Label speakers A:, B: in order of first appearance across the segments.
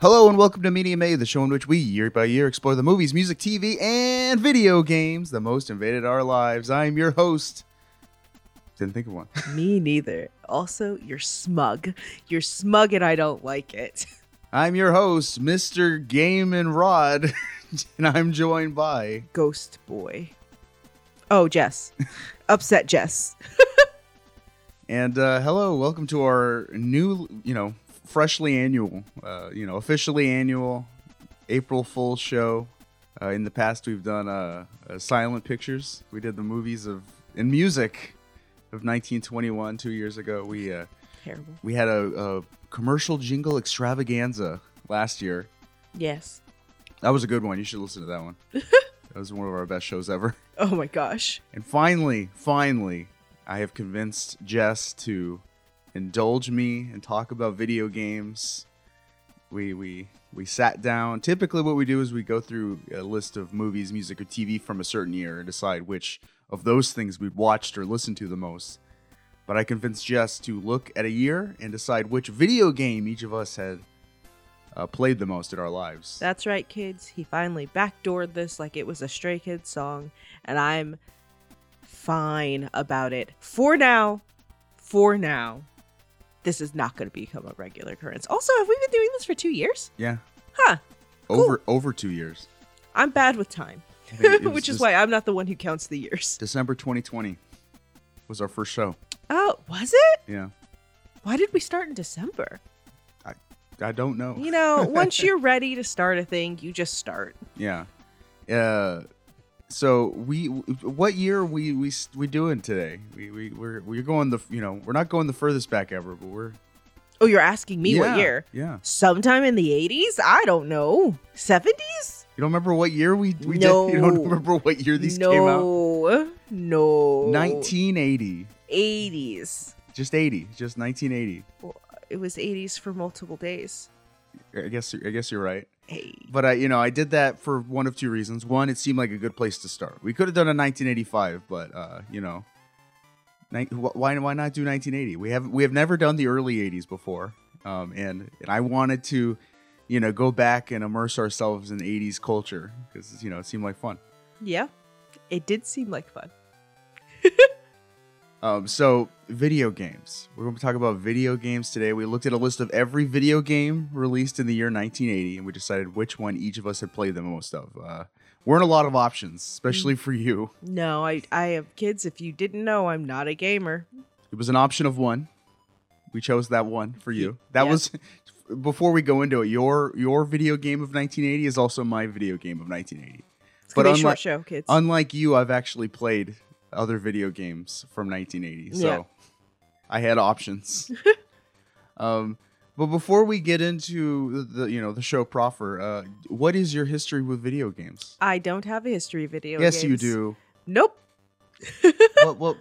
A: Hello and welcome to Media May, the show in which we year by year explore the movies, music, TV, and video games that most invaded our lives. I am your host. Didn't think of one.
B: Me neither. Also, you're smug. You're smug and I don't like it.
A: I'm your host, Mr. Game and Rod, and I'm joined by
B: Ghost boy. Oh, Jess. Upset Jess.
A: and uh, hello, welcome to our new, you know, freshly annual, uh, you know, officially annual April Fool show. Uh, in the past, we've done uh, uh, silent pictures. We did the movies of and music of 1921 two years ago. We uh,
B: Terrible.
A: we had a, a commercial jingle extravaganza last year.
B: Yes.
A: That was a good one. You should listen to that one. that was one of our best shows ever.
B: Oh my gosh.
A: And finally, finally, I have convinced Jess to indulge me and talk about video games. We we we sat down. Typically, what we do is we go through a list of movies, music, or TV from a certain year and decide which of those things we've watched or listened to the most. But I convinced Jess to look at a year and decide which video game each of us had uh, played the most in our lives.
B: That's right, kids. He finally backdoored this like it was a Stray Kids song, and I'm fine about it. For now, for now, this is not going to become a regular occurrence. Also, have we been doing this for two years?
A: yeah,
B: Huh.
A: over over two years,
B: I'm bad with time,
A: I think it was
B: which is
A: just
B: why I'm not the one who counts the years.
A: December 2020 was our first show.
B: Oh, was it?
A: Yeah.
B: Why did we start in December?
A: I don't know.
B: You know, once you're ready to start a thing, you just start.
A: Yeah. Uh, so we, what year we we we doing today? We we we're we're going the you know we're not going the furthest back ever, but we're
B: Oh, you're asking me
A: Yeah,
B: what year?
A: Yeah.
B: Sometime in the 80s? I don't know. 70s?
A: You don't remember what year we we did? You
B: No.
A: don't remember what year these came out?
B: No. No.
A: 1980.
B: 80s.
A: Just 80. Just 1980.
B: It was 80s for multiple days.
A: I guess I guess you're right.
B: Hey.
A: But I you know I did that for one of two reasons. One, it seemed like a good place to start. We could have done a 1985, but uh, you know, ni- wh- why why not do 1980? We have we have never done the early 80s before, um, and and I wanted to, you know, go back and immerse ourselves in 80s culture because you know it seemed like fun.
B: Yeah. It did seem like fun.
A: Um, so video games. We're going to talk about video games today. We looked at a list of every video game released in the year 1980, and we decided which one each of us had played the most of. Uh, weren't a lot of options, especially for you.
B: No, I, I have kids. If you didn't know, I'm not a gamer.
A: It was an option of one. We chose that one for you. That
B: Yeah.
A: was before we go into it. Your your video game of 1980 is also my video game of 1980.
B: It's going to
A: But
B: be a short
A: unlike-
B: show, kids.
A: Unlike you, I've actually played other video games from 1980, so
B: Yeah.
A: I had options. um, but before we get into the you know the show proper, uh, what is your history with video games?
B: I don't have a history of video
A: yes, you
B: games.
A: do.
B: Nope.
A: what, what,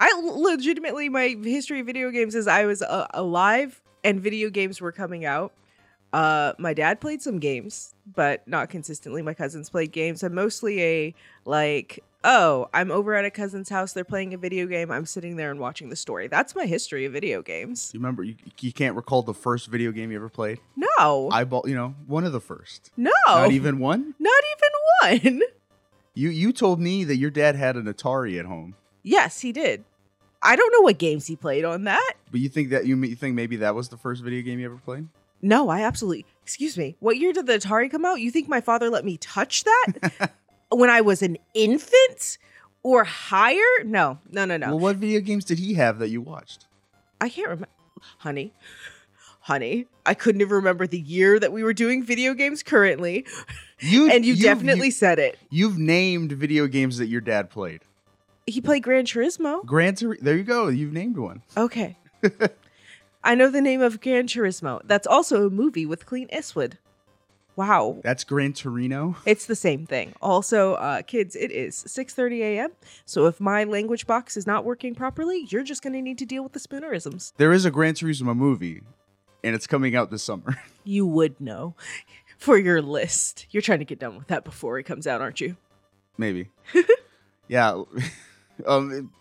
B: I l- legitimately, my history of video games is I was uh, alive and video games were coming out. Uh, my dad played some games, but not consistently. My cousins played games. I'm mostly a like, oh, I'm over at a cousin's house. They're playing a video game. I'm sitting there and watching the story. That's my history of video games.
A: do you remember? You, you can't recall the first video game you ever played.
B: No,
A: I bought, you know, one of the first.
B: no,
A: Not even one.
B: not even one.
A: You you told me that your dad had an Atari at home,
B: yes, he did. I don't know what games he played on that.
A: but you think that you, you think maybe that was the first video game you ever played?
B: No, I absolutely. Excuse me. What year did the Atari come out? You think my father let me touch that when I was an infant or higher? No, no, no, no.
A: Well, what video games did he have that you watched?
B: I can't remember. Honey, honey, I couldn't even remember the year that we were doing video games currently.
A: You
B: And you, definitely said it.
A: you, have named video games that your dad played.
B: He played Gran Turismo.
A: Gran Turismo. There you go. You've named one.
B: Okay. I know the name of Gran Turismo. That's also a movie with Clint Eastwood. Wow.
A: That's Gran Torino.
B: It's the same thing. Also, uh, kids, it is 6:30 a.m. So if my language box is not working properly, you're just going to need to deal with the spoonerisms.
A: There is a Gran Turismo movie, and it's coming out this summer.
B: You would know for your list. You're trying to get done with that before it comes out, aren't you?
A: Maybe. yeah. um,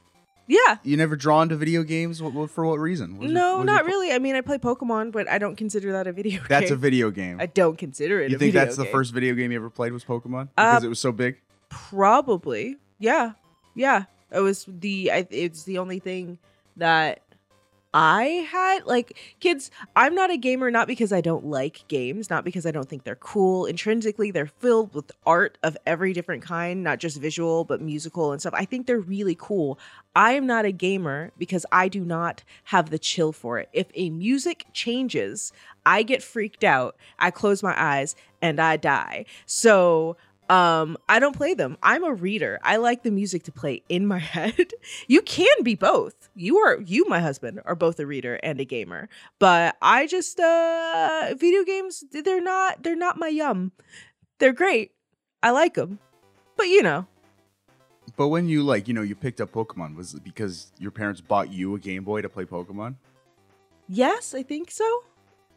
B: Yeah.
A: You never drawn to video games? What, what for? What reason? What was your-
B: No,
A: what was
B: not
A: your-
B: really. I mean, I play Pokemon, but I don't consider that a video
A: That's a
B: game.
A: video game.
B: I don't consider it.
A: You
B: a
A: think
B: video
A: that's the
B: game. Uh,
A: first video game you ever played was Pokemon because it was so big?
B: Probably. Yeah. Yeah. It was the I, it's the only thing that I had like kids I'm not a gamer not because I don't like games, not because I don't think they're cool. Intrinsically, they're filled with art of every different kind, not just visual, but musical and stuff. I think they're really cool. I am not a gamer because I do not have the chill for it. If a music changes, I get freaked out. I close my eyes and I die. So, um i don't play them i'm a reader i like the music to play in my head you can be both you are you my husband are both a reader and a gamer but i just uh video games they're not they're not my yum they're great i like them but you know
A: But when you like, you know, you picked up Pokemon, was it because your parents bought you a Game Boy to play Pokemon?
B: Yes, I think so.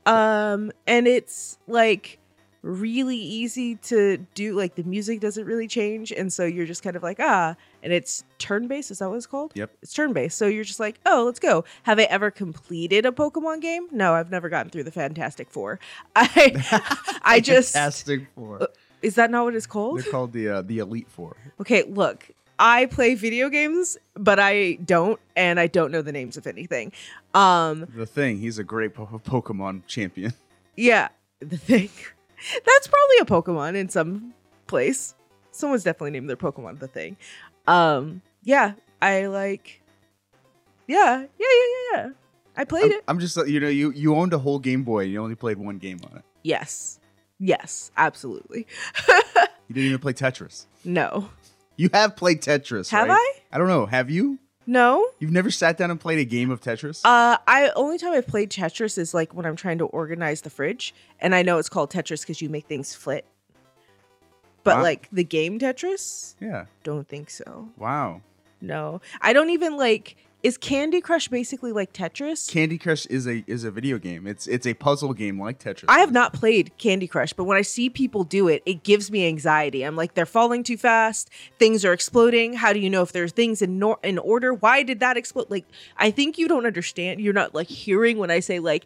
B: Um, and it's like really easy to do. Like the music doesn't really change, and so you're just kind of like ah. And it's turn based. Is that what it's called?
A: Yep.
B: It's turn based. So you're just like, oh, let's go. Have I ever completed a Pokemon game? No, I've never gotten through the Fantastic Four. I, I just Uh, oh.
A: Fantastic Four.
B: is that not what it's called?
A: They're called the uh, the Elite Four.
B: Okay, look, I play video games, but I don't, and I don't know the names of anything. Um,
A: The thing. He's a great po- Pokemon champion.
B: Yeah, the thing. That's probably a Pokemon in some place. Someone's definitely named their Pokemon the thing. Um, yeah, I like. Yeah, yeah, yeah, Oh, yeah, yeah. I played
A: I'm,
B: it.
A: I'm just, uh, you know, you you owned a whole Game Boy and you only played one game on it.
B: Yes, yes, absolutely.
A: You didn't even play Tetris.
B: No,
A: You have played Tetris.
B: have
A: right?
B: I?
A: I don't know. Have you?
B: No.
A: You've never sat down and played a game of Tetris?
B: Uh, I only time I've played Tetris is like when I'm trying to organize the fridge, and I know it's called Tetris because you make things flit. But
A: Wow.
B: like the game Tetris,
A: yeah.
B: don't think so.
A: Wow.
B: No, I don't even like. Is Candy Crush basically like Tetris?
A: Candy Crush is a is a video game. It's it's a puzzle game like Tetris.
B: I have not played Candy Crush, but when I see people do it, it gives me anxiety. I'm like, they're falling too fast. Things are exploding. How do you know if there's things in nor- in order? Why did that explode? Like, I think you don't understand. You're not like hearing when I say like,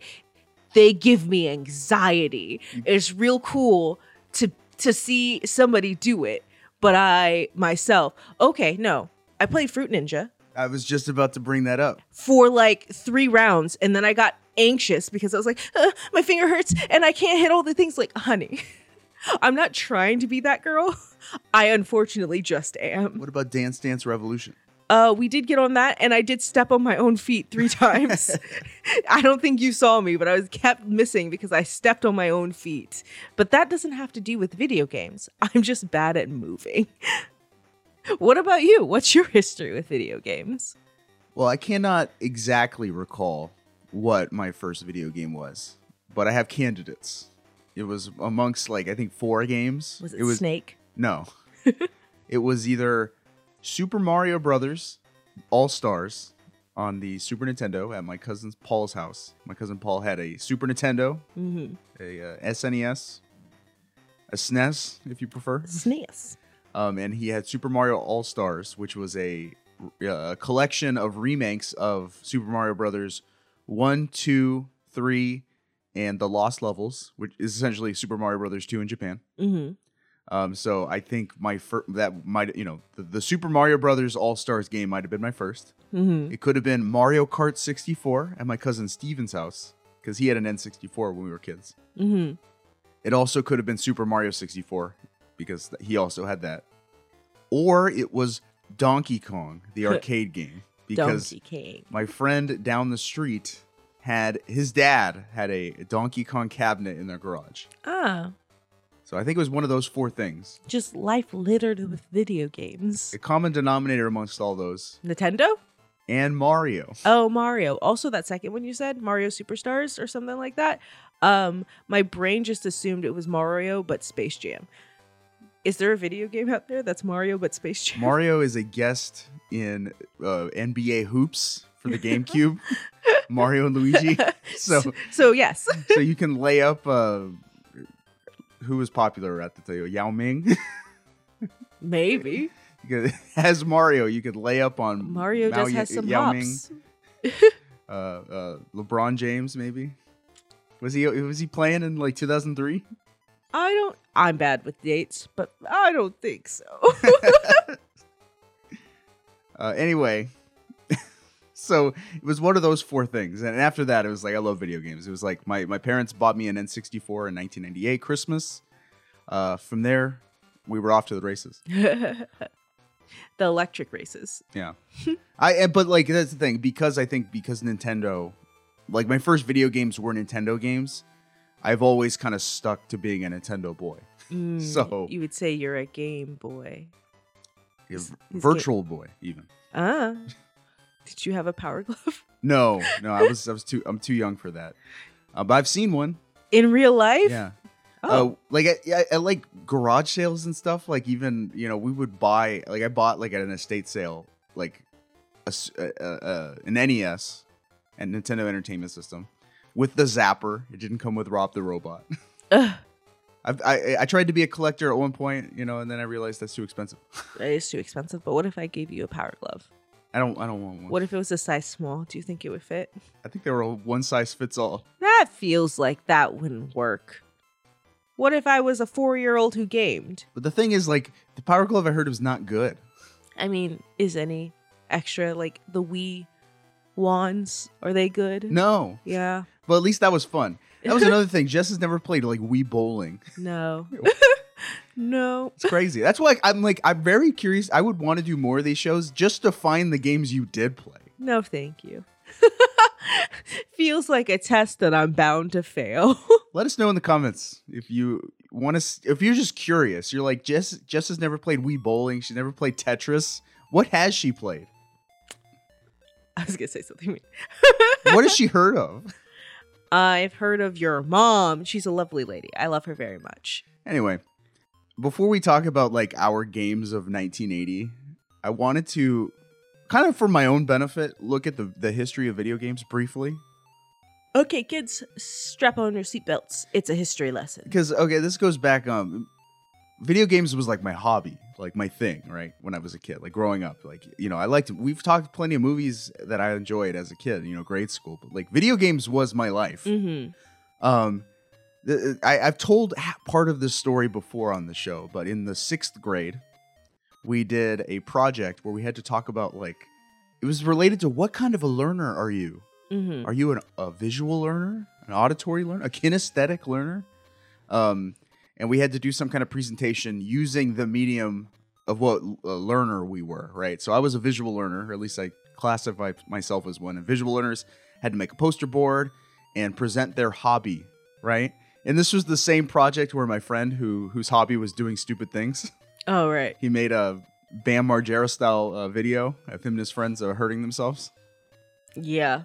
B: they give me anxiety. It's real cool to to see somebody do it, but I myself, okay, no, I played Fruit Ninja.
A: I was just about to bring that up.
B: for like three rounds and then I got anxious because I was like, "Uh, my finger hurts and I can't hit all the things. Like, honey, I'm not trying to be that girl. I unfortunately just am.
A: What about Dance Dance Revolution?
B: Uh, we did get on that and I did step on my own feet three times. I don't think you saw me, but I was kept missing because I stepped on my own feet. But that doesn't have to do with video games. I'm just bad at moving. what about you? What's your history with video games?
A: Well, I cannot exactly recall what my first video game was, but I have candidates. It was amongst like I think four games.
B: Was it,
A: was
B: Snake?
A: no. it was either Super Mario Brothers All Stars on the Super Nintendo at my cousin Paul's house. My cousin Paul had a Super Nintendo,
B: Mm-hmm.
A: a uh, SNES, a SNES if you prefer.
B: SNES.
A: um, and he had Super Mario All Stars, which was a, uh collection of remakes of Super Mario Brothers one, two, three, and the Lost Levels, which is essentially Super Mario Brothers two in Japan.
B: Mm-hmm.
A: Um, so I think my fir- that might you know the, the Super Mario Brothers All Stars game might have been my first.
B: Mm-hmm.
A: It could have been Mario Kart 64 at my cousin Steven's house because he had an N64 when we were kids.
B: Mm-hmm.
A: It also could have been Super Mario 64 because th- he also had that. Or it was Donkey Kong, the arcade game, because
B: Donkey King.
A: my friend down the street had his dad had a Donkey Kong cabinet in their garage.
B: Ah,
A: So I think it was one of those four things.
B: just life littered with video games.
A: A common denominator amongst all those
B: Nintendo?
A: and Mario.
B: Oh, Mario. Also that second one you said, Mario Superstars or something like that. Um, my brain just assumed it was Mario but Space Jam. Is there a video game out there that's Mario but Space Jam?
A: Mario is a guest in uh, NBA Hoops for the GameCube. Mario and Luigi. So
B: so yes.
A: so you can lay up uh who was popular at the time yao ming
B: Maybe.
A: You could, as Mario, you could lay up on
B: Mario
A: Mao
B: just
A: Ye-
B: has some
A: Yao Ming,
B: hops.
A: uh, uh, LeBron James, maybe. Was he was he playing in like 2003?
B: I don't. I'm bad with dates, but I don't think so.
A: Uh, anyway, so it was one of those four things, and after that, it was like I love video games. It was like my my parents bought me an N64 in 1998 Christmas. Uh, from there, we were off to the races.
B: the electric races.
A: I and- but like that's the thing because I think because Nintendo, like my first video games were Nintendo games. I've always kind of stuck to being a Nintendo boy,
B: Mm,
A: So-
B: you would say you're a Game Boy.
A: a
B: He's- he's
A: virtual boy even.
B: Ah, did you have a power glove
A: No, no, I was I was too I'm too young for that. Uh, but I've seen one.
B: in real life?
A: Yeah.
B: Oh,
A: Uh, like at, yeah, at like garage sales and stuff. Like even you know we would buy like I bought like at an estate sale like a s- uh, uh, uh, an NES and Nintendo Entertainment System with the Zapper. It didn't come with Rob the Robot.
B: Ugh,
A: I've, I I tried to be a collector at one point, you know, and then I realized that's too expensive.
B: that is too expensive. But what if I gave you a power glove?
A: I don't I don't want one.
B: What if it was a size small? Do you think it would fit?
A: I think they were all one size fits all.
B: That feels like that wouldn't work. What if I was a four year old who gamed?
A: But the thing is, like the Power Glove I heard was not good.
B: I mean, is any extra like the Wii wands? Are they good?
A: No,
B: Yeah.
A: but at least that was fun. That was another thing. Jess has never played like Wii bowling.
B: no. no.
A: It's crazy. That's why I'm like I'm very curious. I would want to do more of these shows just to find the games you did play.
B: No, thank you. feels like a test that I'm bound to fail.
A: Let us know in the comments if you want to. If you're just curious, you're like Jess. Jess has never played Wii bowling. She's never played Tetris. What has she played?
B: I was gonna say something. mean.
A: What has she heard of?
B: I've heard of your mom. She's a lovely lady. I love her very much.
A: Anyway, before we talk about like our games of 1980, I wanted to kind of for my own benefit look at the the history of video games briefly.
B: Okay, kids, strap on your seatbelts. It's a history lesson.
A: because okay this goes back um video games was like my hobby like my thing right when i was a kid like growing up like you know i liked we've talked plenty of movies that i enjoyed as a kid you know grade school but like video games was my life
B: Mm-hmm.
A: um th- I, i've told ha- part of this story before on the show but in the sixth grade we did a project where we had to talk about like it was related to what kind of a learner are you
B: Mm-hmm.
A: are you an, a visual learner, an auditory learner, a kinesthetic learner? Um, and we had to do some kind of presentation using the medium of what l- uh, learner we were, right? So I was a visual learner, or at least I classify myself as one. And visual learners had to make a poster board and present their hobby, right? And this was the same project where my friend, who whose hobby was doing stupid things,
B: All right.
A: he made a Bam Margera style uh, video of him and his friends uh, hurting themselves.
B: Yeah.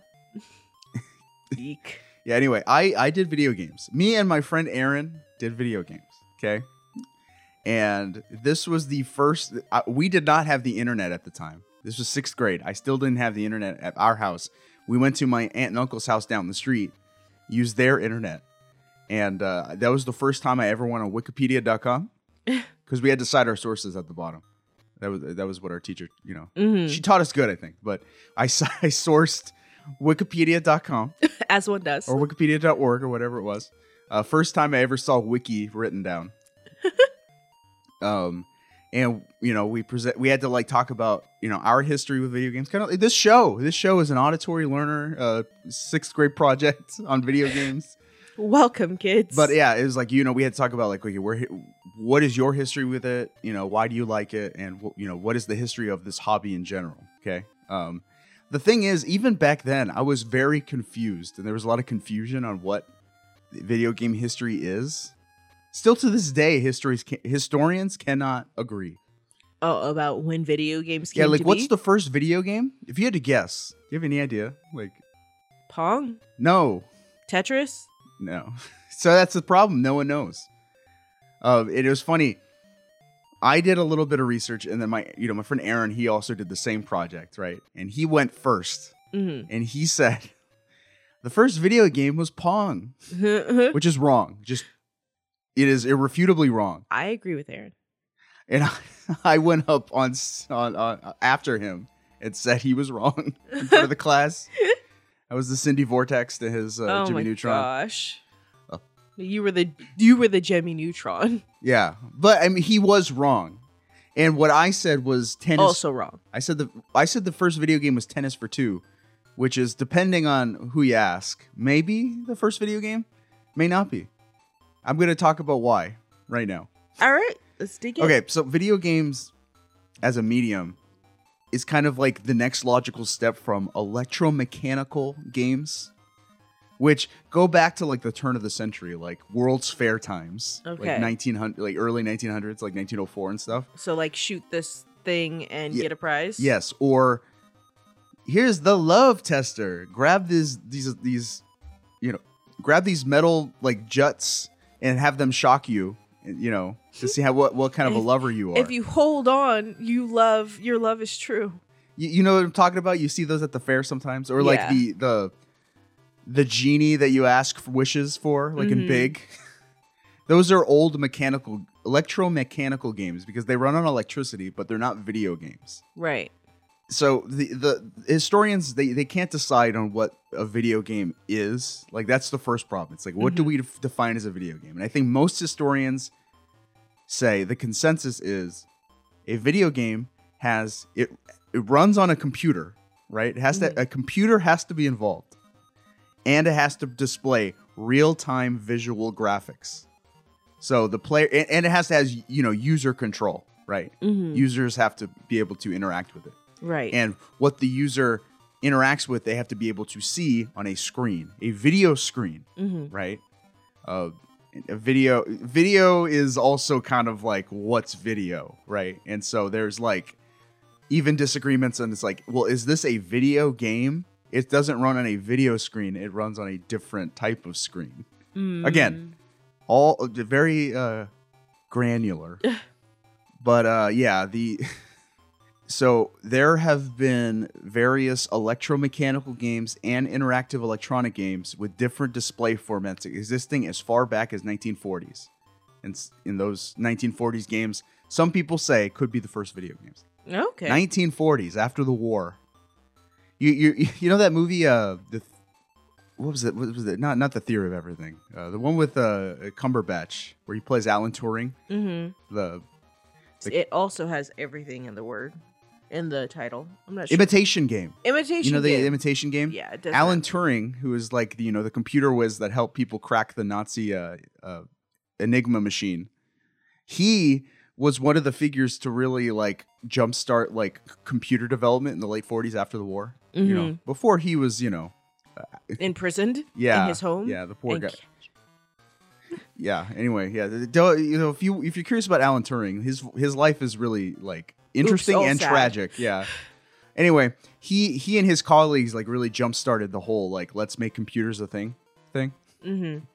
B: Eek.
A: Yeah, anyway, I I did video games. Me and my friend Aaron did video games, okay? And this was the first I, we did not have the internet at the time. This was 6th grade. I still didn't have the internet at our house. We went to my aunt and uncle's house down the street, used their internet. And uh, that was the first time I ever went on wikipedia.com cuz we had to cite our sources at the bottom. That was that was what our teacher, you know.
B: Mm-hmm.
A: She taught us good, I think, but I, s- I sourced wikipedia.com
B: As one does.
A: or wikipedia.org or whatever it was. Uh, first time I ever saw wiki written down. um, and you know we present we had to like talk about you know our history with video games. Kind of this show. This show is an auditory learner uh, sixth grade project on video games.
B: Welcome, kids.
A: But yeah, it was like you know we had to talk about like okay, where hi- what is your history with it? You know why do you like it? And wh- you know what is the history of this hobby in general? Okay. Um, the thing is, even back then, I was very confused, and there was a lot of confusion on what video game history is. Still to this day, histories ca- historians cannot agree.
B: oh, about when video games came
A: Yeah, like
B: to
A: what's
B: be?
A: the first video game? If you had to guess, do you have any idea? Like,
B: Pong,
A: no,
B: Tetris.
A: No. So that's the problem. No one knows. Uh, it was funny. I did a little bit of research, and then my, you know, my friend Aaron, he also did the same project, right? And he went first,
B: Mm-hmm.
A: and he said the first video game was Pong,
B: Mm-hmm.
A: which is wrong. Just it is irrefutably wrong.
B: I agree with Aaron.
A: and I, I went up on, s- on on after him and said he was wrong in front of the class. I was the Cindy Vortex to his uh,
B: oh
A: Jimmy
B: my
A: Neutron.
B: gosh.
A: Oh.
B: You were the you were the Jimmy Neutron.
A: Yeah, but I mean he was wrong, and what I said was tennis.
B: also wrong.
A: I said the I said the first video game was Tennis for Two, which is depending on who you ask, maybe the first video game, may not be. I'm gonna talk about why right now.
B: All right, let's dig in.
A: Okay, so video games as a medium is kind of like the next logical step from electromechanical games, which go back to like the turn of the century, like World's Fair times,
B: Okay.
A: like 1900, like early 1900s, like 1904 and stuff.
B: So like shoot this thing and
A: Ye-
B: get a prize.
A: Yes, or here's the love tester. Grab these these these you know, grab these metal like juts and have them shock you, you know, to see how what what kind of a
B: If-
A: lover you are.
B: If you hold on, you love your love is true.
A: You, you know what I'm talking about? You see those at the fair sometimes, or like
B: Yeah.
A: the the the genie that you ask for wishes for, like in
B: Mhm.
A: Big. those are old mechanical electromechanical games because they run on electricity, but they're not video games.
B: Right.
A: So the the historians they, they can't decide on what a video game is. Like that's the first problem. It's like what do
B: Mhm.
A: we def- define as a video game? And I think most historians say the consensus is a video game has it it runs on a computer, right? It has
B: Mhm.
A: to a computer has to be involved. And it has to display real-time visual graphics. So the player and, and it has to has you know user control, right?
B: Mm-hmm.
A: Users have to be able to interact with it
B: right.
A: and what the user interacts with, they have to be able to see on a screen, a video screen,
B: mm-hmm.
A: right? Uh, a video video is also kind of like what's video, right? And so there's like even disagreements, and it's like, well, is this a video game? It doesn't run on a video screen; it runs on a different type of screen.
B: Mm-hmm.
A: Again. All very uh, granular, but uh, yeah, the so there have been various electromechanical games and interactive electronic games with different display formats existing as far back as 1940s. And s- in those 1940s games, some people say could be the first video games.
B: Mm. Okay.
A: 1940s after the war. You you you know that movie uh the th- what was it what was it not not the theory of everything uh, the one with uh, Cumberbatch where he plays Alan Turing
B: mm-hmm.
A: the Like-
B: it also has everything in the word, in the title. I'm not sure.
A: imitation game
B: imitation.
A: you know the
B: game.
A: imitation game
B: yeah, it does.
A: Alan
B: that.
A: Turing, who is like the, you know the computer whiz that helped people crack the Nazi uh, uh, Enigma machine, he was one of the figures to really like jumpstart like c- computer development in the late 40s after the war. You
B: Mm-hmm.
A: know, before he was you know
B: imprisoned
A: yeah
B: in his home.
A: yeah the poor
B: and
A: guy yeah. Anyway, yeah, th- don't- you know if you if you're curious about Alan Turing, his his life is really like interesting
B: all
A: and
B: sad.
A: tragic. Yeah. Anyway, he he and his colleagues like really jump started the whole like let's make computers a thing thing.
B: Mm-hmm.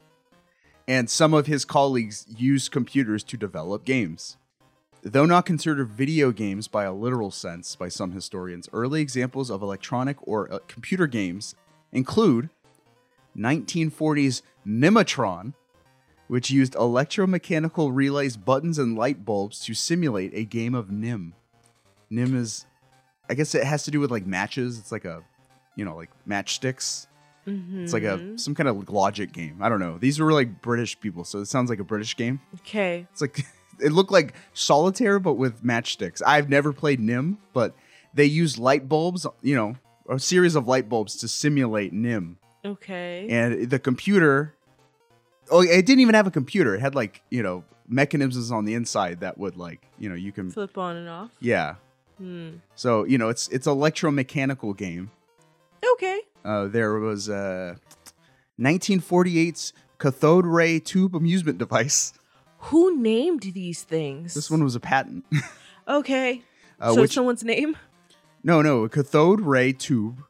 A: and some of his colleagues used computers to develop games. Though not considered video games by a literal sense by some historians, early examples of electronic or uh, computer games include 1940s Mimatron, which used electromechanical relays, buttons, and light bulbs to simulate a game of Nim. Nim is, I guess it has to do with like matches. It's like a, you know, like matchsticks.
B: Mm-hmm.
A: It's like a some kind of logic game. I don't know. These were like British people, so it sounds like a British game.
B: okay.
A: It's like it looked like solitaire but with matchsticks. I've never played Nim, but they use light bulbs, you know, a series of light bulbs to simulate Nim.
B: Okay.
A: And the computer Oh, it didn't even have a computer. It had like, you know, mechanisms on the inside that would like, you know, you can
B: Flip on and off.
A: yeah.
B: Hmm.
A: So, you know, it's it's electromechanical game.
B: Okay.
A: Uh, there was uh, 1948's cathode ray tube amusement device.
B: Who named these things?
A: This one was a patent.
B: Okay.
A: Uh,
B: so
A: which
B: someone's name?
A: no, no, a cathode ray tube,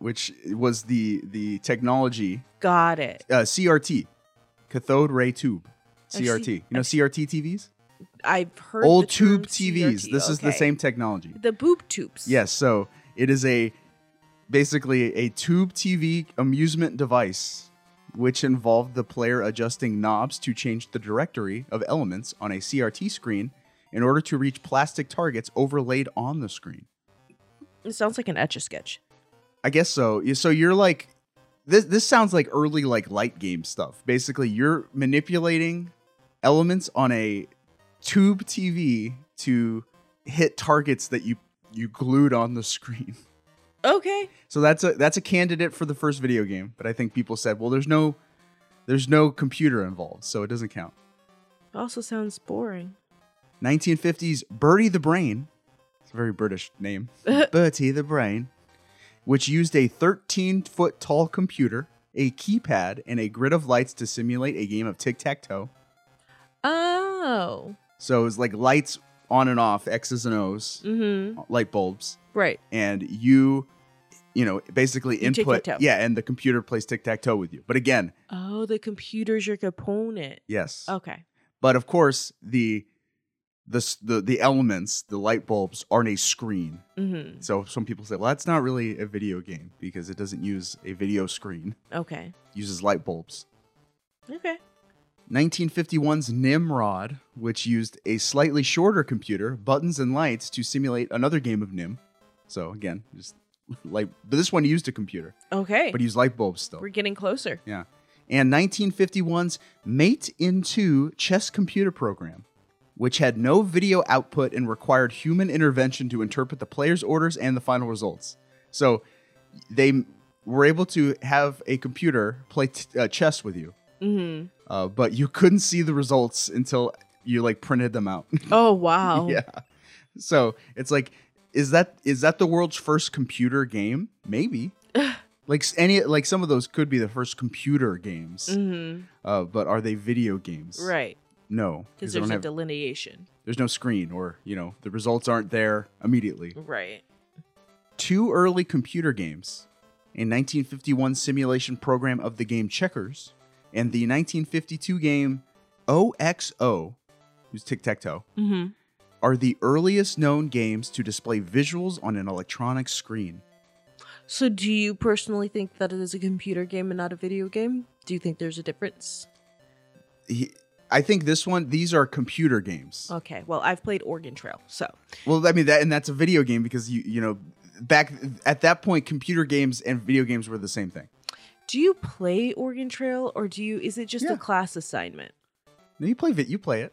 A: which was the the technology
B: Got it.
A: uh, CRT, cathode ray tube,
B: Oh, I've seen-
A: CRT. You know CRT TVs,
B: I've heard the
A: old
B: term
A: tube TVs.
B: CRT.
A: This is the
B: Okay.
A: same technology.
B: The boob tubes.
A: Yes, so it is a basically a tube TV amusement device which involved the player adjusting knobs to change the directory of elements on a CRT screen in order to reach plastic targets overlaid on the screen.
B: It sounds like an etch a sketch.
A: I guess so. You- So you're like this this sounds like early like light game stuff. Basically, you're manipulating elements on a tube TV to hit targets that you you glued on the screen.
B: Okay.
A: So that's a that's a candidate for the first video game, but I think people said, "Well, there's no there's no computer involved, so it doesn't count."
B: Also sounds boring.
A: 1950s Bertie the Brain. It's a very British name. Bertie the Brain, which used a 13 foot tall computer, a keypad, and a grid of lights to simulate a game of tic tac toe.
B: Oh.
A: So it was like lights on and off, X's and O's,
B: Mm-hmm.
A: light bulbs,
B: Right.
A: and you, you know, basically
B: You
A: input.
B: tic-tac-toe.
A: Yeah, and the computer plays tic tac toe with you. But again,
B: Oh, the computer's your component.
A: yes.
B: Okay.
A: But of course, the. The, s- the, the elements, the light bulbs, aren't a screen.
B: Mm-hmm.
A: So some people say, well, that's not really a video game because it doesn't use a video screen,
B: Okay.
A: it uses light bulbs.
B: Okay.
A: 1951's Nimrod, which used a slightly shorter computer, buttons and lights to simulate another game of Nim. So again, just like but this one used a computer,
B: Okay.
A: but used light bulbs still.
B: We're getting closer.
A: And 1951's Mate in 2 chess computer program, which had no video output and required human intervention to interpret the player's orders and the final results. So they m- were able to have a computer play t- uh, chess with you,
B: Mm-hmm.
A: uh, but you couldn't see the results until you like printed them out.
B: Oh wow.
A: yeah. So it's like, is that is that the world's first computer game? Maybe. like s- any like some of those could be the first computer games
B: Mm-hmm.
A: uh, but are they video games?
B: Right.
A: No, because
B: Because
A: they
B: there's
A: don't
B: a
A: have.
B: delineation.
A: there's no screen, or you know, the results aren't there immediately.
B: Right.
A: Two early computer games: a 1951 simulation program of the game Checkers, and the 1952 game OXO, who's tic tac toe,
B: Mm-hmm.
A: are the earliest known games to display visuals on an electronic screen.
B: So, do you personally think that it is a computer game and not a video game? Do you think there's a difference?
A: He, I think this one; these are computer games.
B: Okay. Well, I've played Oregon Trail, so
A: Well, I mean that, and that's a video game because you you know back at that point, computer games and video games were the same thing.
B: do you play Oregon Trail, or do you? Is it just
A: Yeah.
B: a class assignment?
A: No, you play it. You play it.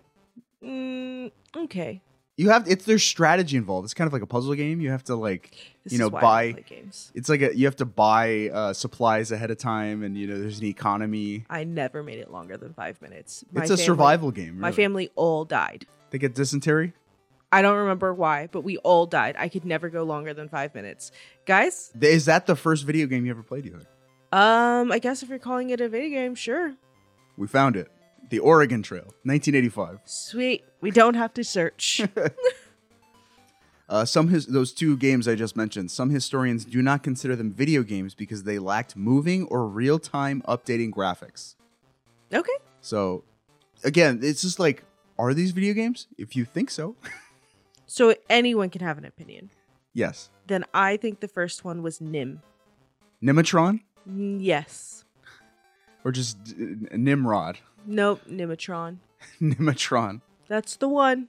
B: Mm, okay.
A: You have it's there's strategy involved. It's kind of like a puzzle game. You have to like
B: This
A: You
B: is
A: know,
B: why I
A: buy-
B: don't play games.
A: it's like a, you have to buy uh, supplies ahead of time, and you know there's an economy.
B: I never made it longer than five minutes. My
A: it's a
B: family-
A: survival game.
B: My
A: really.
B: family all died.
A: They get dysentery.
B: I don't remember why, but we all died. I could never go longer than five minutes, guys.
A: Th- Is that the first video game you ever played? Either
B: Um, I guess if you're calling it a video game, sure.
A: we found it. The Oregon Trail, 1985.
B: Sweet. We don't have to search.
A: Uh, some his- those two games I just mentioned. Some historians do not consider them video games because they lacked moving or real time updating graphics.
B: okay.
A: So, again, it's just like, are these video games? If you think so,
B: So anyone can have an opinion.
A: yes.
B: Then I think the first one was Nim.
A: Nimatron
B: Mm, Yes.
A: or just uh, Nimrod?
B: Nope, Nimatron.
A: Nimatron.
B: That's the one.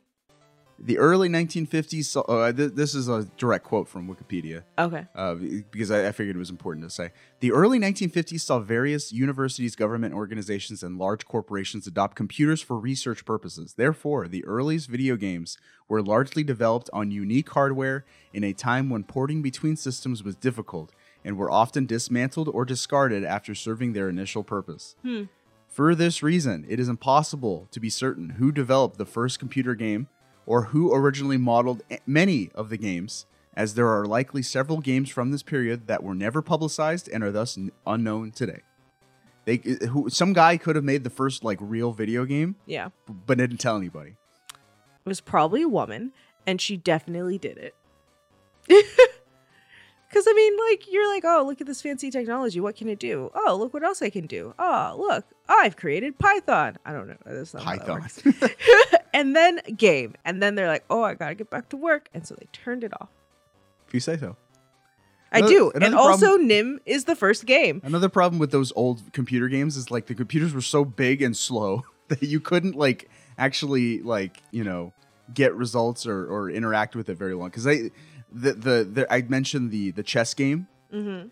A: The early 1950s. saw- Uh, th- this is a direct quote from Wikipedia.
B: Okay.
A: uh, because I, I figured it was important to say. The early 1950s saw various universities, government organizations, and large corporations adopt computers for research purposes. Therefore, the earliest video games were largely developed on unique hardware in a time when porting between systems was difficult and were often dismantled or discarded after serving their initial purpose.
B: Hmm.
A: For this reason, it is impossible to be certain who developed the first computer game or who originally modeled a- many of the games, as there are likely several games from this period that were never publicized and are thus n- unknown today. They, who, some guy could have made the first like real video game,
B: Yeah.
A: but didn't tell anybody.
B: It was probably a woman, and she definitely did it. Cause I mean, like, you're like, oh, look at this fancy technology. What can it do? Oh, look what else I can do. Oh, look, I've created Python. I don't know. That's not how that
A: Python.
B: works. and then game. And then they're like, oh, I gotta get back to work. And so they turned it off.
A: if you say so.
B: I
A: Another-
B: do.
A: another
B: And also, Nim is the first game.
A: Another problem with those old computer games is like the computers were so big and slow that you couldn't like actually like you know get results or, or interact with it very long because they the, the the I mentioned the the chess game
B: Mm-hmm.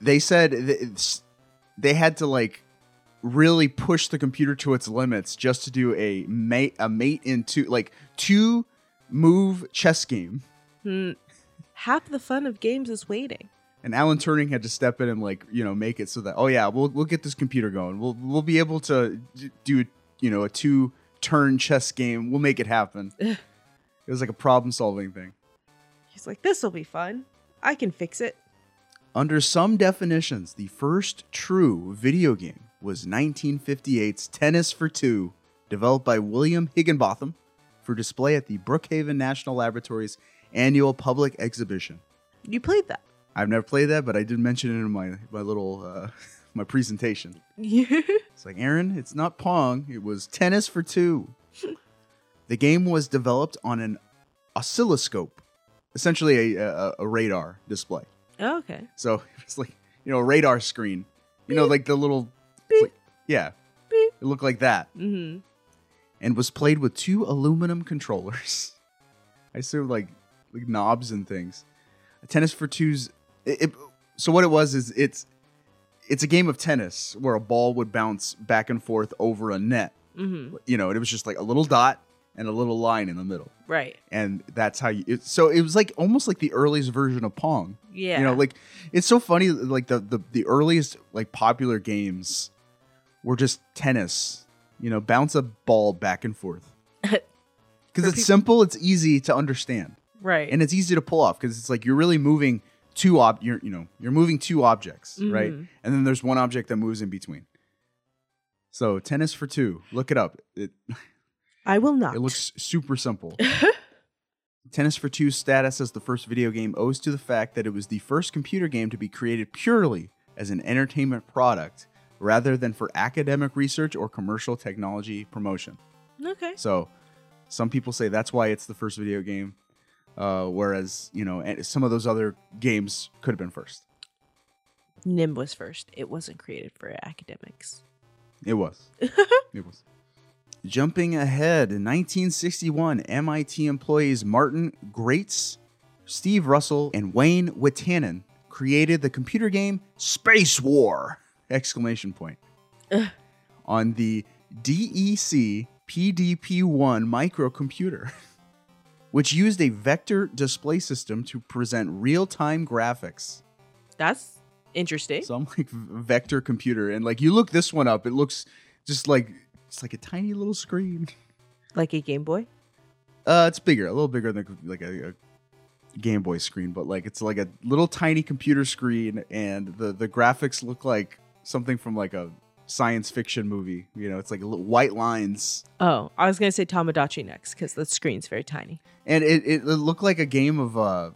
A: they said th- it's- they had to like really push the computer to its limits just to do a mate a mate in two like two move chess game
B: Hmm. Half the fun of games is waiting.
A: and Alan Turing had to step in and like you know make it so that oh yeah we'll we'll get this computer going we'll we'll be able to d- do you know a two turn chess game we'll make it happen it was like a problem solving thing
B: He's like, this will be fun. I can fix it.
A: Under some definitions, the first true video game was 1958's Tennis for Two, developed by William Higginbotham for display at the Brookhaven National Laboratory's annual public exhibition.
B: You played that.
A: I've never played that, but I did mention it in my, my little uh, my presentation. It's like, Aaron, it's not Pong, it was Tennis for Two. the game was developed on an oscilloscope, essentially a, a, a radar display.
B: okay.
A: So it's like you know a radar screen, you know,
B: Beep.
A: like the little
B: Beep.
A: like- yeah,
B: Beep.
A: it looked like that,
B: Mm-hmm.
A: and was played with two aluminum controllers. I assume like like knobs and things. Tennis for twos. It, it, so what it was is it's it's a game of tennis where a ball would bounce back and forth over a net.
B: Mm-hmm.
A: You know, and it was just like a little dot and a little line in the middle,
B: Right.
A: and that's how you. It, so it was like almost like the earliest version of Pong.
B: Yeah.
A: You know, like it's so funny. Like the, the the earliest like popular games were just tennis. You know, bounce a ball back and forth because
B: For
A: it's
B: peop-
A: simple, it's easy to understand,
B: right.
A: and it's easy to pull off because it's like you're really moving two ob. You're you know you're moving two objects, right?
B: Mhm.
A: And then there's one object that moves in between. So tennis for two. Look it up. It
B: I will not.
A: it looks super simple. Tennis for Two's status as the first video game owes to the fact that it was the first computer game to be created purely as an entertainment product rather than for academic research or commercial technology promotion.
B: okay.
A: So, some people say that's why it's the first video game, uh, whereas, you know, and some of those other games could have been first.
B: Nim was first. It wasn't created for academics.
A: It was. it was. Jumping ahead, in 1961, MIT employees Martin Greats, Steve Russell, and Wayne Witanen created the computer game Space War! Exclamation point.
B: Ugh.
A: On the E DEC PDP-1 microcomputer, which used a vector display system to present real-time graphics.
B: That's interesting.
A: So I'm like v- vector computer, and like you look this one up, it looks just like it's like a tiny little screen.
B: like a Game Boy.
A: Uh, it's bigger, a little bigger than like a, a Game Boy screen, but like it's like a little tiny computer screen, and the the graphics look like something from like a science fiction movie. You know, it's like little white lines,
B: Oh, I was gonna say Tamagotchi next because the screen's very tiny.
A: and it it, it looked like a game of uh.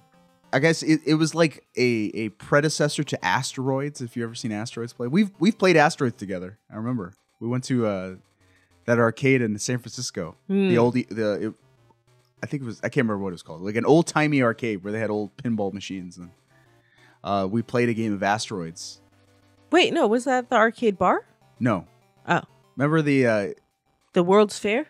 A: I guess it, it was like a, a predecessor to Asteroids. If you've ever seen Asteroids play, we've we've played Asteroids together. I remember we went to uh, that arcade in San Francisco.
B: Hmm.
A: the old e, the it, I think it was I can't remember what it was called, like an old timey arcade where they had old pinball machines and uh, we played a game of asteroids.
B: Wait, no, was that the arcade bar?
A: No,
B: Oh,
A: remember the uh,
B: the World's Fair.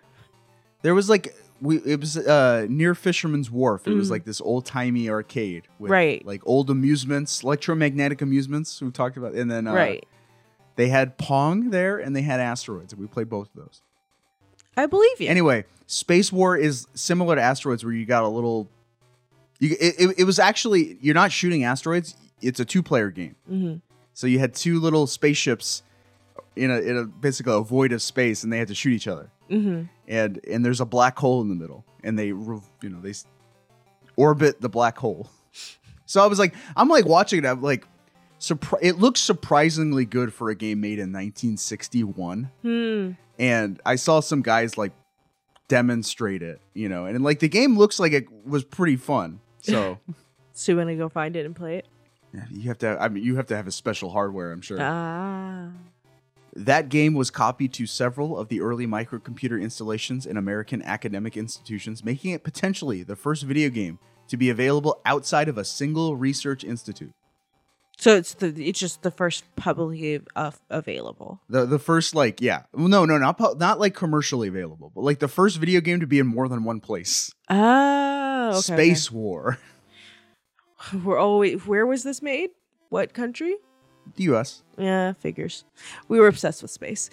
A: there was like we it was uh, near Fisherman's Wharf. It was
B: Mm.
A: like this old timey arcade with
B: Right.
A: like old amusements, electromagnetic amusements we talked about, and then uh,
B: Right.
A: they had Pong there and they had asteroids, and we played both of those.
B: I believe you.
A: Anyway, Space War is similar to Asteroids, where you got a little. You, it, it- it was actually you're not shooting asteroids. It's a two-player game,
B: Mhm.
A: so you had two little spaceships in a in a basically a void of space, and they had to shoot each other.
B: Mhm.
A: And and there's a black hole in the middle, and they re- you know they s- orbit the black hole. So I was like, I'm like watching it. I'm like, surpri- it looks surprisingly good for a game made in 1961
B: Hmm.
A: and I saw some guys like demonstrate it, you know, and like the game looks like it was pretty fun. So
B: So you wanna go find it and play it?
A: you have to, I mean, you have to have a special hardware, I'm sure.
B: Ah.
A: That game was copied to several of the early microcomputer installations in American academic institutions, making it potentially the first video game to be available outside of a single research institute.
B: So it's the it's just the first publicly av- available.
A: The the first like yeah well, no no not pu- not like commercially available but like the first video game to be in more than one place.
B: Oh, okay, okay.
A: Space War,
B: We're always where was this made? What country?
A: the U.S.
B: Yeah, figures. We were obsessed with space.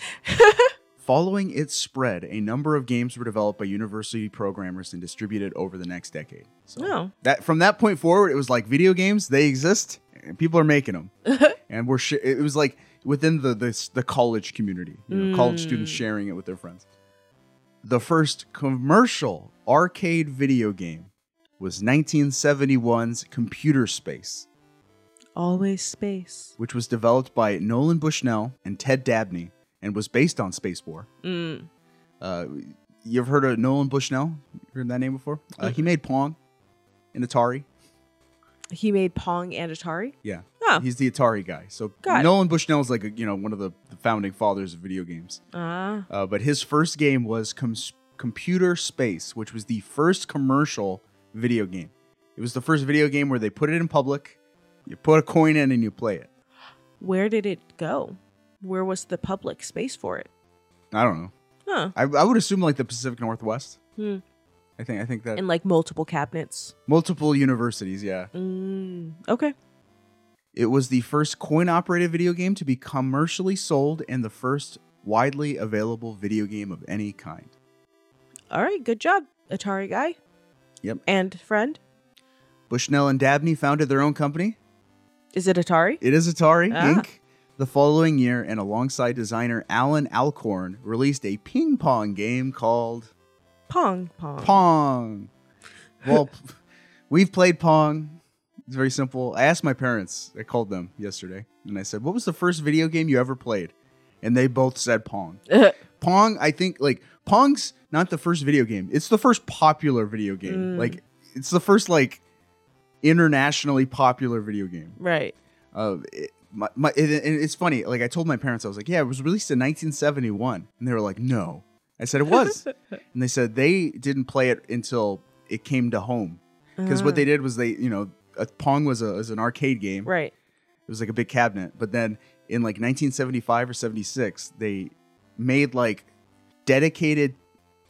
A: Following its spread, a number of games were developed by university programmers and distributed over the next decade. So
B: No.
A: that from that point forward, it was like video games they exist and people are making them, and we're sh- it was like within the the, the college community, you know, college students sharing it with their friends. The first commercial arcade video game was 1971's Computer Space,
B: Always space.
A: which was developed by Nolan Bushnell and Ted Dabney and was based on Space War.
B: Mm.
A: Uh, you've heard of Nolan Bushnell? You heard that name before? Uh,
B: Mm-hmm.
A: he made Pong and Atari.
B: He made Pong and Atari.
A: Yeah.
B: Oh.
A: He's the Atari guy. So
B: Got it.
A: Nolan Bushnell is like, a, you know, one of the, the founding fathers of video games.
B: Ah,
A: Uh, but his first game was com- Computer Space, which was the first commercial video game. It was the first video game where they put it in public, you put a coin in and you play it.
B: where did it go? Where was the public space for it?
A: I don't know.
B: Huh?
A: I, I would assume like the Pacific Northwest.
B: Hmm.
A: I think I think that
B: In like multiple cabinets.
A: multiple universities, yeah.
B: Mm. Okay.
A: It was the first coin operated video game to be commercially sold and the first widely available video game of any kind.
B: All right. Good job, Atari guy.
A: Yep.
B: And friend.
A: Bushnell and Dabney founded their own company.
B: Is it Atari?
A: It is Atari
B: Ah.
A: Inc. The following year, and alongside designer Alan Alcorn, released a ping pong game called
B: Pong. Pong.
A: Pong. Well, p- we've played Pong. It's very simple. I asked my parents, I called them yesterday, and I said, What was the first video game you ever played? And they both said Pong. Pong, I think like Pong's not the first video game. It's the first popular video game.
B: Mm.
A: Like it's the first like internationally popular video game.
B: right.
A: Uh, it, my, my, it, and it's funny. Like I told my parents, I was like, "Yeah, it was released in 1971," and they were like, "No." I said it was, and they said they didn't play it until it came to home because what they did was they, you know, uh Pong was a was an arcade game,
B: Ah. Right.
A: it was like a big cabinet. But then in like 1975 or 76, they made like dedicated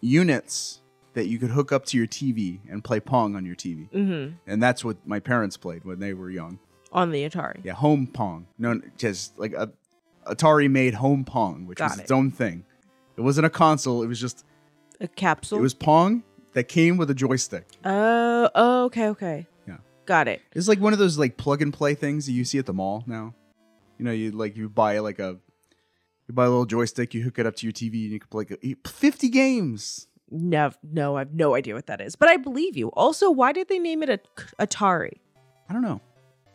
A: units that you could hook up to your TV and play Pong on your TV.
B: Mm-hmm.
A: And that's what my parents played when they were young.
B: On the Atari.
A: Yeah, home Pong. No, just like a, Atari made home Pong, which
B: Got
A: was
B: it.
A: its own thing. It wasn't a console. It was just
B: A capsule.
A: it was Pong that came with a joystick.
B: Oh, oh, okay, okay.
A: Yeah.
B: Got it.
A: It's like one of those like plug and play things that you see at the mall now. You know, you like you buy like a you buy a little joystick, you hook it up to your TV, and you can play like, fifty games.
B: No, no, I have no idea what that is, but I believe you. Also, why did they name it a, Atari?
A: I don't know.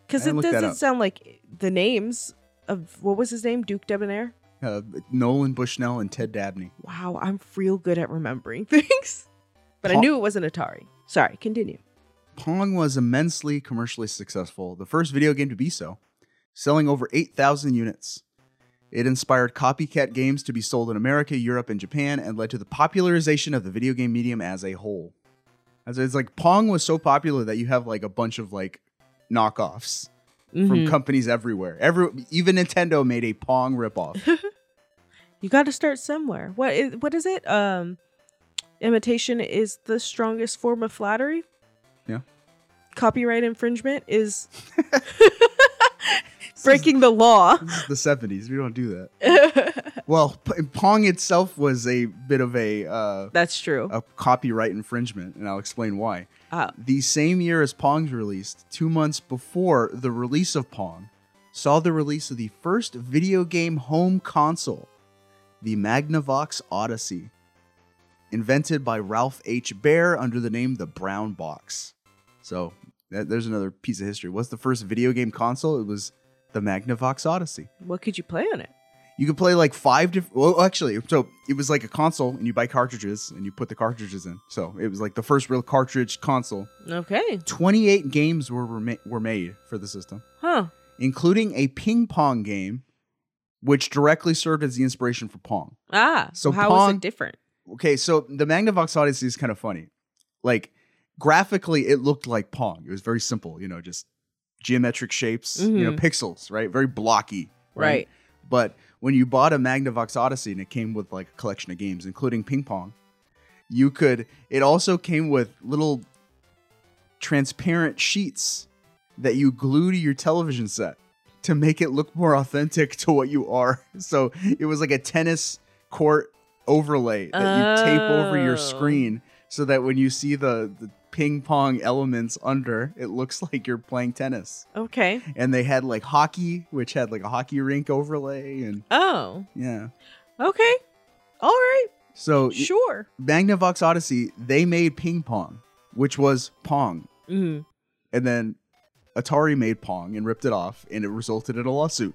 B: Because
A: I
B: it
A: looked that up.
B: doesn't sound like the names of what was his name, Duke Debonair.
A: Uh, Nolan Bushnell and Ted Dabney.
B: Wow, I'm real good at remembering things, but I
A: Pong-
B: knew it wasn't Atari. Sorry, continue.
A: Pong was immensely commercially successful, the first video game to be so, selling over 8,000 units. It inspired copycat games to be sold in America, Europe, and Japan, and led to the popularization of the video game medium as a whole. As it's like Pong was so popular that you have like a bunch of like knockoffs from
B: Mhm.
A: companies everywhere. Every even Nintendo made a Pong ripoff.
B: you got to start somewhere. What is what is it? Um, imitation is the strongest form of flattery.
A: Yeah.
B: Copyright infringement is breaking the law.
A: This is the seventies. We don't do that. well, P- Pong itself was a bit of a uh,
B: That's true.
A: a copyright infringement, and I'll explain why.
B: Ah.
A: The same year as Pong's released, two months before the release of Pong, saw the release of the first video game home console, the Magnavox Odyssey, invented by Ralph H. Baer under the name the Brown Box. So that, there's another piece of history. What's the first video game console? It was the Magnavox Odyssey.
B: What could you play on it?
A: You could play like five different. Well, actually, so it was like a console, and you buy cartridges, and you put the cartridges in. So it was like the first real cartridge console.
B: Okay.
A: Twenty-eight games were were, ma- were made for the system,
B: Huh.
A: including a ping pong game, which directly served as the inspiration for Pong.
B: Ah.
A: So
B: So how was
A: Pong-
B: it different?
A: Okay, so the Magnavox Odyssey is kind of funny. Like graphically, it looked like Pong. It was very simple, you know, just geometric shapes, you know,
B: Mhm.
A: pixels, right? Very blocky,
B: Right.
A: But when you bought a Magnavox Odyssey and it came with like a collection of games, including ping pong, you could. It also came with little transparent sheets that you glue to your television set to make it look more authentic to what you are. So it was like a tennis court overlay that you tape over your
B: Oh.
A: screen so that when you see the, the ping pong elements under, it looks like you're playing tennis.
B: Okay.
A: And they had like hockey, which had like a hockey rink overlay and
B: Oh.
A: yeah.
B: Okay. All right.
A: So y-
B: Sure.
A: Magnavox Odyssey, they made ping pong, which was Pong.
B: Mm.
A: And then Atari made Pong and ripped it off, and it resulted in a lawsuit.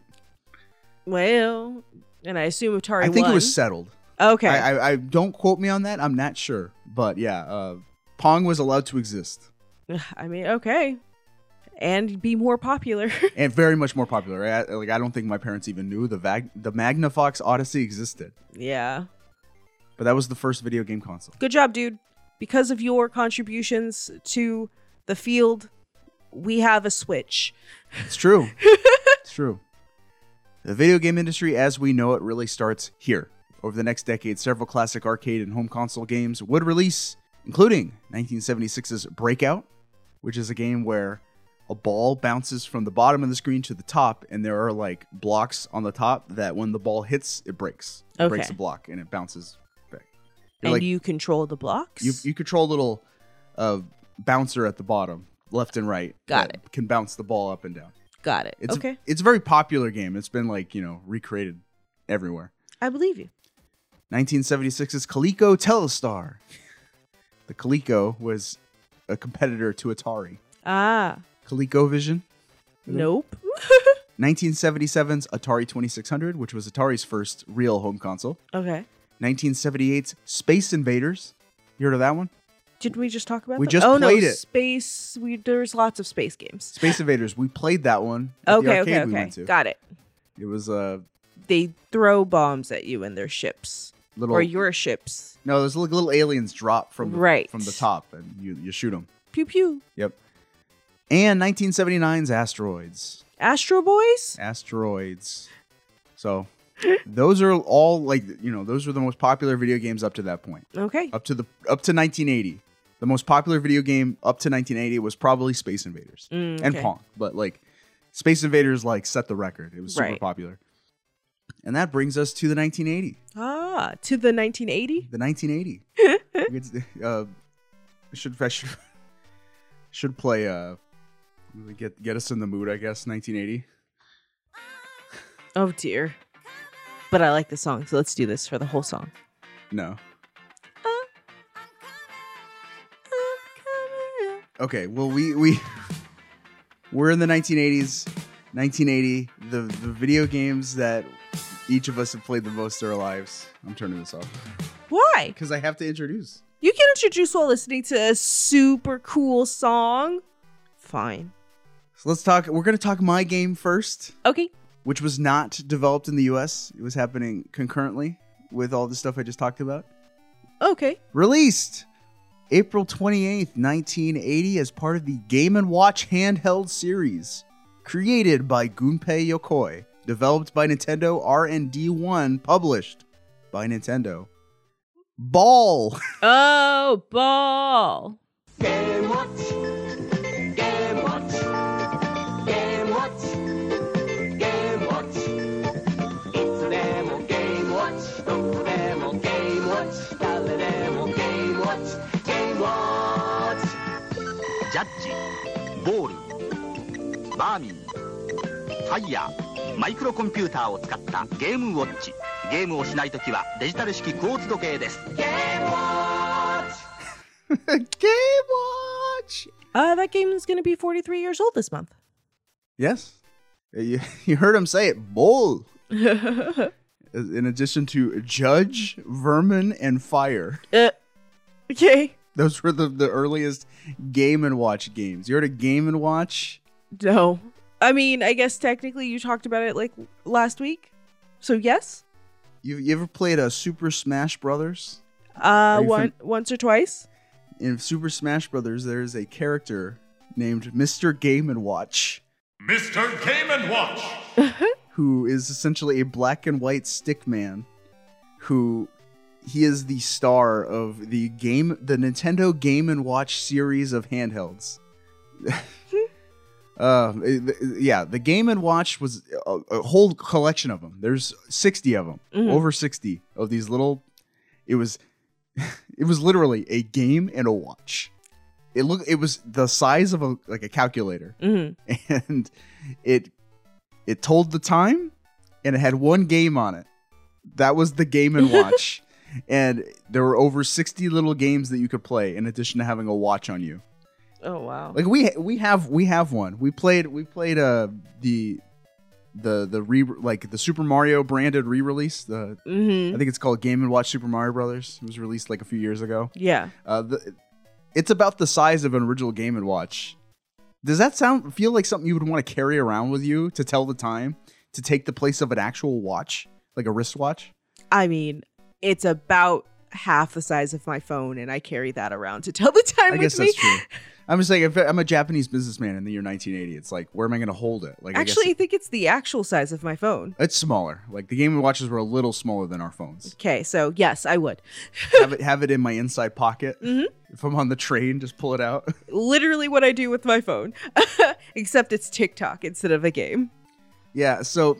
B: Well, and I assume Atari.
A: I think
B: won.
A: it was settled.
B: Okay.
A: I, I, I don't quote me on that. I'm not sure, but yeah, uh, Pong was allowed to exist
B: Ugh, I mean, okay. And be more popular.
A: and very much more popular. I, like I don't think my parents even knew the Vag- the Magnavox Odyssey existed,
B: yeah.
A: but that was the first video game console.
B: Good job, dude. Because of your contributions to the field, we have a Switch.
A: It's true. it's true. The video game industry as we know it really starts here. Over the next decade, several classic arcade and home console games would release, including 1976's Breakout, which is a game where a ball bounces from the bottom of the screen to the top, and there are like blocks on the top that when the ball hits, it breaks. It breaks
B: Okay.
A: a block and it bounces back. You're
B: and
A: like-
B: you control the blocks.
A: you you control a little uh, bouncer at the bottom, left and right.
B: Got
A: it. Can bounce the ball up and down.
B: Got it.
A: It's
B: okay.
A: A, it's a very popular game. It's been like you know recreated everywhere.
B: I believe you.
A: 1976's Coleco Telestar. The Coleco was a competitor to Atari.
B: Ah.
A: ColecoVision.
B: Nope.
A: 1977's Atari 2600, which was Atari's first real home console.
B: okay.
A: 1978's Space Invaders. You heard of that one?
B: Didn't we just talk about
A: We
B: that?
A: just
B: oh,
A: played
B: no,
A: it.
B: Space. We, there's lots of space games.
A: Space Invaders. We played that one. at the
B: Okay,
A: arcade
B: okay,
A: We
B: okay.
A: went to.
B: Got it.
A: It was a
B: They throw bombs at you and their ships.
A: little.
B: Or your ships.
A: no, there's like little aliens drop from the,
B: Right.
A: from the top, and you you shoot them.
B: Pew pew.
A: Yep. And 1979's Asteroids.
B: Astro Boys?
A: Asteroids. So those are all like you know those were the most popular video games up to that point.
B: Okay.
A: Up to the up to 1980, the most popular video game up to 1980 was probably Space Invaders
B: Mm,
A: and
B: okay.
A: Pong. But like Space Invaders like set the record. It was super
B: Right.
A: popular. And that brings us to the 1980.
B: Ah, to the 1980?
A: The 1980. We get to- uh, I should I should should play uh really get get us in the mood, I guess. 1980.
B: Oh dear. But I like the song, so let's do this for the whole song.
A: No. Okay. Well, we we we're in the 1980s. 1980. The the video games that each of us have played the most in our lives. I'm turning this off
B: Why?
A: because I have to introduce.
B: You can introduce while listening to a super cool song. Fine.
A: So let's talk. We're gonna talk my game first.
B: Okay.
A: which was not developed in the US. It was happening concurrently with all the stuff I just talked about.
B: Okay.
A: Released April 28th, 1980 as part of the Game & Watch handheld series, created by Gunpei Yokoi, developed by Nintendo R&D1, published by Nintendo. Ball.
B: Oh, ball.
C: Game Watch. Game Watch. Game Watch. Game Watch. It's them all Game Watch. Oh, them all Game Watch. Tell them all Game Watch. Game Watch.
D: ジャッジボールバーミンファイヤーマイクロコンピューターを使ったゲームウォッチゲームをしない時はデジタル式クォーツ時計です
C: Game Watch.
A: Game Watch.
B: Uh, that game is going to be 43 years old this month.
A: Yes. You, you heard him say it. Ball. in addition to Judge, Vermin, and Fire.
B: Uh, okay.
A: Those were the, the earliest Game and Watch games. You heard of Game and Watch?
B: No. I mean, I guess technically you talked about it like last week. So, yes.
A: You, you ever played a Super Smash Brothers?
B: Uh,
A: you
B: one, once or twice.
A: In Super Smash Brothers, there is a character named Mr. Game and Watch
E: Mr. Game and Watch.
A: who is essentially a black and white stick man who he is the star of the game the Nintendo Game and Watch series of handhelds. uh, th- th- yeah, the Game and Watch was a, a whole collection of them. There's 60 of them,
B: Mhm.
A: over 60 of these little. It was, it was literally a game and a watch. It looked. It was the size of a like a calculator
B: Mm-hmm.
A: and it it told the time and it had one game on it that was the game and watch and there were over 60 little games that you could play in addition to having a watch on you
B: Oh wow.
A: like we we have we have one we played we played uh the the the re like the super mario branded re-release the
B: mm-hmm.
A: i think it's called game and watch super mario brothers it was released like a few years ago
B: Yeah.
A: uh the, it's about the size of an original game and watch does that sound feel like something you would want to carry around with you to tell the time to take the place of an actual watch like a wristwatch
B: I mean, it's about half the size of my phone, and I carry that around to tell the time
A: i
B: with
A: guess
B: me.
A: that's true i'm just like if i'm a japanese businessman in the year 1980 it's like where am i going to hold it like
B: Actually, I,
A: I guess
B: think it's the actual size of my phone.
A: it's smaller like the game and watches were a little smaller than our phones
B: Okay, so yes, I would.
A: have it have it in my inside pocket
B: Mhm.
A: if i'm on the train just pull it out
B: Literally what I do with my phone, except it's TikTok instead of a game.
A: Yeah, so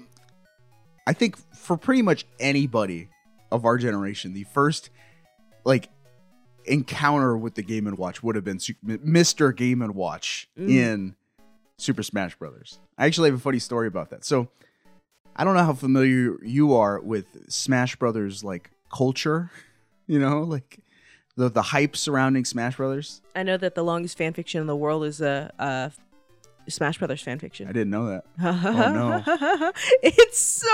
A: I think for pretty much anybody of our generation, the first like encounter with the Game and Watch would have been Su- M- Mr. Game and Watch
B: Mm.
A: in Super Smash Brothers. I actually have a funny story about that. So I don't know how familiar you are with Smash Brothers like culture, you know, like the the hype surrounding Smash Brothers.
B: I know that the longest fan fiction in the world is a, a Smash Brothers fan
A: I
B: fiction.
A: didn't know that.
B: no. it's so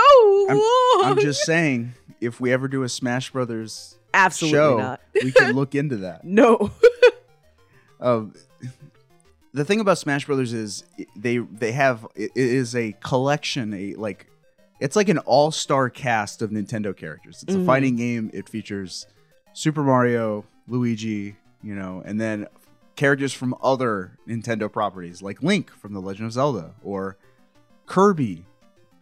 A: I'm-
B: long.
A: I'm just saying if we ever do a Smash Brothers
B: Absolutely
A: show,
B: not.
A: we can look into that.
B: No.
A: Um, the thing about Smash Brothers is it- they they have it it is a collection, a like it's like an all star cast of Nintendo characters. It's
B: Mhm.
A: a fighting game. It features Super Mario, Luigi, you know, and then characters from other Nintendo properties like Link from The Legend of Zelda or Kirby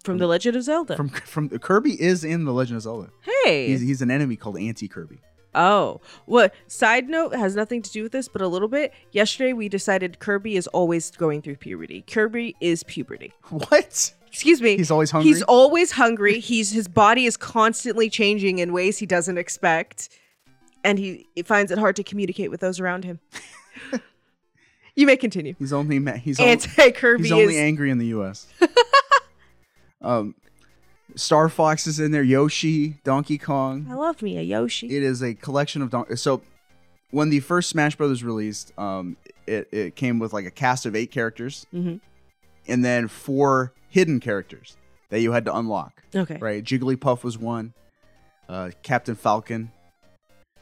B: From The Legend of Zelda.
A: from from Kirby is in The Legend of Zelda.
B: hey.
A: He's, he's an enemy called Anti Kirby.
B: Oh, what? Side note has nothing to do with this, but a little bit. Yesterday we decided Kirby is always going through puberty. Kirby is puberty.
A: What?
B: Excuse me.
A: He's always hungry.
B: He's always hungry. He's his body is constantly changing in ways he doesn't expect, and he, he finds it hard to communicate with those around him. you may continue.
A: he's only ma- he's only,
B: Anti Kirby
A: He's only
B: is
A: angry in the U.S. um, Star Fox is in there. Yoshi, Donkey
B: I
A: Kong.
B: love me a Yoshi.
A: It is a collection of Don- so. When the first Smash Brothers released, um, it it came with like a cast of eight characters,
B: Mhm.
A: and then four hidden characters that you had to unlock.
B: Okay.
A: Right, Jigglypuff was one. Uh, Captain Falcon,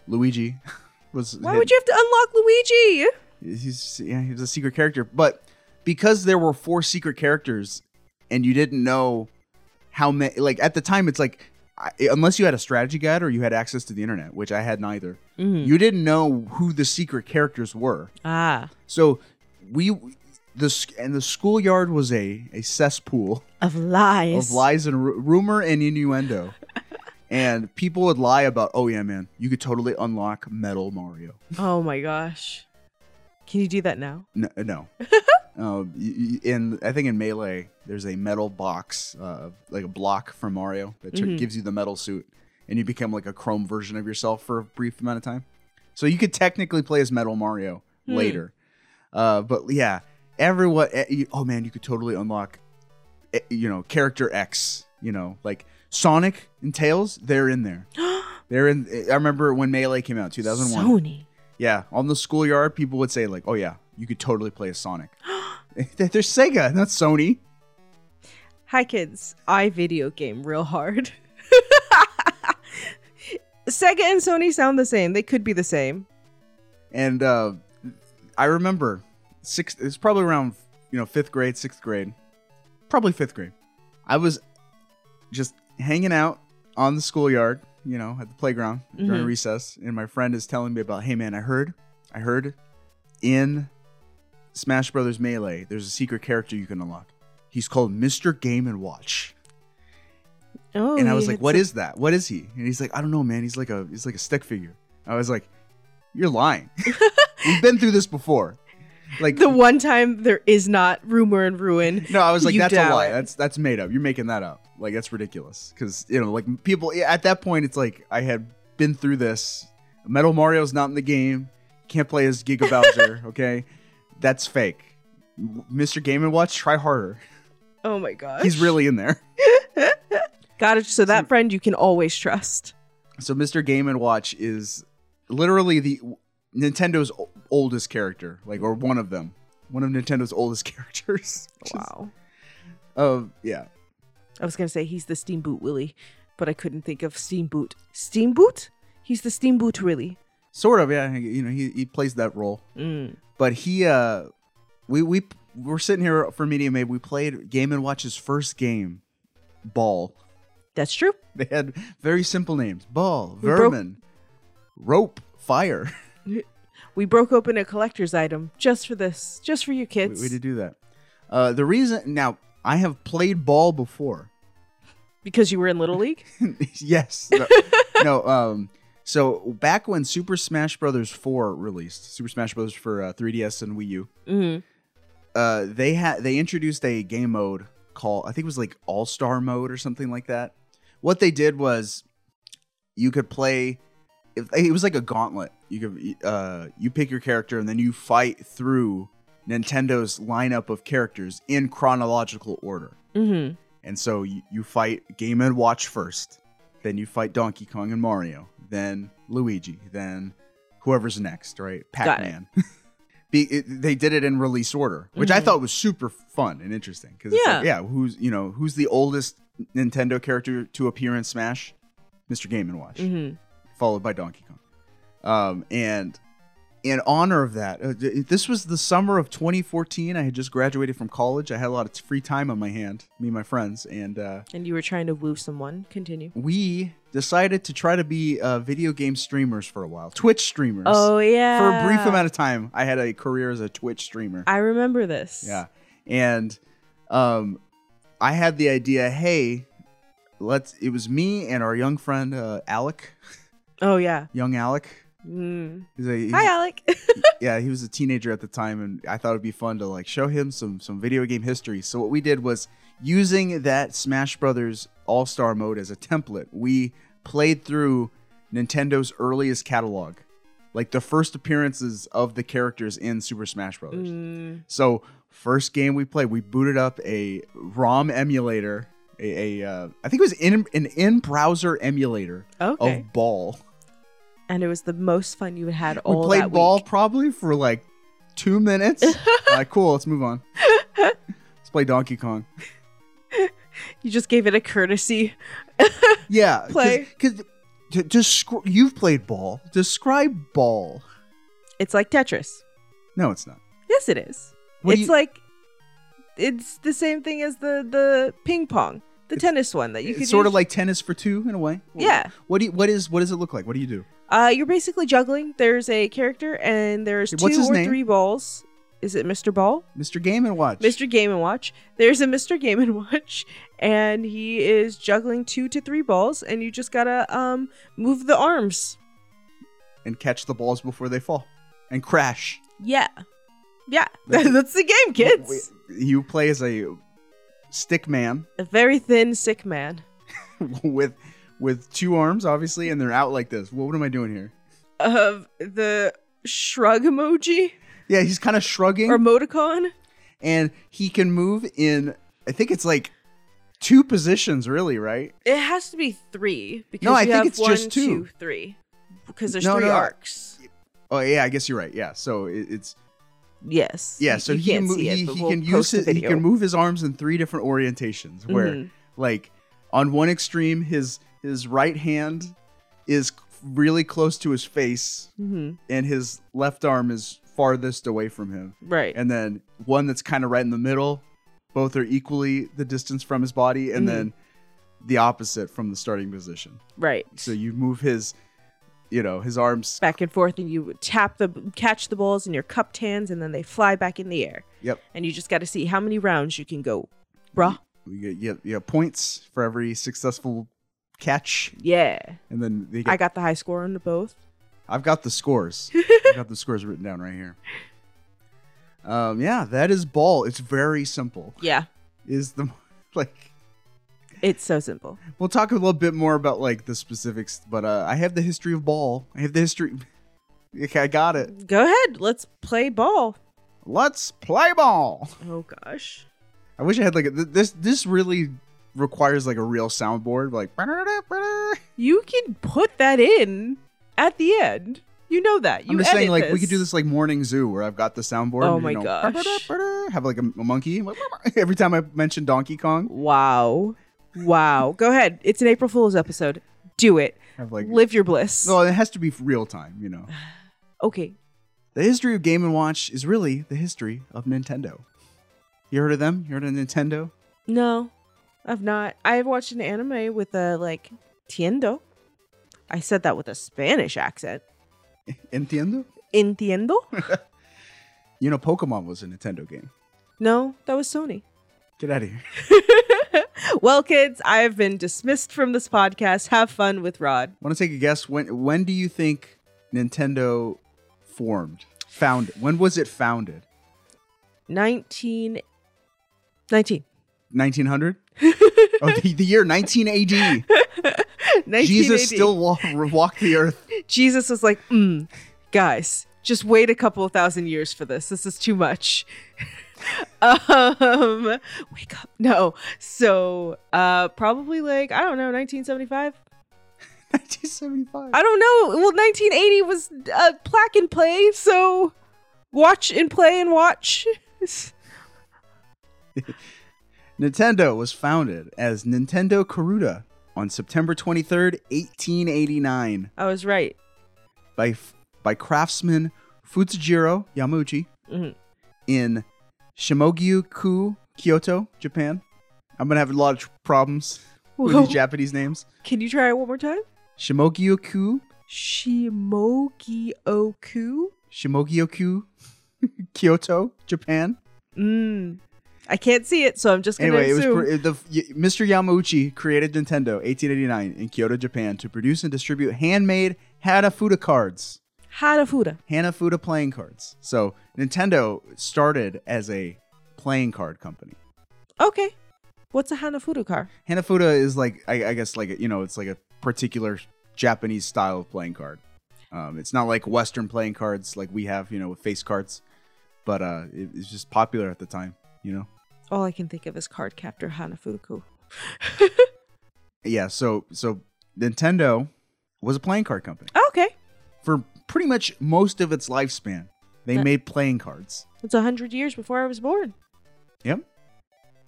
A: Luigi was.
B: Why
A: hidden.
B: would you have to unlock Luigi?
A: He's yeah, he was a secret character, but because there were four secret characters, and you didn't know how many. Like at the time, it's like I, unless you had a strategy guide or you had access to the internet, which I had neither,
B: Hmm. Mm.
A: you didn't know who the secret characters were.
B: Ah,
A: So we the s- and the schoolyard was a a cesspool
B: of lies.
A: of lies and ru- rumor and innuendo. And people would lie about, oh yeah, man, you could totally unlock Metal Mario.
B: Oh my gosh. Can you do that now?
A: No, uh, no. um, y- y- in I think in Melee, there's a metal box, uh, like a block from Mario that tur-
B: Mhm.
A: gives you the metal suit, and you become like a chrome version of yourself for a brief amount of time. So you could technically play as Metal Mario
B: Hmm.
A: later. Uh, but yeah, everyone. eh, you- Oh man, you could totally unlock, eh, you know, character X. You know, like Sonic and Tails. They're in there. They're in. eh, I remember when Melee came out, 2001.
B: Sony.
A: Yeah, on the schoolyard, people would say like, "Oh yeah, you could totally play as Sonic." They're Sega, not Sony.
B: Hi kids, I video game real hard. Sega and Sony sound the same. They could be the same.
A: And uh, I remember six. It's probably around you know fifth grade, sixth grade, probably fifth grade. I was just hanging out on the schoolyard, you know, at the playground during
B: Mhm.
A: recess, and my friend is telling me about, "Hey man, I heard, I heard, in Smash Brothers Melee, there's a secret character you can unlock." He's called Mr. Game and Watch.
B: Oh,
A: and I was like, "What is that? What is he?" And he's like, "I don't know, man. He's like a he's like a stick figure." I was like, "You're lying. We've been through this before." Like
B: the one time there is not rumor and ruin?
A: No, I was like,
B: You
A: that's a
B: doubt
A: lie.
B: it.
A: That's that's made up. You're making that up. Like that's ridiculous. Because you know, like people at that point, it's like I had been through this. Metal Mario's not in the game. Can't play as Giga Bowser. okay, that's fake. Mr. Game and Watch, try harder.
B: Oh my gosh.
A: He's really in there.
B: got it. So that friend you can always trust.
A: So Mr. Game and Watch is literally the Nintendo's o- oldest character, like or one of them, one of Nintendo's oldest characters. which is-
B: Wow.
A: Of yeah,
B: I was gonna say he's the Steamboat Willie, but I couldn't think of Steamboat. Steamboot? He's the Steamboot Willie.
A: sort of yeah. You know, he he plays that role.
B: Mm.
A: but he uh we we we're sitting here for media maybe we played game and watch's first game ball
B: That's true.
A: they had very simple names ball
B: We broke-
A: vermin rope fire
B: We broke open a collector's item just for this, just for you
A: we,
B: kids,
A: we did do that uh the reason now i have played ball before
B: because you were in Little League.
A: yes no, no, um so back when super smash brothers 4 released super smash brothers for uh, 3ds and wii u
B: mm.
A: uh, they had they introduced a game mode called I think it was like All Star mode or something like that. What they did was you could play if it was like a gauntlet. You could uh, you pick your character and then you fight through Nintendo's lineup of characters in chronological order.
B: Mm-hmm.
A: And so you, you fight Game and Watch first, then you fight Donkey Kong and Mario, then Luigi, then whoever's next, right?
B: Got
A: Pac
B: it.
A: Man. Be, it, they did it in release order, which I
B: Mhm.
A: thought was super fun and interesting. Because yeah.
B: Yeah.
A: yeah, who's you know who's the oldest Nintendo character to appear in Smash? Mr. Game and Watch
B: Mm-hmm.
A: followed by Donkey Kong. Um, and in honor of that, uh, th- this was the summer of 2014. I had just graduated from college. I had a lot of t- free time on my hand, me and my friends, and uh,
B: And you were trying to woo someone. Continue.
A: we decided to try to be uh, video game streamers for a while, Twitch streamers.
B: Oh yeah.
A: For a brief amount of time, I had a career as a Twitch streamer.
B: I remember this.
A: Yeah. And um I had the idea, hey, let's it was me and our young friend uh, Alec,
B: Oh yeah.
A: young Alec.
B: Mm.
A: He's a, he's-
B: Hi, Alec.
A: yeah, he was a teenager at the time and I thought it'd be fun to like show him some some video game history. So what we did was using that Smash Brothers All-Star mode as a template. We played through Nintendo's earliest catalog, like the first appearances of the characters in Super Smash Brothers.
B: Mm.
A: So first game we played, we booted up a ROM emulator, a, a uh, I think it was in an in-browser emulator
B: Okay.
A: of Ball.
B: And it was the most fun you had all
A: Oh. we played
B: that
A: Ball
B: week.
A: probably for like two minutes. All right, cool. Let's move on. let's play Donkey Kong.
B: You just gave it a courtesy.
A: Yeah,
B: Play.
A: because just you've played Ball. Describe Ball.
B: It's like Tetris.
A: No, it's not.
B: Yes, it is.
A: What do
B: it's
A: you-
B: like it's the same thing as the the ping pong, the
A: It's-
B: tennis one that you could
A: it's sort
B: use-
A: of like tennis for two in a way.
B: Yeah.
A: What do you, what is what does it look like? What do you do?
B: Uh, you're basically juggling. There's a character and there's two
A: What's his
B: or
A: name?
B: three balls. Is it Mr. Ball?
A: Mr. Game and Watch.
B: Mr. Game and Watch. There's a Mr. Game and Watch, and he is juggling two to three balls, and you just gotta um move the arms.
A: and catch the balls before they fall and crash.
B: Yeah, yeah.
A: That's-
B: That's the game, kids.
A: You play as a stick man
B: a very thin, sick man.
A: with with two arms, obviously, and they're out like this. Well, what am I doing here?
B: Of the shrug emoji
A: Yeah, he's kind of shrugging,
B: or emoticon.
A: and he can move in. I think it's like two positions, really, right?
B: It has to be three because
A: I
B: you
A: think
B: have
A: it's
B: one,
A: just two.
B: two, three. Because there's
A: No,
B: three
A: no.
B: arcs.
A: Oh yeah, I guess you're right. Yeah, so it, it's
B: Yes.
A: yeah,
B: You-
A: so
B: you
A: he can
B: can't
A: move,
B: see it,
A: he,
B: but
A: he
B: we'll
A: can
B: post
A: use
B: the
A: it. He
B: video.
A: can move his arms in three different orientations, where
B: Mhm.
A: like on one extreme, his his right hand is really close to his face,
B: Mhm.
A: and his left arm is farthest away from him.
B: Right.
A: and then one that's kind of right in the middle. Both are equally the distance from his body, and
B: Mhm.
A: then the opposite from the starting position.
B: right.
A: So you move his, you know, his arms.
B: back and forth, and you tap the catch the balls in your cupped hands, and then they fly back in the air.
A: Yep.
B: And you just got to see how many rounds you can go. bruh.
A: We get you, you have points for every successful catch,
B: Yeah.
A: and then they get,
B: I got the high score on the both.
A: I've got the scores. I've got the scores written down right here. Um, yeah, that is ball. It's very simple.
B: Yeah.
A: Is the like
B: It's so simple.
A: we'll talk a little bit more about like the specifics, but uh, I have the history of ball. I have the history. Okay, I got it.
B: Go ahead. Let's play ball.
A: Let's play ball.
B: Oh gosh.
A: I wish I had like a, th- this. This really requires like a real soundboard, like. "Ba-da-da-da-ba-da."
B: You can put that in at the end. You know that. You
A: I'm just
B: edit
A: saying, like we could do this like morning zoo where I've got the soundboard.
B: Oh
A: and,
B: my
A: you know,
B: gosh.
A: "Ba-da-da-ba-da," Have like a, a monkey every time I mention Donkey Kong.
B: Wow. Wow. Go ahead. It's an April Fool's episode. Do it.
A: Have like
B: Live your bliss.
A: no, it has to be real time. You know,
B: Okay.
A: the history of Game and Watch is really the history of Nintendo. You heard of them? You heard of Nintendo?
B: No, I've not. I've watched an anime with a like tiendo. I said that with a Spanish accent.
A: Entiendo.
B: Entiendo?
A: You know, Pokemon was a Nintendo game.
B: No, that was Sony.
A: Get out of here.
B: Well, kids, I've been dismissed from this podcast. Have fun with Rod.
A: Want to take a guess? When when do you think Nintendo formed? Founded? When was it founded?
B: 19 19
A: 1900? oh, the, the year 19 AD.
B: 1980.
A: Jesus still wa- walked the earth.
B: Jesus was like, mm, guys, just wait a couple of thousand years for this. This is too much. um, wake up. No. So, uh, probably like, I don't know, 1975.
A: 1975.
B: I don't know. Well, 1980 was uh, plaque and play. So, watch and play and watch.
A: Nintendo was founded as Nintendo Karuta on September 23rd, 1889
B: I was right.
A: by f- by craftsman Futsujiro Yamuchi
B: Mhm.
A: in Shimogyuku, Kyoto, Japan. I'm going to have a lot of tr- problems with
B: Whoa.
A: these Japanese names.
B: Can you try it one more time?
A: Shimogyuku,
B: Shimogi Oku.
A: Shimogyoku, Kyoto, Japan.
B: Mm. I can't see it, so I'm just gonna
A: Anyway, it was
B: assume.
A: pr- it- the, y- Mr. Yamauchi created Nintendo 1889 in Kyoto, Japan, to produce and distribute handmade Hanafuda cards,
B: Harafuda.
A: Hanafuda playing cards. So Nintendo started as a playing card company.
B: Okay. What's a Hanafuda car?
A: Hanafuda is like, I, I guess, like a- you know, it's like a particular Japanese style of playing card. Um, it's not like Western playing cards like we have, you know, with face cards, but uh, it, it's just popular at the time, you know.
B: All I can think of is card captor Hanafuku.
A: yeah so so nintendo was a playing card company
B: Okay.
A: for pretty much most of its lifespan they
B: That-
A: made playing cards
B: It's a hundred years before I was born.
A: yep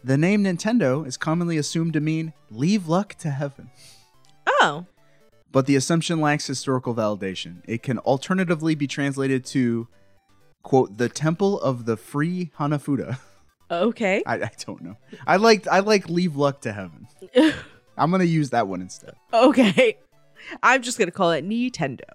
A: the name nintendo is commonly assumed to mean leave luck to heaven
B: Oh.
A: but the assumption lacks historical validation it can alternatively be translated to quote the temple of the free hanafuda
B: Okay.
A: i, I don't know i like i like leave luck to heaven i'm gonna use that one instead
B: Okay. I'm just gonna call it Nintendo.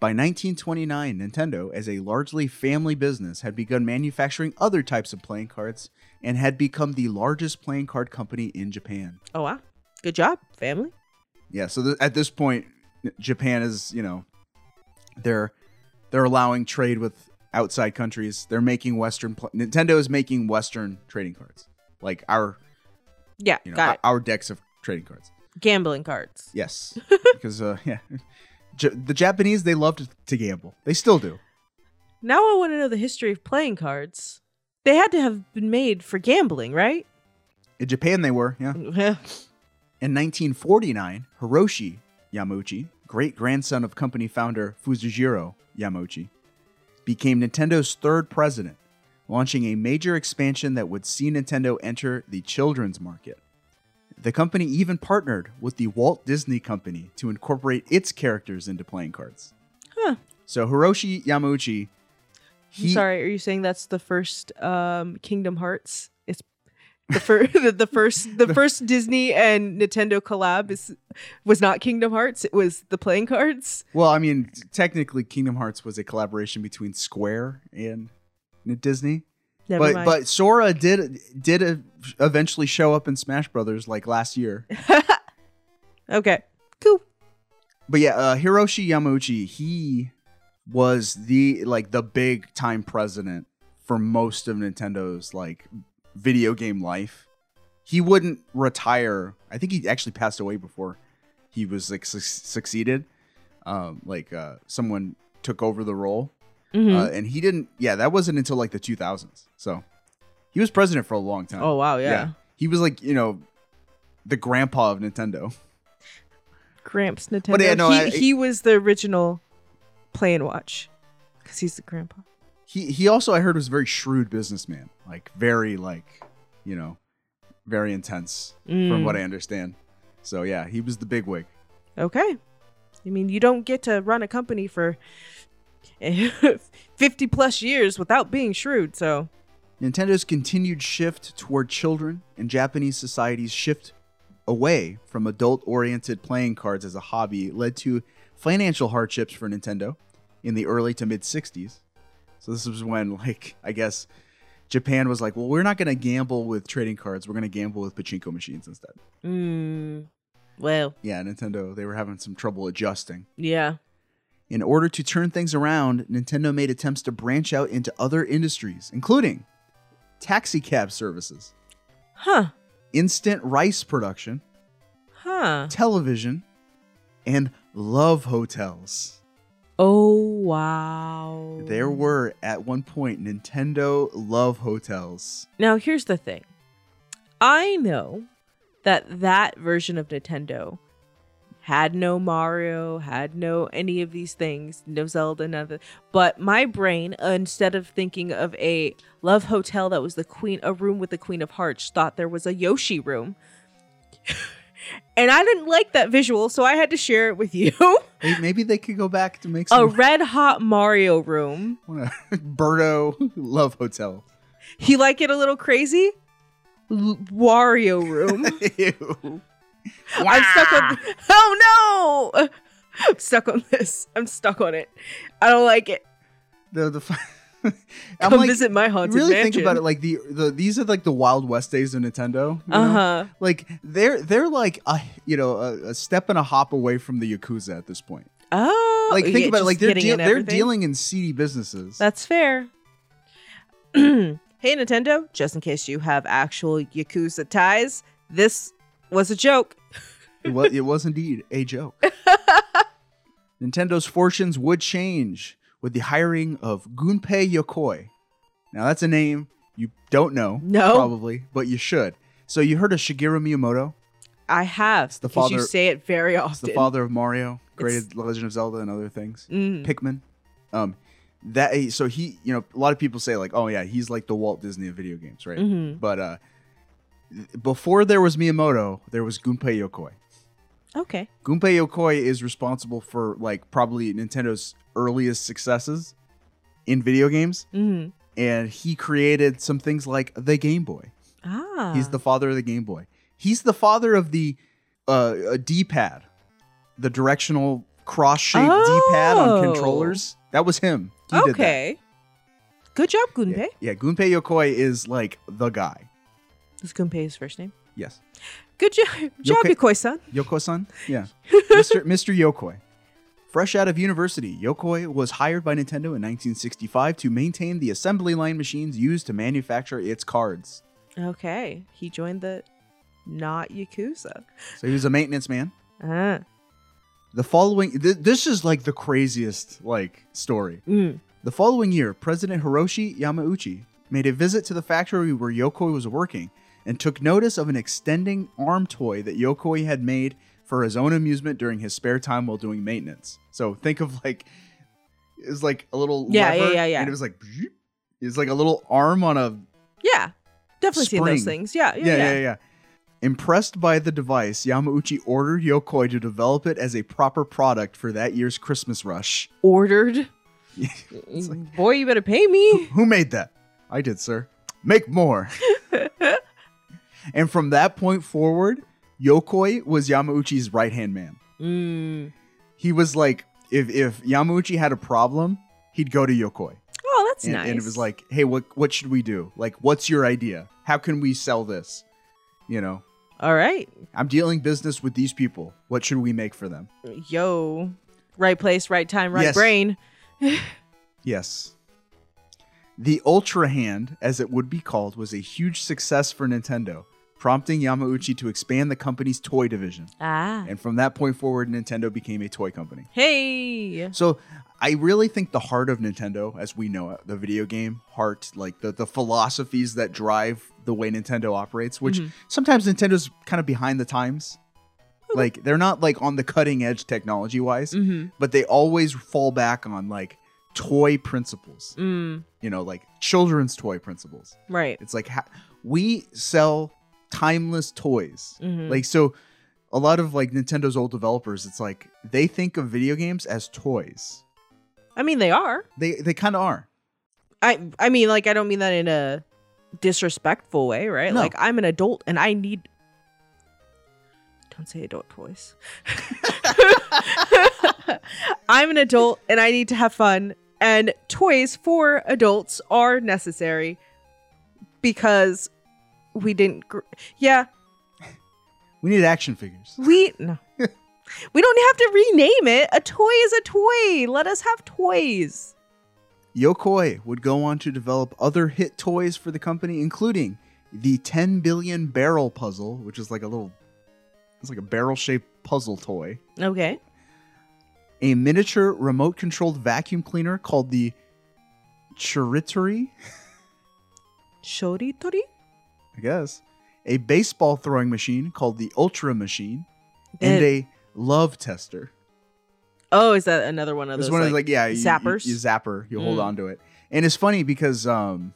A: By 1929, Nintendo, as a largely family business, had begun manufacturing other types of playing cards and had become the largest playing card company in Japan.
B: Oh wow. Good job, family.
A: Yeah, so th- at this point, N- Japan is, you know, they're they're allowing trade with outside countries. They're making Western pl- Nintendo is making Western trading cards, like our
B: Yeah,
A: you know
B: got
A: our,
B: it.
A: our decks of trading cards.
B: Gambling cards.
A: Yes, because uh, yeah, J- the Japanese they loved to gamble. They still do.
B: Now I want to know the history of playing cards. They had to have been made for gambling, right?
A: In Japan, they were yeah. In 1949, Hiroshi Yamauchi, great grandson of company founder Fujijiro Yamauchi, became Nintendo's third president, launching a major expansion that would see Nintendo enter the children's market. The company even partnered with the Walt Disney Company to incorporate its characters into playing cards.
B: Huh.
A: So Hiroshi Yamauchi,
B: I'm
A: he
B: sorry, are you saying that's the first um, Kingdom Hearts? It's the first, the, the first, the first Disney and Nintendo collab is was not Kingdom Hearts. It was the playing cards.
A: well, I mean, technically Kingdom Hearts was a collaboration between Square and Disney.
B: Never
A: but
B: mind.
A: but Sora did did uh, eventually show up in Smash Brothers like last year.
B: okay. Cool.
A: But yeah, uh, Hiroshi Yamauchi, he was the like the big time president for most of Nintendo's like video game life. He wouldn't retire. I think he actually passed away before he was like su- succeeded. Um, like uh, someone took over the role,
B: Mhm.
A: uh, and he didn't. Yeah, that wasn't until like the 2000s. So he was president for a long time.
B: oh wow, yeah.
A: He was like you know the grandpa of Nintendo.
B: Gramps Nintendo.
A: yeah, no,
B: he,
A: I-
B: he was the original play and watch because he's the grandpa.
A: he he also I heard was a very shrewd businessman, like very like you know very intense from
B: Mm.
A: what I understand. So yeah, he was the big wig.
B: Okay. I mean, you don't get to run a company for 50 plus years without being shrewd, so
A: Nintendo's continued shift toward children and Japanese society's shift away from adult oriented playing cards as a hobby led to financial hardships for Nintendo in the early to mid 60s. So, this was when, like, I guess Japan was like, well, we're not going to gamble with trading cards. We're going to gamble with pachinko machines instead.
B: mm, well,
A: Yeah, Nintendo, they were having some trouble adjusting.
B: yeah.
A: In order to turn things around, Nintendo made attempts to branch out into other industries, including taxi cab services,
B: Huh.
A: instant rice production,
B: Huh.
A: television, and love hotels.
B: Oh, wow.
A: There were, at one point, Nintendo love hotels.
B: Now, here's the thing I know that that version of Nintendo had no Mario, had no any of these things, no Zelda, none of the, But my brain, uh, instead of thinking of a love hotel that was the queen, a room with the Queen of Hearts, thought there was a Yoshi room. and I didn't like that visual, so I had to share it with you.
A: Hey, Maybe they could go back to make
B: a
A: some uh,
B: red hot Mario room.
A: Birdo love hotel.
B: You like it a little crazy? L- Wario room.
A: Ew.
B: I'm stuck on. Oh no! I'm stuck on this. I'm stuck on it. I don't like it.
A: The, the, I'm
B: Come
A: like-
B: visit my haunted
A: really
B: mansion.
A: think about it like the, the these are like the wild west days of nintendo you know?
B: uh huh.
A: like they're they're like a you know a, a step and a hop away from the yakuza at this point
B: Oh,
A: like think
B: yeah,
A: about it
B: just
A: like they're
B: getting
A: deal
B: in
A: they're
B: everything.
A: dealing in seedy businesses
B: That's fair. hey Nintendo, just in case you have actual Yakuza ties, this was a joke.
A: it, was, it was indeed a joke nintendo's fortunes would change with the hiring of gunpei yokoi now that's a name you don't know
B: No.
A: probably but you should so you heard of shigeru miyamoto
B: I have. It's
A: the
B: You
A: father-
B: say it very often.
A: It's the father of Mario, created
B: It's-
A: Legend of Zelda and other things.
B: Mm.
A: Pikmin. Um that so he, you know, a lot of people say like, "Oh yeah, he's like the Walt Disney of video games," right?
B: Mhm.
A: But uh before there was Miyamoto, there was Gunpei Yokoi.
B: Okay.
A: Gunpei Yokoi is responsible for like probably Nintendo's earliest successes in video games,
B: hmm
A: and he created some things like the Game Boy.
B: Ah.
A: He's the father of the Game Boy. He's the father of the uh, uh, D-pad, the directional cross-shaped D-pad
B: Oh.
A: on controllers. That was him. He did that.
B: okay. Good job, Gunpei.
A: Yeah, yeah, Gunpei Yokoi is like the guy.
B: Is Gunpei his first name?
A: Yes,
B: Good job, job
A: okay?
B: Yokoi-san.
A: Yoko-san. Yeah, Mr. Mr. Yokoi. Fresh out of university, Yokoi was hired by Nintendo in 1965 to maintain the assembly line machines used to manufacture its cards.
B: Okay, he joined the not Yakuza.
A: So he was a maintenance man.
B: Ah.
A: The following, th- this is like the craziest like story.
B: Mm.
A: The following year, President Hiroshi Yamauchi made a visit to the factory where Yokoi was working and took notice of an extending arm toy that Yokoi had made for his own amusement during his spare time while doing maintenance. So think of like it was like a little
B: Yeah,
A: lever,
B: yeah, yeah, yeah.
A: and it was like it's like a little arm on a
B: Yeah, definitely seen those
A: Spring.
B: things. Yeah, Oh, yeah,
A: yeah,
B: yeah.
A: yeah, yeah. Impressed by the device, Yamauchi ordered Yokoi to develop it as a proper product for that year's Christmas rush.
B: Ordered. Mm, Boy, you better pay me.
A: Who made that? I did, sir. Make more. and from that point forward, Yokoi was Yamauchi's right hand man.
B: Mm.
A: He was like, if if Yamauchi had a problem, he'd go to Yokoi.
B: Oh, That's
A: and,
B: nice.
A: and it was like, hey, what what should we do? Like, what's your idea? How can we sell this? You know,
B: all right,
A: I'm dealing business with these people. What should we make for them?
B: yo, right place, right time, right
A: Yes.
B: brain.
A: Yes. The Ultra Hand, as it would be called, was a huge success for Nintendo, prompting Yamauchi to expand the company's toy division.
B: Ah,
A: And from that point forward, Nintendo became a toy company.
B: hey,
A: So I really think the heart of Nintendo, as we know it, the video game heart, like the, the philosophies that drive the way Nintendo operates, which sometimes Nintendo's kind of behind the times. Like they're not like on the cutting edge technology wise,
B: Mm-hmm. Mm.
A: but they always fall back on like toy principles.
B: mm,
A: You know, like children's toy principles.
B: right,
A: It's like ha- we sell timeless toys.
B: Mhm.
A: Like so a lot of like Nintendo's old developers, it's like they think of video games as toys.
B: I mean, they are.
A: They they kind of are.
B: I I mean, like, I don't mean that in a disrespectful way, right?
A: No.
B: Like, I'm an adult and I need. Don't say adult toys. I'm an adult and I need to have fun, and toys for adults are necessary because we didn't. Gr- yeah,
A: We need action figures.
B: we no. we don't have to rename it. A toy is a toy. Let us have toys.
A: Yokoi would go on to develop other hit toys for the company, including the 10 billion barrel puzzle, which is like a little, it's like a barrel shaped puzzle toy,
B: Okay.
A: a miniature remote controlled vacuum cleaner called the Chiritori,
B: Shoritori?
A: I guess, a baseball throwing machine called the Ultra Machine, and
B: That-
A: a love tester.
B: Oh, is that another one of
A: It's
B: those?
A: one
B: like,
A: of like yeah, you, you-
B: zappers?
A: You, zapper. You hold
B: Mm.
A: on to it, and it's funny because um,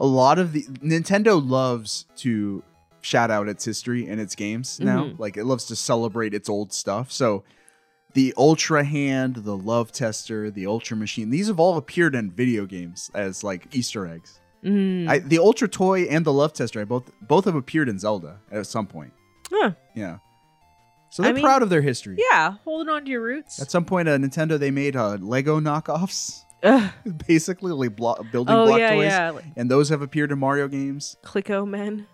A: a lot of the Nintendo loves to shout out its history and its games now.
B: Mm-hmm.
A: Like it loves to celebrate its old stuff. So the Ultra Hand, the Love Tester, the Ultra Machine, these have all appeared in video games as like Easter eggs.
B: Mm.
A: I, the Ultra Toy and the Love Tester, I both both have appeared in Zelda at some point.
B: Huh.
A: Yeah. So
B: I
A: they're
B: mean,
A: proud of their history.
B: Yeah, holding on to your roots.
A: At some point, uh, Nintendo they made uh, Lego knockoffs,
B: Ugh.
A: basically like blo- building
B: Oh
A: block
B: yeah,
A: toys,
B: yeah. Like,
A: and those have appeared in Mario games.
B: Clicko men.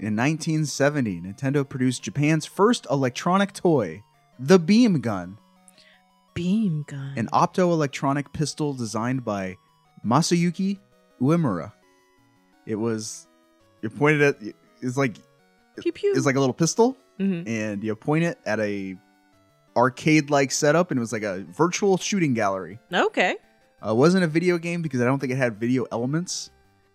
A: In 1970, Nintendo produced Japan's first electronic toy, the beam gun,
B: Beam gun.
A: an optoelectronic pistol designed by Masayuki Uemura. It was you pointed at it's like
B: pew pew.
A: it's like a little pistol,
B: Mhm.
A: and you point it at a arcade-like setup, and it was like a virtual shooting gallery.
B: Okay.
A: Uh, it wasn't a video game because I don't think it had video elements.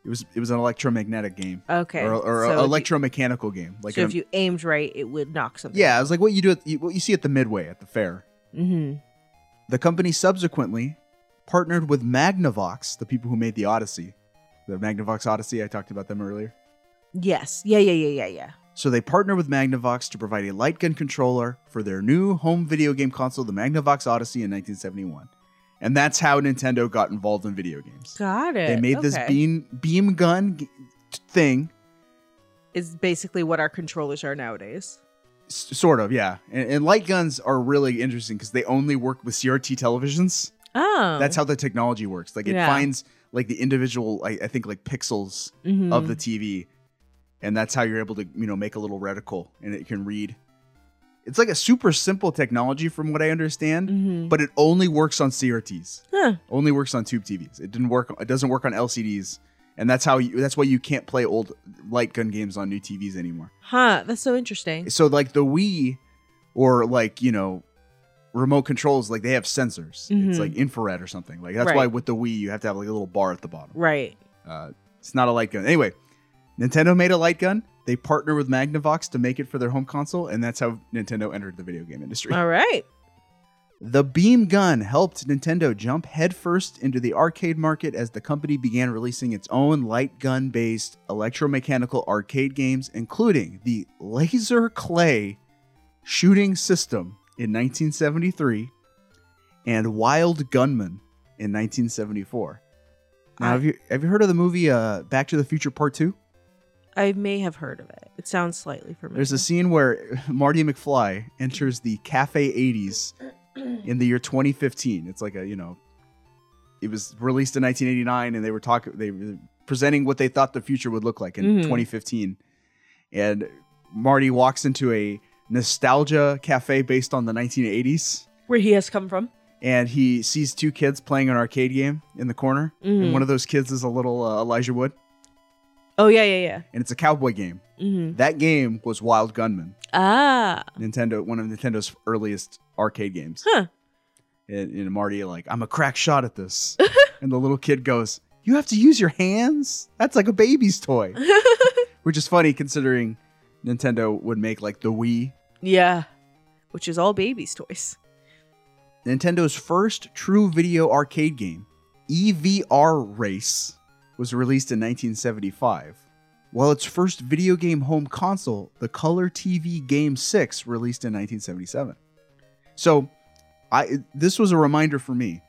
A: It was it was an electromagnetic game
B: Okay.
A: or, or
B: so
A: an electromechanical game.
B: If you,
A: Like
B: so
A: an-
B: if you aimed right, it would knock something.
A: yeah, it was like what you do at, you- what you see at the midway at the fair.
B: Mm-hmm.
A: The company subsequently partnered with Magnavox, the people who made the Odyssey, the Magnavox Odyssey. I talked about them earlier.
B: Yes. Yeah. Yeah. Yeah. Yeah. Yeah.
A: So they partnered with Magnavox to provide a light gun controller for their new home video game console, the Magnavox Odyssey, in 1971, and that's how Nintendo got involved in video games.
B: Got it.
A: They made this
B: Okay.
A: beam beam gun g- t- thing,
B: Is basically what our controllers are nowadays.
A: s- sort of, yeah. And, and light guns are really interesting because they only work with CRT televisions.
B: Oh.
A: That's how the technology works. Like it
B: Yeah.
A: finds like the individual, I, I think, like pixels
B: Mhm.
A: of the TV, and that's how you're able to, you know, make a little reticle and it can read. It's like a super simple technology, from what I understand,
B: Mhm.
A: but it only works on CRTs.
B: Huh.
A: only works on tube TVs. It didn't work. It doesn't work on LCDs, and that's how. You, that's why you can't play old light gun games on new TVs anymore.
B: Huh. That's so interesting.
A: So like the Wii, or like you know, remote controls like they have sensors.
B: Mhm.
A: It's like infrared or something. Like that's
B: Right.
A: why with the Wii you have to have like a little bar at the bottom.
B: Right.
A: Uh, it's not a light gun. Anyway, Nintendo made a light gun. They partner with Magnavox to make it for their home console, and that's how Nintendo entered the video game industry.
B: All right.
A: The beam gun helped Nintendo jump headfirst into the arcade market as the company began releasing its own light gun based electromechanical arcade games, including the Laser Clay Shooting System in 1973 and Wild Gunman in 1974. Now,
B: I-
A: have you have you heard of the movie uh, Back to the Future Part Two?
B: I may have heard of it. It sounds slightly familiar.
A: There's a scene where Marty McFly enters the Cafe 80s in the year 2015. It's like a, you know, it was released in 1989, and they were talking, they were presenting what they thought the future would look like in
B: Mhm.
A: 2015. And Marty walks into a nostalgia cafe based on the 1980s,
B: Where he has come from.
A: and he sees two kids playing an arcade game in the corner, and
B: Mhm.
A: one of those kids is a little uh, Elijah Wood,
B: Oh yeah, yeah,
A: and it's a cowboy game.
B: yeah. Mm-hmm.
A: That game was Wild Gunman.
B: Ah,
A: Nintendo, one of Nintendo's earliest arcade games.
B: Huh.
A: And, and Marty like, I'm a crack shot at this, and the little kid goes, "You have to use your hands. That's like a baby's toy," which is funny considering Nintendo would make like the Wii.
B: yeah. Which is all babies' toys.
A: Nintendo's first true video arcade game, EVR Race, was released in 1975. While its first video game home console, the Color TV Game 6, released in 1977. So, I this was a reminder for me.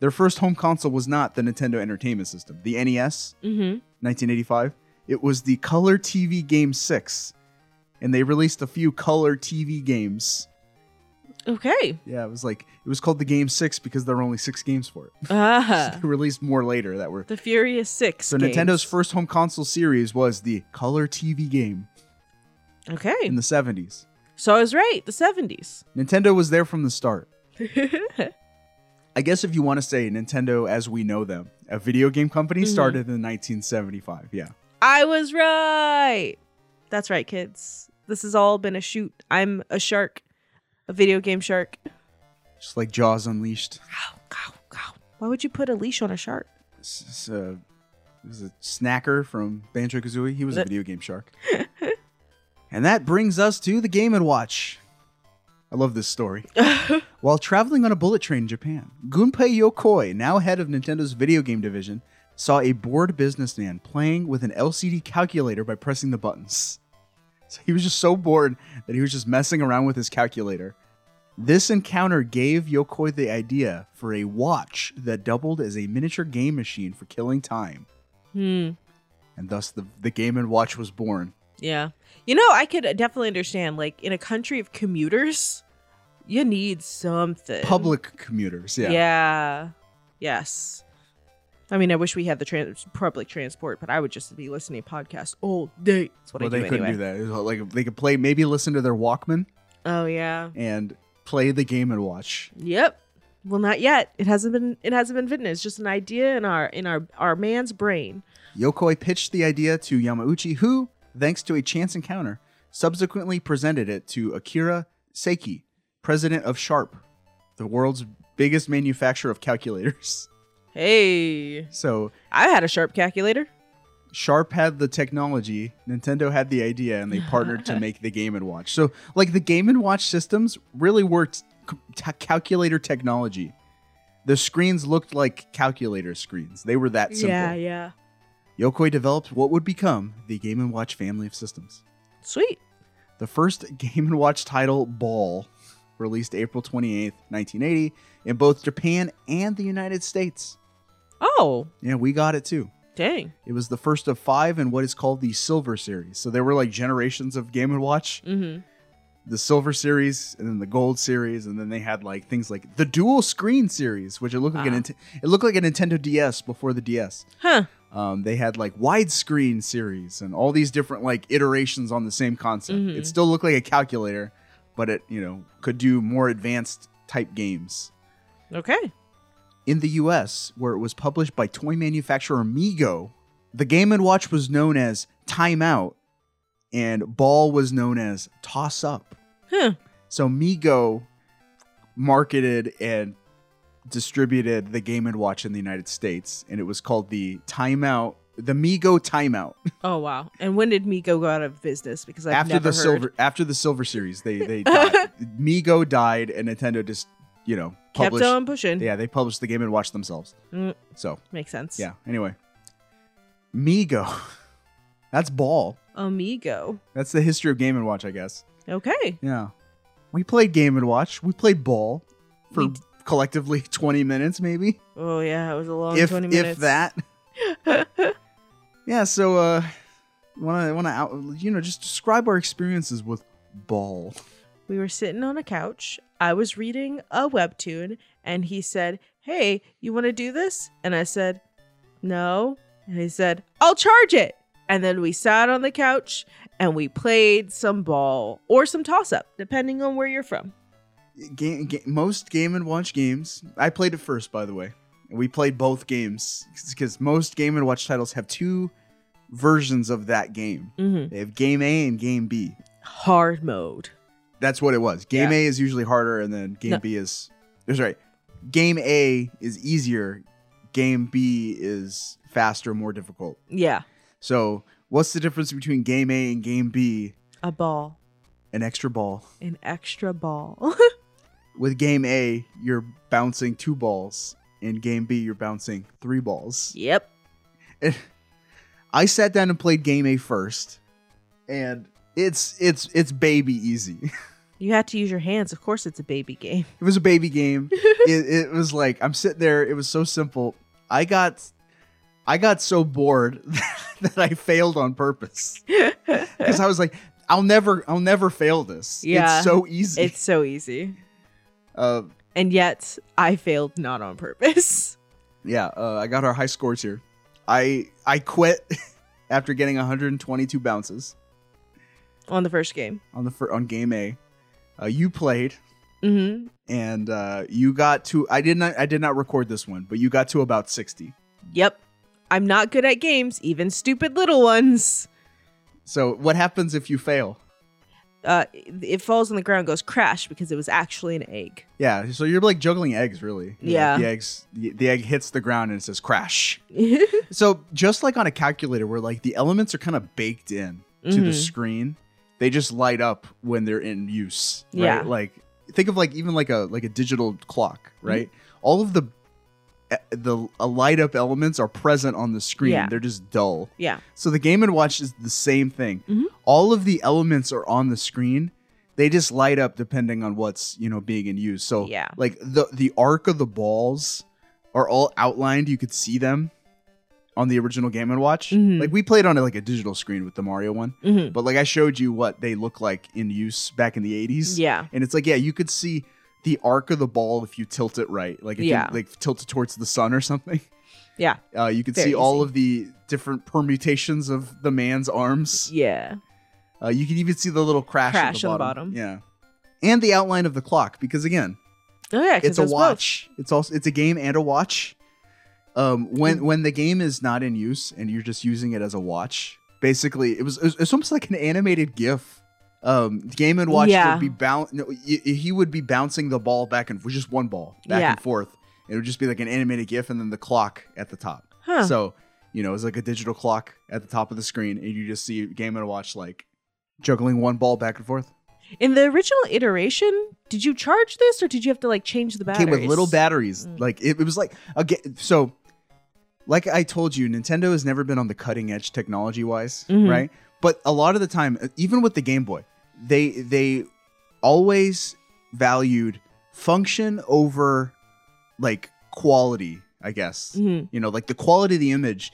A: Their first home console was not the Nintendo Entertainment System, the E NES,
B: Mm-hmm.
A: 1985. It was the Color TV Game 6, and they released a few Color TV games
B: Okay.
A: yeah, it was like it was called the Game Six because there were only six games for it.
B: Ah,
A: They released more later that were
B: the Furious Six.
A: so
B: games.
A: Nintendo's first home console series was the Color TV game
B: Okay.
A: in the seventies.
B: So I was right. The seventies.
A: Nintendo was there from the start. I guess if you want to say Nintendo as we know them, a video game company
B: Mhm.
A: started in 1975. Yeah,
B: I was right. That's right, kids. This has all been a shoot. I'm a shark, a video game shark.
A: just like Jaws Unleashed.
B: Why would you put a leash on a shark?
A: S- s- uh, it was a snacker from Banjo Kazooie. He was a
B: That-
A: video game shark. and that brings us to the Game and Watch. I love this story. While traveling on a bullet train in Japan, Gunpei Yokoi, now head of Nintendo's video game division, saw a bored businessman playing with an LCD calculator by pressing the buttons. So he was just so bored that he was just messing around with his calculator. This encounter gave Yokoi the idea for a watch that doubled as a miniature game machine for killing time,
B: Hmm.
A: and thus the, the Game and Watch was born.
B: Yeah. You know, I could definitely understand. Like in a country of commuters, you need something.
A: Public commuters, yeah.
B: Yeah. Yes. I mean, I wish we had the trans- public transport, but I would just be listening to podcasts all day. That's what
A: Well,
B: I
A: they
B: do
A: couldn't
B: anyway.
A: do that. It was like they could play, maybe listen to their Walkman
B: Oh yeah.
A: and play the Game and Watch.
B: Yep. Well, not yet. It hasn't been. It hasn't been written. It's just an idea in our in our our man's brain.
A: Yokoi pitched the idea to Yamauchi, who, thanks to a chance encounter, subsequently presented it to Akira Seiki, president of Sharp, the world's biggest manufacturer of calculators.
B: Hey,
A: So
B: I had a sharp calculator.
A: Sharp had the technology, Nintendo had the idea, and they partnered to make the Game and Watch. So, like the Game and Watch systems really worked c- t- calculator technology. The screens looked like calculator screens. They were that simple.
B: Yeah, yeah.
A: Yokoi developed what would become the Game and Watch family of systems.
B: Sweet.
A: The first Game and Watch title, Ball, released April 28th, 1980, in both Japan and the United States.
B: Oh,
A: Yeah, we got it too.
B: dang.
A: It was the first of five in what is called the Silver Series. So there were like generations of Game and Watch,
B: Mm-hmm.
A: the Silver Series, and then the Gold Series, and then they had like things like the Dual Screen Series, which it looked like
B: Wow.
A: an Nint- it looked like a Nintendo DS before the DS.
B: Huh.
A: Um, they had like widescreen series and all these different like iterations on the same concept.
B: Mhm.
A: It still looked like a calculator, but it you know could do more advanced type games.
B: Okay.
A: In the U.S., where it was published by toy manufacturer Mego, the Game and Watch was known as Timeout, and Ball was known as Toss Up.
B: Huh.
A: So Mego marketed and distributed the Game and Watch in the United States, and it was called the Timeout, the Mego Timeout.
B: Oh wow. And when did me go out of business? Because I've
A: after
B: never
A: the
B: heard.
A: silver, after the Silver Series, they they died. Mego died, and Nintendo just you know
B: kept
A: published.
B: on pushing.
A: Yeah, they published the Game and Watch themselves.
B: Mm.
A: So
B: Makes sense.
A: yeah. Anyway, Mego, that's ball.
B: Amigo.
A: That's the history of Game and Watch, I guess.
B: Okay.
A: Yeah. We played Game and Watch. We played ball for
B: We d-
A: collectively 20 minutes, maybe.
B: Oh yeah, it was a long
A: if
B: twenty
A: if
B: minutes.
A: that. yeah. So, uh, want to want to out you know just describe our experiences with ball.
B: We were sitting on a couch. I was reading a webtoon, and he said, Hey, you want to do this? And I said, No. And he said, I'll charge it. And then we sat on the couch and we played some ball or some toss up, depending on where you're from.
A: Game, ga- most Game and Watch games. I played it first, by the way. We played both games because most Game and Watch titles have two versions of that game.
B: Mm-hmm.
A: They have Game A and Game B.
B: Hard mode.
A: That's what it was. Game
B: Yeah.
A: A is usually harder, and then Game
B: No.
A: B is. That's right. Game A is easier. Game B is faster, more difficult.
B: Yeah,
A: So, what's the difference between Game A and Game B?
B: a ball,
A: An extra ball.
B: an extra ball.
A: With Game A, you're bouncing two balls. In Game B, you're bouncing three balls.
B: yep.
A: I sat down and played Game A first, and it's it's it's baby easy.
B: You had to use your hands. Of course, it's a baby game.
A: It was a baby game. it, it was like I'm sitting there. It was so simple. I got, I got so bored that I failed on purpose because I was like, I'll never, I'll never fail this.
B: Yeah.
A: it's so easy.
B: it's so easy.
A: uh,
B: And yet, I failed not on purpose.
A: yeah. Uh, I got our high scores here. I I quit after getting 122 bounces
B: on the first game.
A: on the fir- on game A. Uh, you played
B: Mm-hmm.
A: and uh, you got to. I did not. I did not record this one, but you got to about 60.
B: Yep. I'm not good at games, even stupid little ones.
A: So what happens if you fail?
B: Uh, it falls on the ground, goes crash because it was actually an egg.
A: Yeah, so you're like juggling eggs, really. You know,
B: Yeah.
A: the eggs, the, the egg hits the ground and it says crash. So just like on a calculator, where like the elements are kind of baked in to the
B: Mhm.
A: screen, they just light up when they're in use. Right?
B: Yeah.
A: Like think of like even like a like a digital clock,
B: Mm-hmm.
A: right? All of the eh, the uh, light up elements are present on the screen.
B: Yeah.
A: They're just dull.
B: yeah.
A: So the Game and Watch is the same thing.
B: Mhm.
A: All of the elements are on the screen. They just light up depending on what's you know being in use. So
B: Yeah.
A: like the the arc of the balls are all outlined. You could see them on the original Game and Watch.
B: Mhm.
A: Like we played on like a digital screen with the Mario one,
B: Mm-hmm.
A: but like I showed you what they look like in use back in the 80s.
B: Yeah.
A: And it's like yeah, you could see the arc of the ball if you tilt it right. Like if
B: Yeah.
A: you like tilt it towards the sun or something.
B: Yeah.
A: Uh, you can
B: Very
A: see all
B: easy.
A: of the different permutations of the man's arms.
B: Yeah.
A: Uh, you can even see the little crash, at
B: Crash on the bottom.
A: Yeah, and the outline of the clock because again,
B: Oh yeah. 'cause
A: it's a
B: those
A: watch. It's also it's a game and a watch. Um, when
B: Mm.
A: when the game is not in use and you're just using it as a watch, basically it was it was- it's almost like an animated GIF. Um, game and watch
B: Yeah.
A: would be bound. No, y- y- he would be bouncing the ball back and just one ball back
B: Yeah.
A: and forth. It would just be like an animated GIF and then the clock at the top.
B: Huh.
A: So, you know, it's like a digital clock at the top of the screen, and you just see Game and Watch like juggling one ball back and forth.
B: In the original iteration, did you charge this or did you have to like change the batteries?
A: Came with little batteries.
B: Mm.
A: Like it, it was like again. So, like I told you, Nintendo has never been on the cutting edge technology wise,
B: Mhm.
A: right? But a lot of the time, even with the Game Boy, they they always valued function over like quality. I guess
B: Mhm.
A: you know like the quality of the image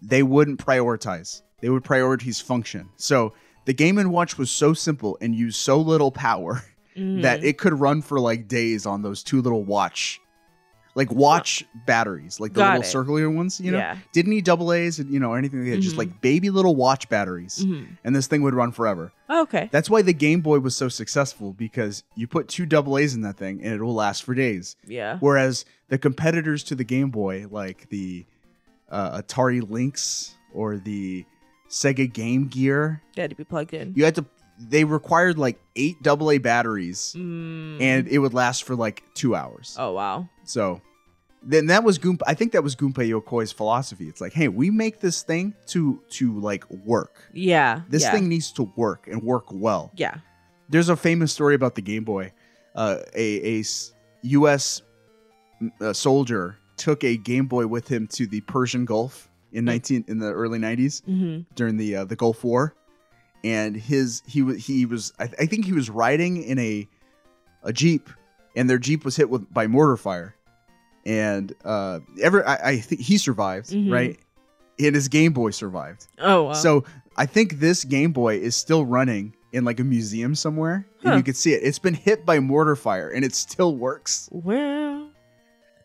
A: they wouldn't prioritize they would prioritize function so the game and watch was so simple and used so little power
B: Mhm.
A: that it could run for like days on those two little watch like watch batteries like the
B: Got
A: little
B: it.
A: circular ones you know
B: Yeah.
A: didn't need double a's and you know or anything like that just
B: Mhm.
A: like baby little watch batteries
B: Mhm.
A: and this thing would run forever
B: okay.
A: that's why the game boy was so successful because you put two double a's in that thing and it will last for days
B: Yeah.
A: Whereas the competitors to the Game Boy, like the uh, Atari Lynx or the Sega Game Gear,
B: They had to be plugged in.
A: you had to they required like eight AA batteries,
B: Mm.
A: and it would last for like two hours.
B: oh wow.
A: So then that was Goomba. I think that was Gunpei Yokoi's philosophy. It's like, hey, we make this thing to to like work.
B: Yeah.
A: This
B: yeah.
A: thing needs to work and work well
B: Yeah.
A: there's a famous story about the Game Boy. Uh, a, a s- U.S. m- uh, soldier took a Game Boy with him to the Persian Gulf in 19 in the early 90s
B: hmm
A: during the uh, the Gulf War, and his he was he was I, th- I think he was riding in a a jeep, and their jeep was hit with by mortar fire, and uh, ever I, I think he survived
B: Mhm.
A: right, and his Game Boy survived.
B: Oh wow.
A: So I think this Game Boy is still running in like a museum somewhere,
B: Huh.
A: and you can see it. It's been hit by mortar fire, and it still works.
B: Well,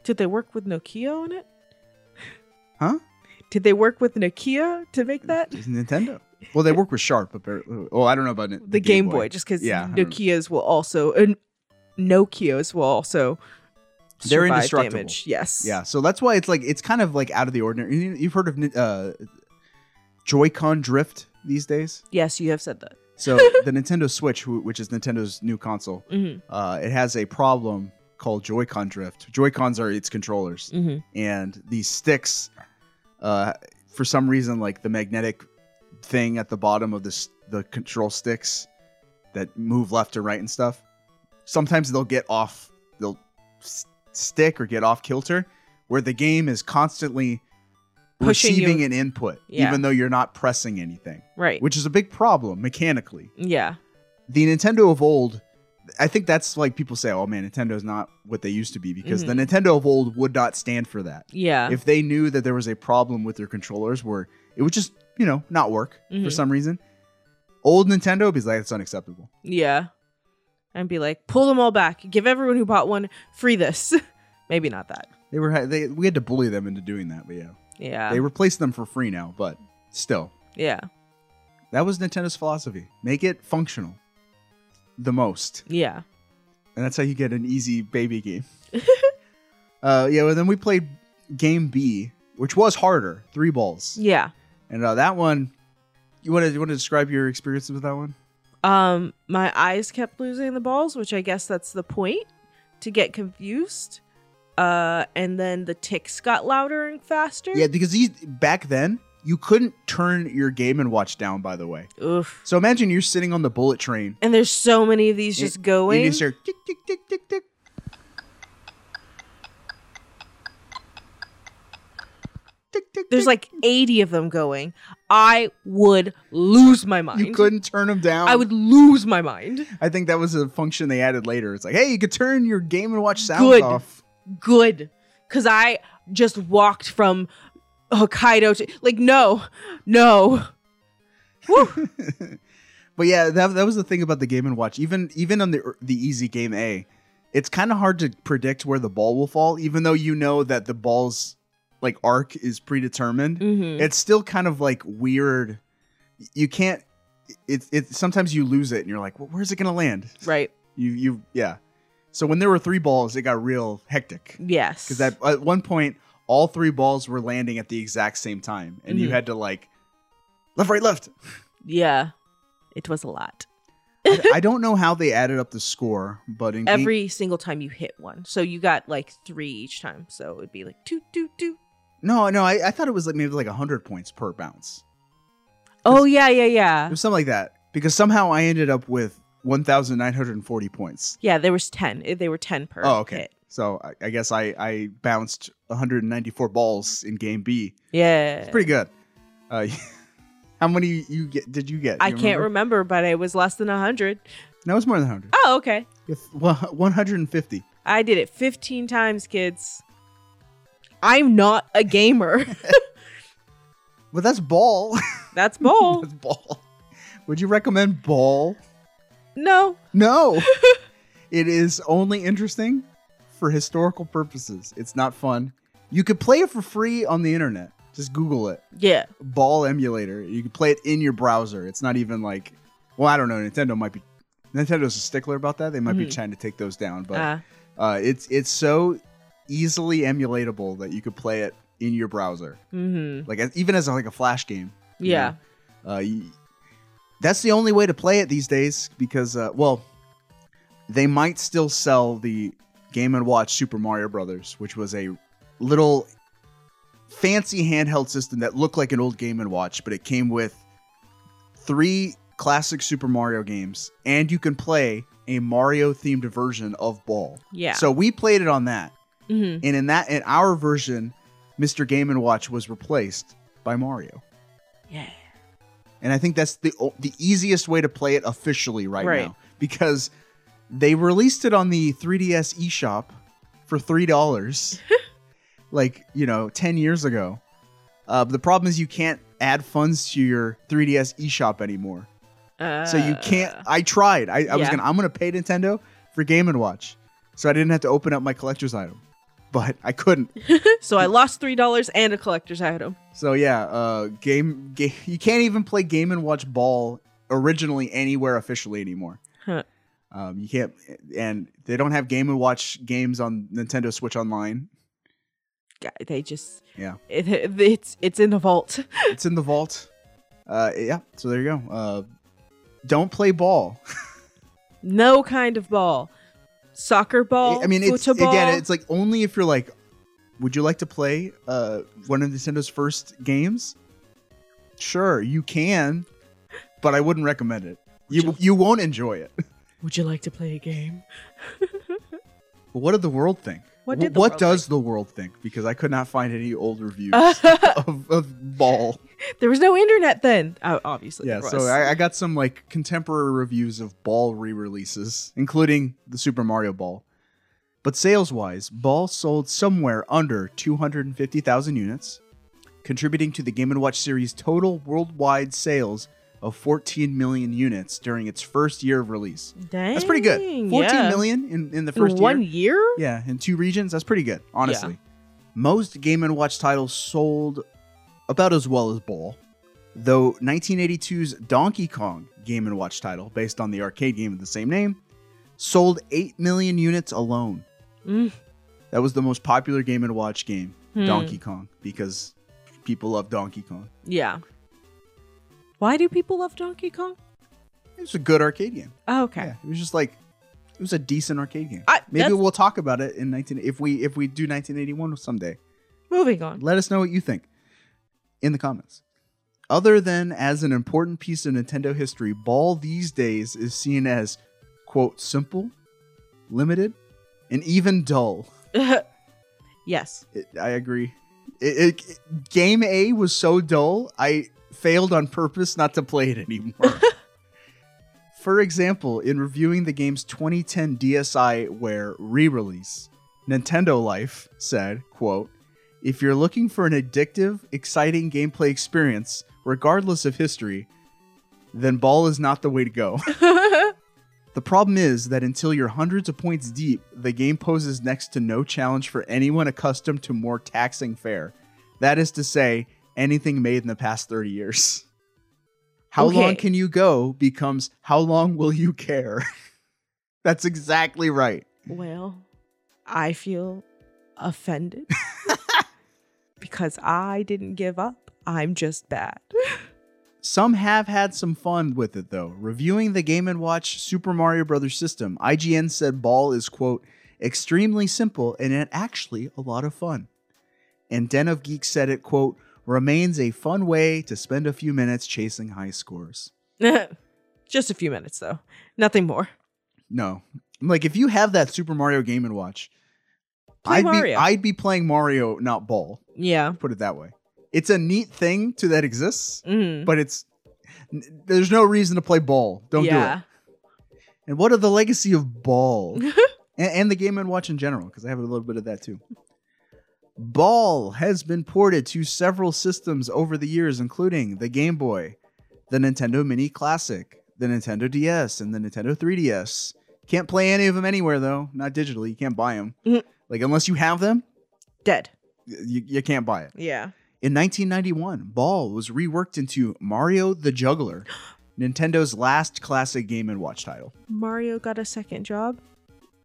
B: Did they work with Nokia on it?
A: Huh?
B: Did they work with Nokia to make that?
A: It's Nintendo. Well, they work with Sharp apparently. Oh, I don't know about it.
B: The Game Boy, just because
A: Yeah, Mm-hmm. I don't know.
B: Nokias will also and Nokias will also
A: They're
B: survive
A: indestructible.
B: damage. Yes.
A: Yeah, so that's why it's like it's kind of like out of the ordinary. You- You've heard of Nin- uh, Joy-Con drift these days.
B: Yes, you have said that.
A: So the Nintendo Switch, wh- which is Nintendo's new console,
B: hmm
A: uh, it has a problem called Joy-Con drift. Joy-Cons are its controllers,
B: hmm
A: and these sticks, uh, for some reason, like the magnetic thing at the bottom of this the control sticks that move left to right and stuff. Sometimes they'll get off, they'll s- stick or get off kilter, where the game is constantly
B: Pushing you-
A: receiving an input,
B: Yeah.
A: even though you're not pressing anything,
B: Right.
A: which is a big problem mechanically
B: yeah.
A: the Nintendo of old, I think that's like people say, oh man, Nintendo's not what they used to be because
B: Mm-hmm.
A: the Nintendo of old would not stand for that.
B: Yeah.
A: If they knew that there was a problem with their controllers where it would just, you know, not work for
B: Mhm.
A: some reason, old Nintendo would be like, it's unacceptable.
B: yeah. And be like, pull them all back. Give everyone who bought one free this. Maybe not that.
A: They were, they, we had to bully them into doing that, but yeah.
B: Yeah.
A: They replaced them for free now, but still.
B: yeah.
A: That was Nintendo's philosophy make it functional the most.
B: Yeah.
A: and that's how you get an easy baby game. uh, yeah, well, then we played game B, which was harder, three balls,
B: Yeah.
A: and
B: and
A: uh, that one. You want to you want to describe your experiences with that one?
B: Um, my eyes kept losing the balls, which I guess that's the point to get confused. Uh, and then the ticks got louder and faster.
A: Yeah, because these back then you couldn't turn your game and watch down. By the way,
B: Oof.
A: so imagine you're sitting on the bullet train
B: And there's so many of these
A: and-
B: just going.
A: and you start tick tick tick tick tick. Tick, tick,
B: there's
A: tick.
B: like 80 of them going. I would lose my mind.
A: you couldn't turn them down.
B: I would lose my mind.
A: I think that was a function they added later. It's like, hey, you could turn your Game and Watch sound
B: Good.
A: off.
B: Good. Cause I just walked from Hokkaido to like no, no.
A: But yeah, that, that was the thing about the Game and Watch. Even even on the er, the easy game A, it's kind of hard to predict where the ball will fall, even though you know that the ball's like arc is predetermined.
B: Mhm.
A: It's still kind of like weird. You can't. It it sometimes you lose it and you're like, well, where's it gonna land?
B: Right.
A: You you yeah. So when there were three balls, it got real hectic.
B: Yes.
A: because at, at one point all three balls were landing at the exact same time and you
B: Mhm.
A: had to like left right left
B: Yeah. It was a lot.
A: I, I don't know how they added up the score but in game-
B: Every single time you hit one. So you got like three each time. So it would be like two, two, two.
A: no no I, I thought it was like maybe like 100 points per bounce
B: Oh, yeah, yeah,
A: it
B: yeah.
A: was something like that because somehow i ended up with 1940 points
B: Yeah, there was 10. It- They were 10 per
A: oh okay
B: hit.
A: so I, I guess I, I bounced 194 balls in game b
B: Yeah.
A: it's pretty good uh, how many you get did you get
B: I
A: Do you
B: can't remember, but it was less than 100.
A: no it's more than 100
B: Oh, okay.
A: It's one- 150
B: I did it 15 times, kids. I'm not a gamer.
A: Well, that's ball.
B: That's bold.
A: that's ball. Would you recommend ball?
B: No.
A: No. it is only interesting for historical purposes. It's not fun. You could play it for free on the internet. Just Google it.
B: Yeah.
A: Ball emulator. You can play it in your browser. It's not even like, well, I don't know. Nintendo might be. Nintendo's a stickler about that. They might be
B: Mhm.
A: trying to take those down, but
B: Uh,
A: uh, it's it's so easily emulatable that you could play it in your browser,
B: hmm
A: like as, even as like a flash game. you know?
B: Yeah.
A: Uh, y- that's the only way to play it these days because, uh, well, they might still sell the Game and Watch Super Mario Brothers, which was a little fancy handheld system that looked like an old Game and Watch, but it came with three classic Super Mario games, and you can play a Mario themed version of Ball.
B: Yeah.
A: So we played it on that,
B: hmm
A: and in that, in our version, Mr. Game and Watch was replaced by Mario
B: Yeah.
A: and I think that's the o- the easiest way to play it officially right,
B: Right.
A: now because they released it on the 3DS eShop for three dollars, like you know, ten years ago. Uh, but the problem is you can't add funds to your 3DS eShop anymore,
B: Uh,
A: so you can't. I tried. I, I was
B: yeah.
A: gonna. I'm gonna pay Nintendo for Game and Watch, so I didn't have to open up my collector's item. but I couldn't.
B: So I lost three dollars and a collector's item.
A: So yeah, uh, game, game. You can't even play Game and Watch Ball originally anywhere officially anymore.
B: Huh.
A: Um, you can't, and they don't have Game and Watch games on Nintendo Switch Online.
B: God, They just
A: Yeah.
B: it, it's it's in the vault.
A: It's in the vault. Uh, yeah. So there you go. Uh, don't play ball.
B: No kind of ball, soccer ball.
A: I mean, it's
B: football.
A: again, it's like only if you're like, would you like to play uh, one of Nintendo's first games? Sure, you can, but I wouldn't recommend it. You you won't enjoy it.
B: Would you like to play a game?
A: But what did the world think?
B: What
A: Wh-
B: did the
A: what
B: world
A: does the world think? Because I could not find any old reviews
B: there
A: of, of Ball.
B: was no internet then. Oh, obviously,
A: Yeah,
B: there
A: so
B: was.
A: I, I got some like contemporary reviews of Ball re-releases, including the Super Mario Ball. But sales-wise, Ball sold somewhere under 250,000 units, contributing to the Game & Watch series' total worldwide sales of 14 million units during its first year of release.
B: Dang,
A: That's pretty good.
B: yeah.
A: Fourteen million in, in the first
B: in one
A: year.
B: year.
A: Yeah, in two regions, that's pretty good, honestly. Most Game & Watch titles sold about as well as Ball, though 1982's Donkey Kong Game & Watch title, based on the arcade game of the same name, sold 8 million units alone.
B: Mm.
A: That was the most popular Game & Watch game,
B: Hmm.
A: Donkey Kong, because people love Donkey Kong.
B: Yeah. Why do people love Donkey Kong?
A: It was a good arcade game.
B: Oh, okay.
A: Yeah, it was just like it was a decent arcade game.
B: I-
A: Maybe
B: that's-
A: we'll talk about it in 19 if we if we do 1981 someday.
B: Moving on.
A: Let us know what you think in the comments. Other than as an important piece of Nintendo history, Ball these days is seen as, quote, simple, limited, and even dull.
B: yes.
A: It, I agree. It, it, it- game A was so dull, I failed on purpose not to play it anymore. For example, in reviewing the game's 2010 DSiWare re-release, Nintendo Life said, quote, if you're looking for an addictive, exciting gameplay experience, regardless of history, then ball is not the way to go. The problem is that until you're hundreds of points deep, the game poses next to no challenge for anyone accustomed to more taxing fare. That is to say, anything made in the past 30 years. How
B: Okay.
A: long can you go becomes how long will you care? That's exactly right.
B: Well, I feel offended because I didn't give up. I'm just bad.
A: Some have had some fun with it though. Reviewing the Game & Watch Super Mario Brothers system, IGN said Ball is quote extremely simple and it actually a lot of fun. And Den of Geek said it quote remains a fun way to spend a few minutes chasing high scores.
B: just a few minutes though. Nothing more.
A: No. I'm like if you have that Super Mario Game & Watch,
B: Play
A: I'd be
B: Mario.
A: I'd be playing Mario, not Ball.
B: Yeah.
A: Put it that way. It's a neat thing to that exists,
B: Mm.
A: but it's n- there's no reason to play Ball. Don't do it.
B: yeah.
A: And what are the legacy of Ball and, and the Game and Watch in general? Because I have a little bit of that too. Ball has been ported to several systems over the years, including the Game Boy, the Nintendo Mini Classic, the Nintendo DS, and the Nintendo 3DS. Can't play any of them anywhere though, not digitally. You can't buy them.
B: Mhm.
A: Like unless you have them,
B: Dead.
A: y- you, you can't buy it.
B: Yeah.
A: In 1991, Ball was reworked into Mario the Juggler, Nintendo's last classic Game and Watch title.
B: Mario got a second job.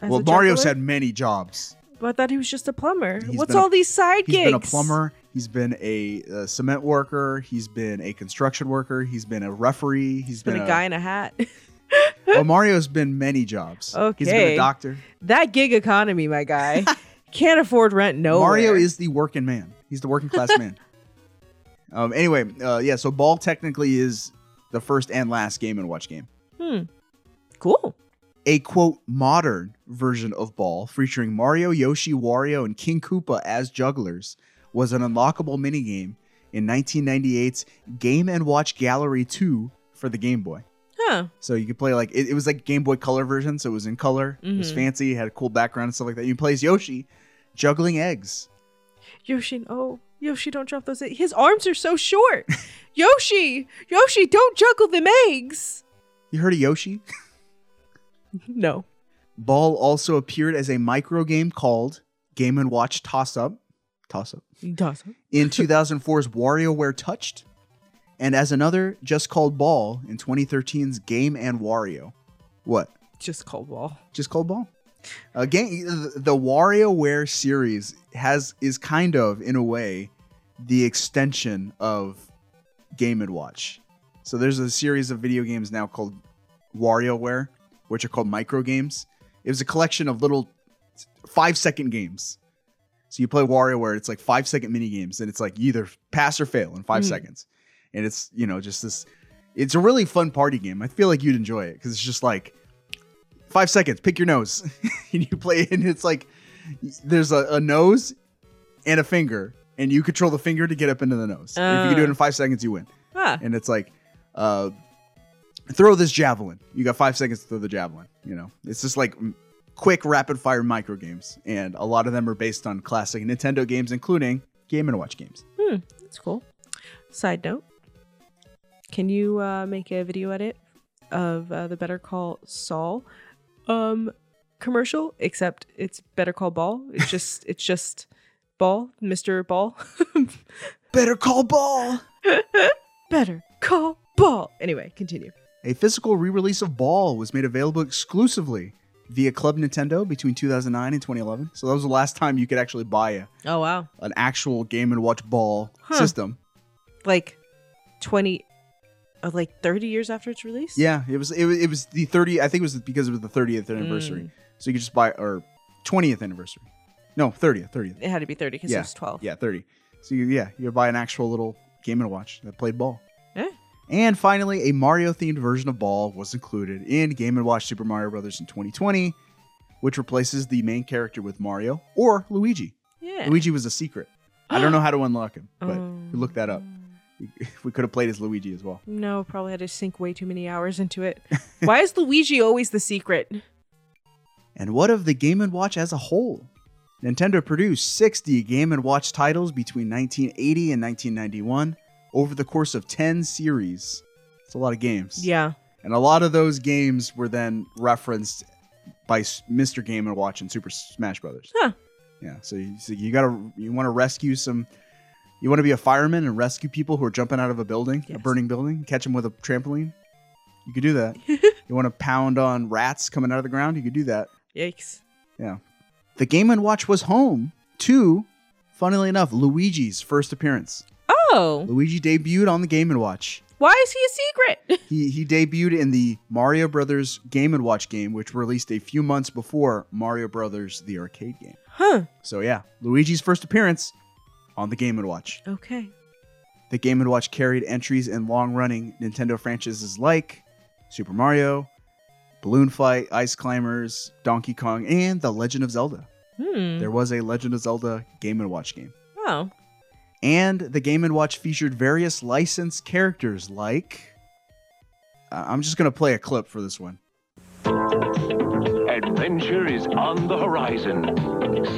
B: as
A: well,
B: a
A: Mario's
B: juggler?
A: had many jobs.
B: But I thought he was just a plumber.
A: He's
B: What's
A: been a-
B: all these side
A: He's
B: gigs?
A: been a plumber. He's been a, uh cement worker. He's been a construction worker. He's been a referee. He's
B: Been a guy in a hat.
A: Well, Mario's been many jobs. He's been
B: Okay.
A: a doctor.
B: that gig economy, my guy. Can't afford rent. No.
A: Mario is the working man. He's the working class man. Um. Anyway, uh, yeah. So Ball technically is the first and last Game and Watch game.
B: Hmm. Cool.
A: a quote modern version of Ball featuring Mario, Yoshi, Wario, and King Koopa as jugglers was an unlockable minigame in 1998's Game and Watch Gallery 2 for the Game Boy.
B: Huh.
A: So you could play like it, it was like Game Boy Color version, so it was in color, it was
B: Mhm.
A: fancy, had a cool background and stuff like that. You play as Yoshi juggling eggs.
B: Yoshi, oh, Yoshi, don't drop those. eggs. His arms are so short. Yoshi, Yoshi, don't juggle them eggs.
A: You heard of Yoshi?
B: No.
A: Ball also appeared as a micro game called Game and Watch Toss Up, Toss Up
B: Dawson.
A: in 2004's WarioWare Touched, and as another just called Ball in 2013's Game and Wario. What?
B: Just Coldwell.
A: just called ball. Uh, game, the the WarioWare series has is kind of in a way the extension of Game and Watch. So there's a series of video games now called WarioWare, which are called micro games. It was a collection of little five second games. So you play WarioWare, it's like five second mini games, and it's like you either pass or fail in five
B: Mhm.
A: seconds. And it's you know just this. It's a really fun party game. I feel like you'd enjoy it because it's just like five seconds, pick your nose, and you play. And it's like there's a, a nose and a finger, and you control the finger to get up into the nose. And if you can do it in five seconds, you win
B: Ah,
A: and it's like uh throw this javelin you got five seconds to throw the javelin you know it's just like m- quick rapid fire micro games and a lot of them are based on classic nintendo games including game and watch games
B: that's cool. Side note: Can you uh, make a video edit of uh, the Better Call Saul um, commercial? Except it's Better Call Ball. It's just it's just Ball, Mister Ball.
A: better call ball
B: Better Call Ball. Anyway, continue.
A: a physical re-release of ball was made available exclusively via club nintendo between 2009 and 2011 so that was the last time you could actually buy a,
B: Oh wow!
A: an actual game and watch ball
B: Huh.
A: system
B: Like twenty, uh, like thirty years after its release.
A: Yeah, it was it was, it was the 30 I think it was because it was the 30th
B: Mm.
A: anniversary. So you could just buy or 20th anniversary. No, 30th, 30th.
B: it had to be thirty because
A: Yeah.
B: it was twelve.
A: Yeah, 30. So you yeah, you buy an actual little Game and Watch that played ball.
B: Yeah.
A: And finally, a Mario themed version of Ball was included in Game and Watch Super Mario Brothers in 2020, which replaces the main character with Mario or Luigi.
B: Yeah.
A: Luigi was a secret. I don't know how to unlock him, but
B: Um,
A: we looked that up. We could have played as Luigi as well.
B: No, probably had to sink way too many hours into it. Why is Luigi always the secret?
A: And what of the Game & Watch as a whole? Nintendo produced 60 Game & Watch titles between 1980 and 1991 over the course of 10 series. It's a lot of games.
B: Yeah.
A: And a lot of those games were then referenced by S- Mr. Game & Watch and Super Smash Brothers.
B: Huh.
A: Yeah, so you, so you got to you want to rescue some you want to be a fireman and rescue people who are jumping out of a building,
B: Yes.
A: a burning building, catch them with a trampoline. You could do that. you want to pound on rats coming out of the ground, you could do that.
B: Yikes.
A: The Game and Watch was home to, funnily enough, Luigi's first appearance.
B: Oh,
A: Luigi debuted on the Game and Watch.
B: why is he a secret?
A: He he debuted in the Mario Brothers Game and Watch game, which released a few months before Mario Brothers the arcade game.
B: Huh.
A: So yeah, Luigi's first appearance on the Game and Watch.
B: Okay.
A: The Game and Watch carried entries in long-running Nintendo franchises like Super Mario, Balloon Fight, Ice Climbers, Donkey Kong, and The Legend of Zelda.
B: Hmm.
A: There was a Legend of Zelda Game and Watch game.
B: Oh.
A: And the Game and Watch featured various licensed characters like. Uh, I'm just gonna play a clip for this one.
F: Adventure is on the horizon.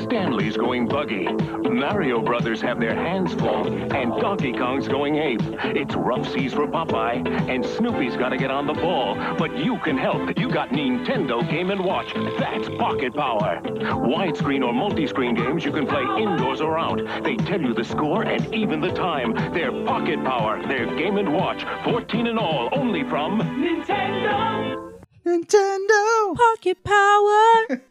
F: Stanley's going buggy. Mario Brothers have their hands full, and Donkey Kong's going ape. It's rough seas for Popeye, and Snoopy's got to get on the ball. But you can help. You got Nintendo Game and Watch. That's pocket power. Widescreen or multi-screen games you can play indoors or out. They tell you the score and even the time. They're pocket power. They're Game and Watch. 14 and all, only from
A: Nintendo.
B: Pocket power.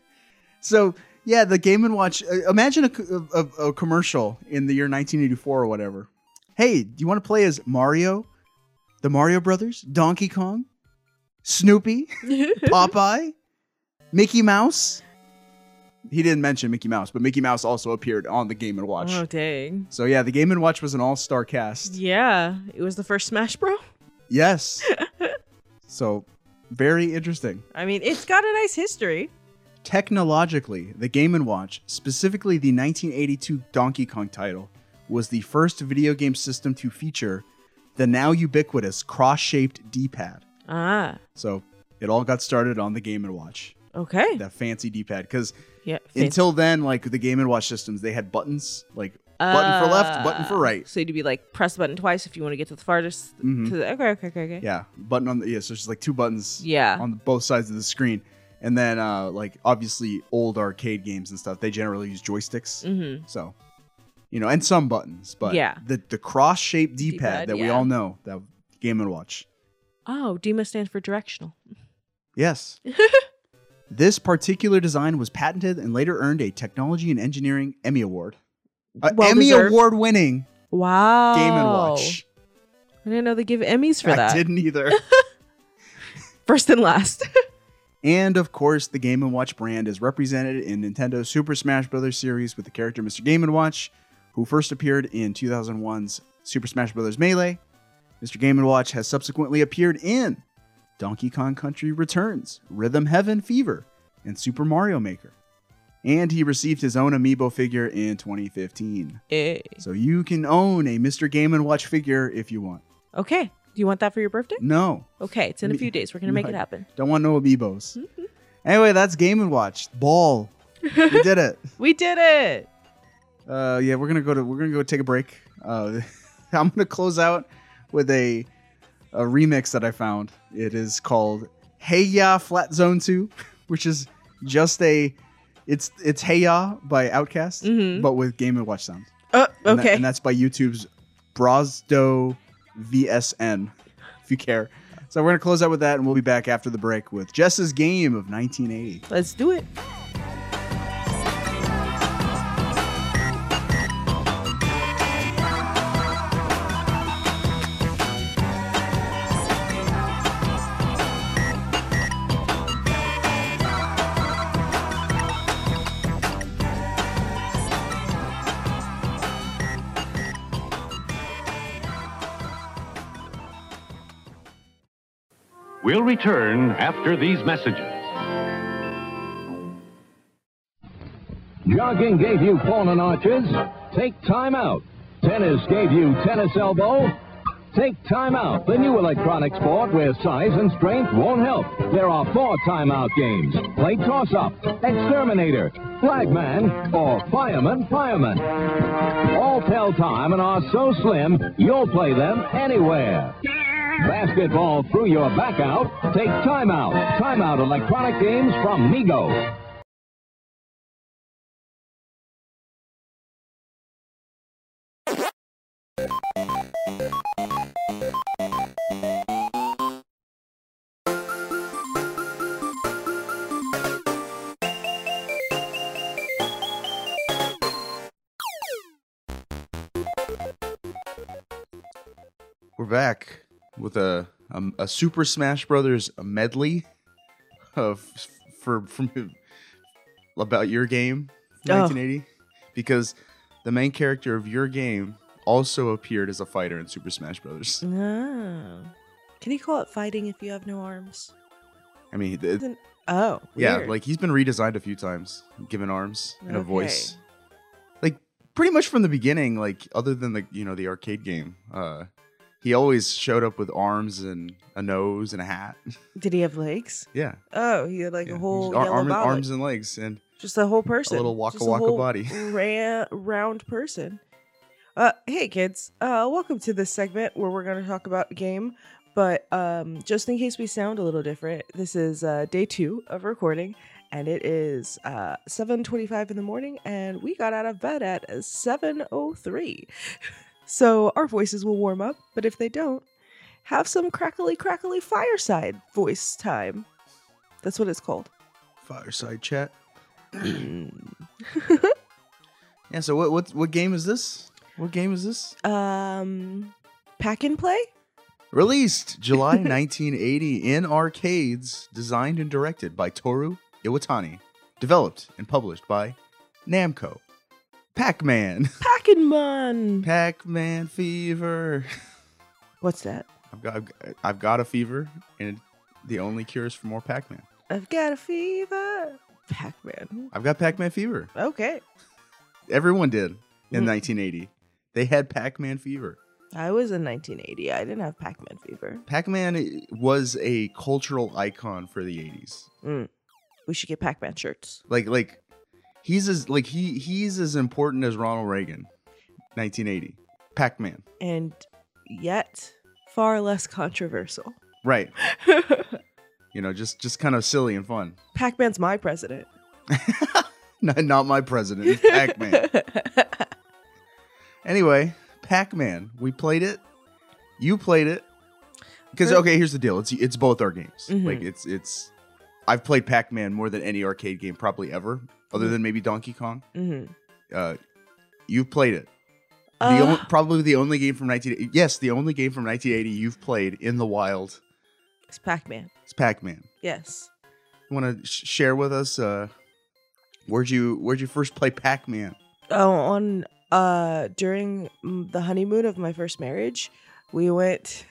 A: So yeah, the Game and Watch. Uh, imagine a, co- a, a commercial in the year 1984 or whatever. Hey, do you want to play as Mario, the Mario Brothers, Donkey Kong, Snoopy, Popeye, Mickey Mouse? He didn't mention Mickey Mouse, but Mickey Mouse also appeared on the Game and Watch.
B: oh, dang.
A: So yeah, the Game and Watch was an all-star cast.
B: Yeah. It was the first Smash Bro.
A: Yes. so, very interesting.
B: I mean, it's got a nice history.
A: Technologically, the Game & Watch, specifically the 1982 Donkey Kong title, was the first video game system to feature the now ubiquitous cross-shaped D-pad.
B: Ah.
A: So, it all got started on the Game & Watch,
B: Okay.
A: that fancy D-pad cuz
B: Yeah. Hmm. fancy.
A: until then like the Game & Watch systems, they had buttons like button for left, button for
B: Ah.
A: right.
B: So you'd be like, press the button twice if you want to get to the farthest.
A: Mhm.
B: To the, okay. Okay. Okay. Okay.
A: Yeah, button on the yeah, so it's just like two buttons
B: Yeah.
A: on both sides of the screen. And then, uh, like obviously, old arcade games and stuff, they generally use joysticks.
B: Mm-hmm.
A: So, you know, and some buttons, but
B: Yeah.
A: the the cross shaped D
B: D-pad,
A: pad that we
B: yeah.
A: all know that Game and Watch.
B: Oh, DEMA stands for directional.
A: Yes. this particular design was patented and later earned a Technology and Engineering Emmy Award. A
B: Well
A: Emmy
B: deserved.
A: Award winning
B: Wow.
A: Game and Watch.
B: I didn't know they give Emmys for that.
A: I didn't either.
B: First and last.
A: and of course, the Game and Watch brand is represented in Nintendo's Super Smash Bros. series with the character Mr. Game and Watch, who first appeared in 2001's Super Smash Bros. Melee. Mr. Game and Watch has subsequently appeared in Donkey Kong Country Returns, Rhythm Heaven Fever, and Super Mario Maker. And he received his own amiibo figure in 2015.
B: Eh.
A: So you can own a Mr. Game and Watch figure if you want.
B: Okay. Do you want that for your birthday?
A: No,
B: Okay, it's in a
A: Me-
B: few days. We're gonna make it
A: Right.
B: happen.
A: Don't want no amiibos. anyway, that's Game and Watch. Ball. we did it.
B: We did it.
A: Uh, yeah, we're gonna go to we're gonna go take a break. Uh, I'm gonna close out with a a remix that I found. It is called Hey Ya Flat Zone Two, which is just a it's it's Hey Ya by Outkast,
B: Mhm.
A: but with Game and Watch sounds.
B: Oh,
A: Uh, And that-
B: okay.
A: and that's by YouTube's Brosdo VSN, if you care. So we're going to close out with that, and we'll be back after the break with Jess's game of 1980.
B: Let's do it.
G: We'll return after these messages.
H: Jogging gave you pawn and arches. Take time out. Tennis gave you tennis elbow. Take time out. The new electronic sport where size and strength won't help. There are four timeout games. Play toss up, exterminator, flagman, or fireman, fireman. All tell time and are so slim, you'll play them anywhere. Basketball through your back out. Take time out. Time out electronic games from Mego.
A: We're back with a um, a Super Smash Brothers medley of for from about your game
B: Oh.
A: 1980 because the main character of your game also appeared as a fighter in Super Smash Brothers.
B: Oh. Can you call it fighting if you have no arms?
A: I mean, it,
B: Isn't- Oh.
A: Yeah,
B: weird.
A: like he's been redesigned a few times, given arms and a
B: Okay.
A: voice. Like pretty much from the beginning, like other than the you know the arcade game, uh, he always showed up with arms and a nose and a hat.
B: Did he have legs?
A: yeah,
B: Oh, he had like
A: yeah.
B: a whole
A: He's ar-
B: yellow
A: arm-
B: bollet.
A: arms and legs, and
B: just a whole person,
A: little waka
B: Just a
A: waka
B: whole
A: body.
B: ra- round person. Uh, hey kids, uh, welcome to this segment where we're going to talk about a game. But um, just in case we sound a little different, this is uh, day two of recording, and it is uh, seven twenty-five in the morning, and we got out of bed at seven o three. So our voices will warm up, but if they don't, have some crackly crackly fireside voice time. That's what it's called.
A: fireside chat. yeah. So what what what game is this? What game is this?
B: um pack and play
A: Released July 1980 in arcades, designed and directed by Toru Iwatani, developed and published by Namco. Pac-Man,
B: pack and man
A: Pac-Man fever.
B: what's that
A: I've got I've got a fever, and the only cure is for more Pac-Man.
B: i've got a fever pac-man
A: I've got Pac-Man fever.
B: okay
A: Everyone did in
B: Mm.
A: 1980. They had Pac-Man fever.
B: i was in 1980 i didn't have pac-man fever
A: Pac-Man was a cultural icon for the 80s.
B: we should get pac-man shirts
A: Like like he's as like he he's as important as Ronald Reagan, 1980, Pac-Man.
B: and yet far less controversial
A: Right. You know, just just kind of silly and fun.
B: Pac Man's my president.
A: Not not my president, it's Pac-Man. anyway, Pac-Man, we played it. You played it. Cuz
B: Right.
A: okay, here's the deal. It's it's both our games. Like it's it's I've played Pac-Man more than any arcade game probably ever, other than maybe Donkey Kong.
B: hmm
A: Uh you've played it. The
B: Uh.
A: on- probably the only game from 1980. Yes, the only game from 1980 you've played in the wild
B: It's Pac Man.
A: is Pac-Man.
B: Yes.
A: want to sh- share with us uh where'd you where'd you first play pac-man
B: Oh, on uh during mm, the honeymoon of my first marriage, we went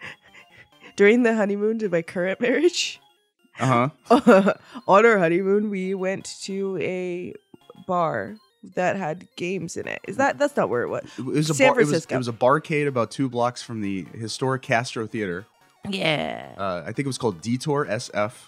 B: during the honeymoon to my current marriage.
A: uh-huh
B: on our honeymoon, we went to a bar that had games in it. Is that that's not where it was?
A: it was a
B: San
A: bar, it was-
B: Francisco.
A: It, was, a barcade about two blocks from the historic castro theater
B: Yeah.
A: uh i think it was called detour sf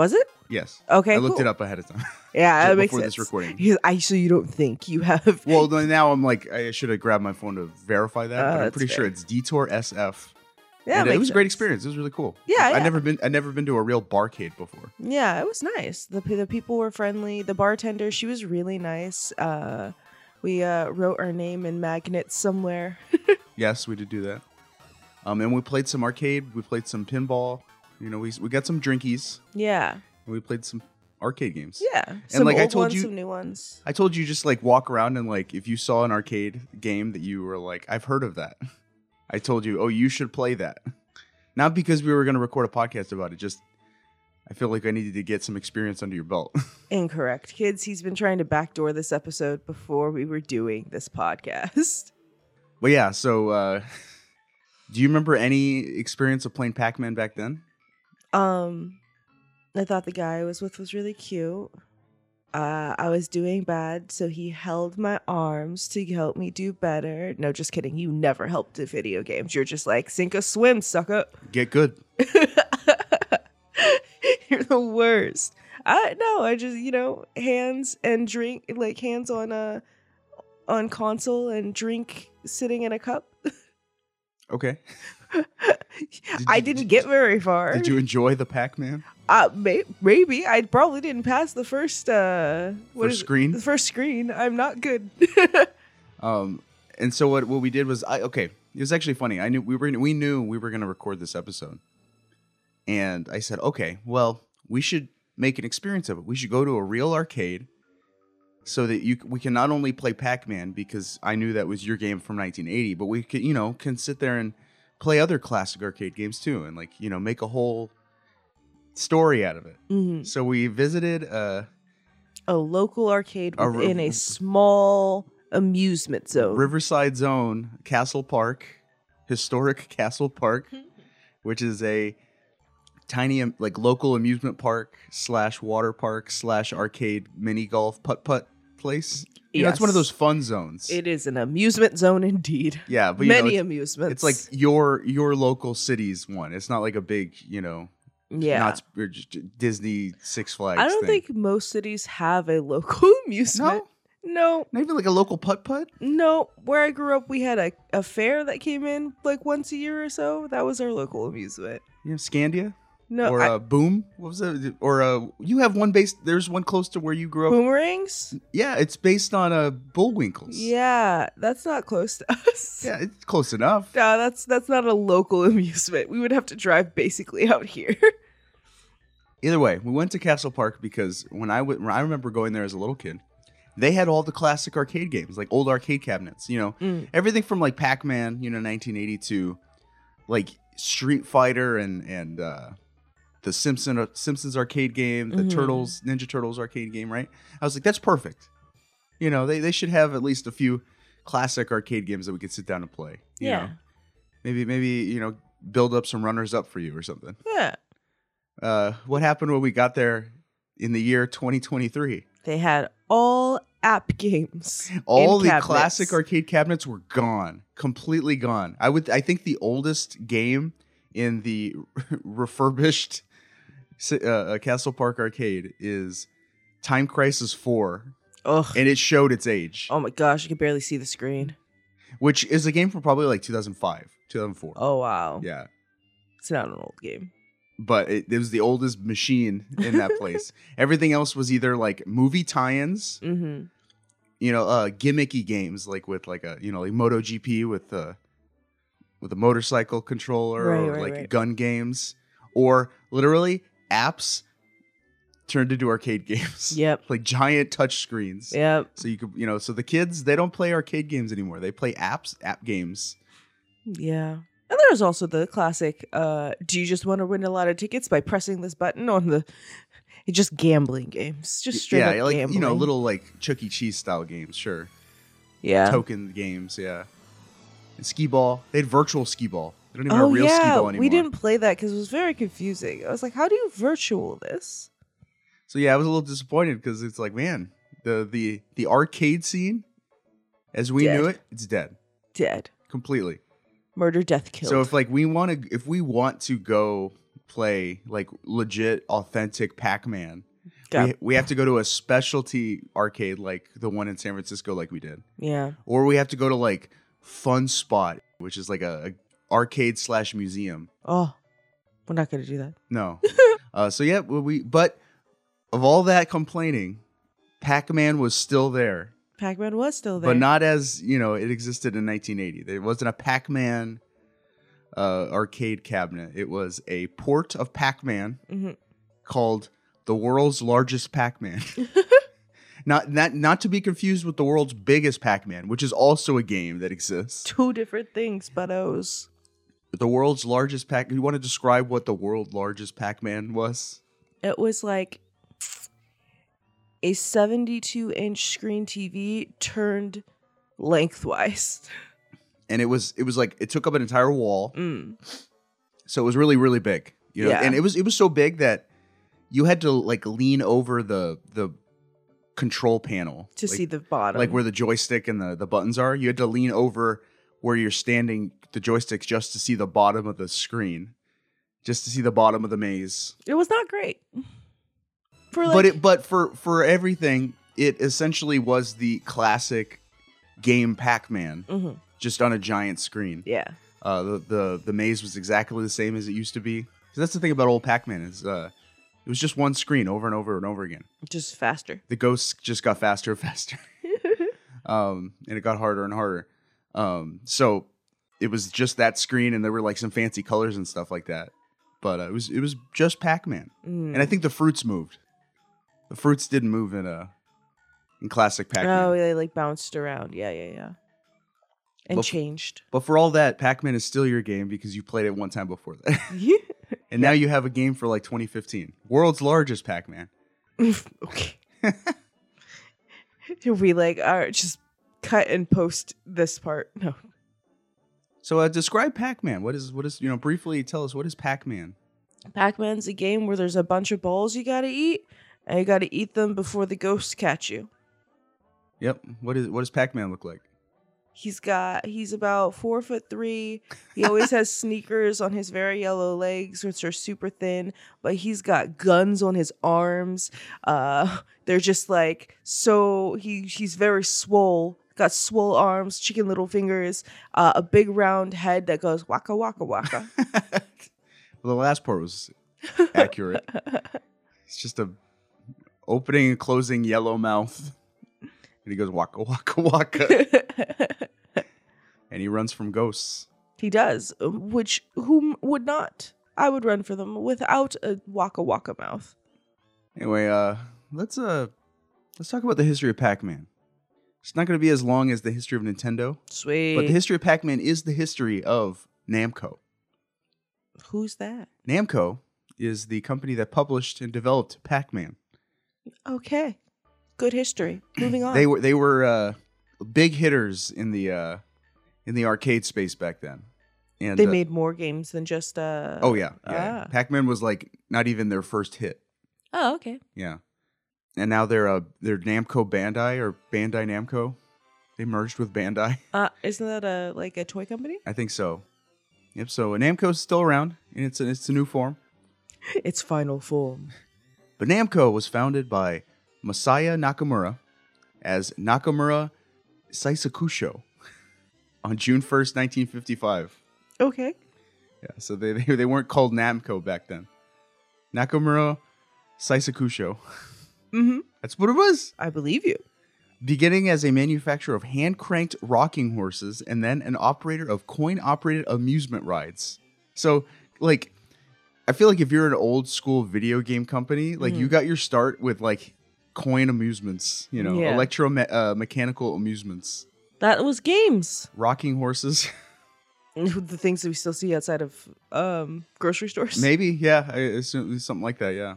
B: Was it?
A: yes
B: Okay.
A: i looked
B: cool.
A: it up ahead of time
B: Yeah, that makes
A: before
B: sense.
A: this recording.
B: Because actually, you don't think you have.
A: well then now i'm like i should have grabbed my phone to verify that
B: Uh,
A: but i'm
B: that's
A: pretty sure
B: fair.
A: it's detour sf
B: yeah,
A: and it
B: makes
A: was a great
B: sense.
A: experience it was really cool
B: Yeah,
A: i
B: yeah.
A: never been i never been to a real barcade before
B: Yeah, it was nice. The pe- the people were friendly. The bartender, she was really nice. Uh, we uh, wrote our name in magnets somewhere.
A: Yes, we did do that. Um, and we played some arcade. We played some pinball. You know, we, we got some drinkies.
B: yeah,
A: And we played some arcade games.
B: yeah. Some
A: like I
B: old
A: told
B: ones,
A: you-
B: some new ones.
A: I told you just like walk around and like if you saw an arcade game that you were like, I've heard of that. I told you, oh, you should play that. Not because we were going to record a podcast about it. Just I feel like I needed to get some experience under your belt.
B: Incorrect, kids. He's been trying to backdoor this episode before we were doing this podcast.
A: but yeah, so uh, do you remember any experience of playing Pac Man back then?
B: Um, I thought the guy I was with was really cute. Uh, I was doing bad, so he held my arms to help me do better. No, just kidding. You never helped the video games. You're just like sink or swim, sucker.
A: Get good.
B: You're the worst. I no, I just you know hands and drink like hands on a on console and drink sitting in a cup.
A: Okay.
B: I
A: you-
B: didn't
A: did-
B: get very far.
A: Did you enjoy the Pac Man?
B: Uh, may- maybe I probably didn't pass the first uh what
A: First
B: is it?
A: screen?
B: The first screen. I'm not good. Mm-hmm.
A: Um, and so what what we did was I okay. It was actually funny. I knew we were gonna- we knew we were going to record this episode, and I said, okay, well, we should make an experience of it. We should go to a real arcade, so that you c- we can not only play Pac Man because I knew that was your game from 1980, but we could you know can sit there and play other classic arcade games too, and like you know make a whole story out of it.
B: Mhm.
A: So we visited uh,
B: A local arcade
A: A ri-
B: in a small amusement zone.
A: Riverside Zone, Castle Park, historic Castle Park, which is a tiny am- like local amusement park slash water park slash arcade mini golf putt putt place. You know, it's one of
B: Yes.
A: those fun zones.
B: It is an amusement zone indeed.
A: yeah, but you know,
B: Many
A: it's-
B: amusements.
A: it's, like your your local city's one. It's not like a big you know
B: yeah.
A: Knott's- or j- j- Disney Six Flags.
B: I don't
A: thing.
B: think most cities have a local amusement. No,
A: not even like a local putt putt.
B: no, Where I grew up, we had a, a fair that came in like once a year or so. That was our local amusement.
A: You know, Scandia
B: No,
A: or
B: I-
A: uh, Boom. What was that? Or uh, you have one based. There's one close to where you grew up.
B: boomerangs.
A: Yeah, it's based on uh, Bullwinkles.
B: Yeah, that's not close to us.
A: Yeah, it's close enough.
B: No, that's that's not a local amusement. We would have to drive basically out here.
A: Either way, we went to Castle Park because when I w- when I remember going there as a little kid, they had all the classic arcade games, like old arcade cabinets, you know, everything from like Pac Man, you know, 1982, like Street Fighter and, and, uh, the Simpson Simpsons arcade game, the Turtles Ninja Turtles arcade game, right? I was like, that's perfect. You know, they, they should have at least a few classic arcade games that we could sit down and play. You
B: Yeah.
A: know? maybe maybe you know build up some runners up for you or something.
B: yeah.
A: Uh, what happened when we got there in the year 2023?
B: They had all app games.
A: All
B: in
A: the
B: cabinets.
A: classic arcade cabinets were gone, completely gone. I would I think the oldest game in the refurbished si- uh, uh, Castle Park arcade is Time Crisis 4
B: Ugh.
A: and it showed its age,
B: Oh my gosh, I could barely see the screen.
A: which is a game from probably like 2005, 2004.
B: Oh wow.
A: Yeah.
B: It's not an old game.
A: but it, it was the oldest machine in that place. Everything else was either like movie tie-ins,
B: Mm-hmm.
A: you know, uh, gimmicky games like with like a you know like MotoGP with uh with a motorcycle controller
B: Right,
A: or
B: right,
A: like
B: right.
A: gun games or literally apps turned into arcade games.
B: Yep.
A: like giant touch screens.
B: Yep.
A: So you could you know so the kids they don't play arcade games anymore. They play apps app games.
B: Yeah. And there's also the classic uh do you just want to win a lot of tickets by pressing this button on the it's just gambling games. Just straight
A: yeah,
B: up
A: like
B: gambling.
A: you know little like Chuck E. Cheese style games. Sure,
B: yeah.
A: token games. Yeah, and skee ball. They had virtual skee ball. They don't even
B: oh
A: have real skee
B: yeah,
A: ball anymore.
B: we didn't play that because it was very confusing. I was like, how do you virtual this?
A: So yeah, I was a little disappointed because it's like, man, the the the arcade scene, as we knew
B: Dead.
A: it, it's dead
B: Dead.
A: completely.
B: Murder, death, killed.
A: So if like we want to, if we want to go play like legit, authentic Pac-Man,
B: Got-
A: we, we have to go to a specialty arcade like the one in San Francisco, like we did,
B: yeah.
A: or we have to go to like Fun Spot, which is like a, a arcade slash museum.
B: Oh. We're not gonna do that.
A: No. uh, so yeah, we- we but of all that complaining, Pac-Man was still there.
B: Pac Man was still there.
A: but not as you know it existed in 1980 there wasn't a pac-man uh, arcade cabinet it was a port of pac-man
B: Mhm.
A: called the world's largest pac-man not, not not to be confused with the world's biggest pac-man which is also a game that exists
B: two different things, buddos.
A: the world's largest pac you want to describe what the world's largest pac-man was
B: It was like a 72 inch screen TV turned lengthwise.
A: and it was it was like it took up an entire wall
B: Mm.
A: So it was really, really big. You know,
B: Yeah.
A: and it was it was so big that you had to like lean over the the control panel
B: To
A: like,
B: see the bottom.
A: like where the joystick and the the buttons are. You had to lean over where you're standing the joysticks just to see the bottom of the screen, just to see the bottom of the maze.
B: it was not great. For like,
A: but it but for for everything, it essentially was the classic game Pac-Man
B: Mhm.
A: just on a giant screen.
B: yeah,
A: Uh, the, the the maze was exactly the same as it used to be. 'Cause that's the thing about old Pac-Man is uh, it was just one screen over and over and over again.
B: just faster. Mm.
A: The ghosts just got faster and faster, um, and it got harder and harder. Um, so it was just that screen, and there were like some fancy colors and stuff like that. But uh, it was it was just Pac-Man,
B: Mm.
A: and I think the fruits moved. The fruits didn't move in a in classic Pac-Man.
B: Oh, they like bounced around. Yeah, yeah, yeah. And
A: Bef-
B: changed.
A: But for all that, Pac-Man is still your game because you played it one time before that. And now you have a game for like 2015. World's largest Pac-Man.
B: okay. we like are just cut and post this part. No.
A: So uh, describe Pac-Man. What is what is you know briefly tell us what is Pac-Man?
B: Pac-Man's a game where there's a bunch of balls you gotta eat, and you gotta eat them before the ghosts catch you.
A: Yep. What is what does Pac-Man look like?
B: He's got he's about four foot three. He always has sneakers on his very yellow legs, which are super thin, but he's got guns on his arms. Uh they're just like so he he's very swole. Got swole arms, chicken little fingers, uh, a big round head that goes waka waka waka.
A: well, the last part was accurate. it's just a opening and closing yellow mouth. And he goes waka waka waka and he runs from ghosts.
B: He does, uh, which whom would not? I would run for them without a waka waka mouth.
A: Anyway, uh let's uh let's talk about the history of Pac-Man. It's not going to be as long as the history of Nintendo.
B: Sweet.
A: But the history of Pac-Man is the history of Namco.
B: Who's that?
A: Namco is the company that published and developed Pac-Man.
B: Okay. Good history. Moving on.
A: They were they were uh, big hitters in the uh, in the arcade space back then. And
B: They
A: uh,
B: made more games than just. Uh...
A: Oh yeah, yeah.
B: Ah.
A: Pac-Man was like not even their first hit.
B: Oh, okay.
A: Yeah. And now they're uh they're Namco Bandai or Bandai Namco. They merged with Bandai.
B: Uh, isn't that a like a toy company?
A: I think so. Yep, so Namco's still around and it's it's a new form.
B: It's final form.
A: But Namco was founded by Masaya Nakamura as Nakamura Seisakusho on June 1st, 1955.
B: Okay.
A: Yeah, so they, they, they weren't called Namco back then. Nakamura Saisakusho.
B: hmm
A: That's what it was.
B: I believe you.
A: Beginning as a manufacturer of hand cranked rocking horses and then an operator of coin operated amusement rides. So, like, I feel like if you're an old school video game company, like, you got your start with like coin amusements, you know,
B: Yeah.
A: electro uh, mechanical amusements,
B: That was games.
A: rocking horses.
B: The things that we still see outside of um, grocery stores.
A: Maybe, yeah. I assume something like that, yeah.